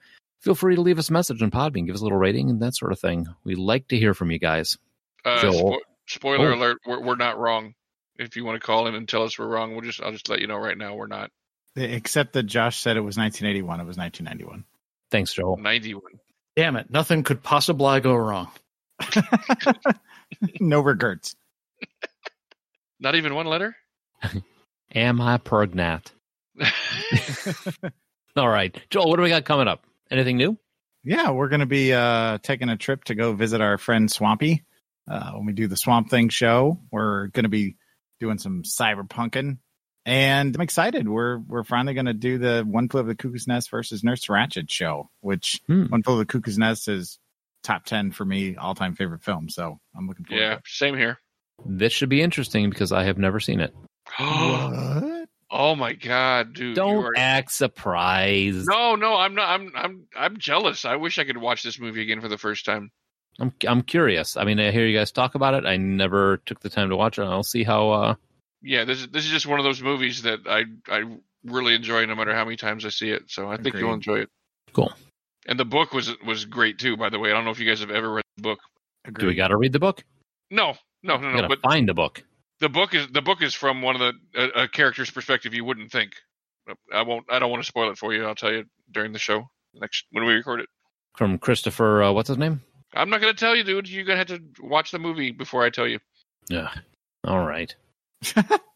Speaker 3: feel free to leave us a message on Podbean, give us a little rating and that sort of thing. We like to hear from you guys.
Speaker 4: Uh,
Speaker 3: Joel.
Speaker 4: spo- spoiler
Speaker 3: Oh.
Speaker 4: alert: we're, we're not wrong. If you want to call in and tell us we're wrong, we'll just I'll just let you know right now we're not.
Speaker 5: Except that Josh said it was 1981. It was 1991.
Speaker 3: Thanks, Joel.
Speaker 4: 91.
Speaker 6: Damn it, nothing could possibly go wrong.
Speaker 5: no regrets.
Speaker 4: Not even one letter. (laughs)
Speaker 3: Am I pregnant? All right, Joel, what do we got coming up? Anything new?
Speaker 5: Yeah, we're going to be uh, taking a trip to go visit our friend Swampy. Uh, when we do the Swamp Thing show, we're going to be doing some cyberpunking, and I'm excited. We're we're finally going to do the One Flew of the Cuckoo's Nest versus Nurse Ratchet show, which
Speaker 3: Hmm.
Speaker 5: One Flew of the Cuckoo's Nest is top ten for me, all time favorite film. So I'm looking forward.
Speaker 4: yeah, same here.
Speaker 3: This should be interesting because I have never seen it.
Speaker 5: To it. What?
Speaker 4: (gasps) Oh my god, dude! you
Speaker 3: Don't
Speaker 4: are-
Speaker 3: act surprised.
Speaker 4: No, no, I'm not. I'm, I'm, I'm jealous. I wish I could watch this movie again for the first time.
Speaker 3: I'm I'm curious. I mean, I hear you guys talk about it. I never took the time to watch it. I'll see how. Uh,
Speaker 4: Yeah, this is this is just one of those movies that I, I really enjoy, no matter how many times I see it. So I think you'll
Speaker 5: Agreed.
Speaker 4: enjoy it.
Speaker 3: Cool.
Speaker 4: And the book was was great too. By the way, I don't know if you guys have ever read the book.
Speaker 3: do we got to read the book?
Speaker 4: No, no, no,
Speaker 3: We
Speaker 4: no.
Speaker 3: gotta
Speaker 4: But
Speaker 3: find the book.
Speaker 4: the book is the book is from one of the a, a character's perspective you wouldn't think. I won't. I don't want to spoil it for you. I'll tell you during the show next when we record it.
Speaker 3: from Christopher. Uh, what's his name?
Speaker 4: I'm not gonna tell you, dude. You're gonna have to watch the movie before I tell you.
Speaker 3: Yeah. All right.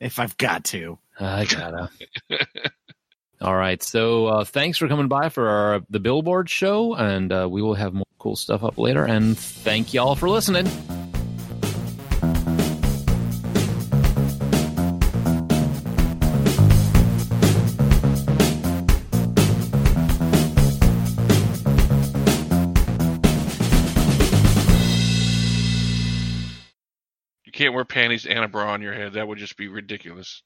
Speaker 5: If I've got to.
Speaker 3: I
Speaker 4: (laughs)
Speaker 3: gotta. All right. So uh, thanks for coming by for our, the Billboard show, and uh, we will have more cool stuff up later. And thank y'all for listening.
Speaker 4: You can't wear panties and a bra on your head. That would just be ridiculous.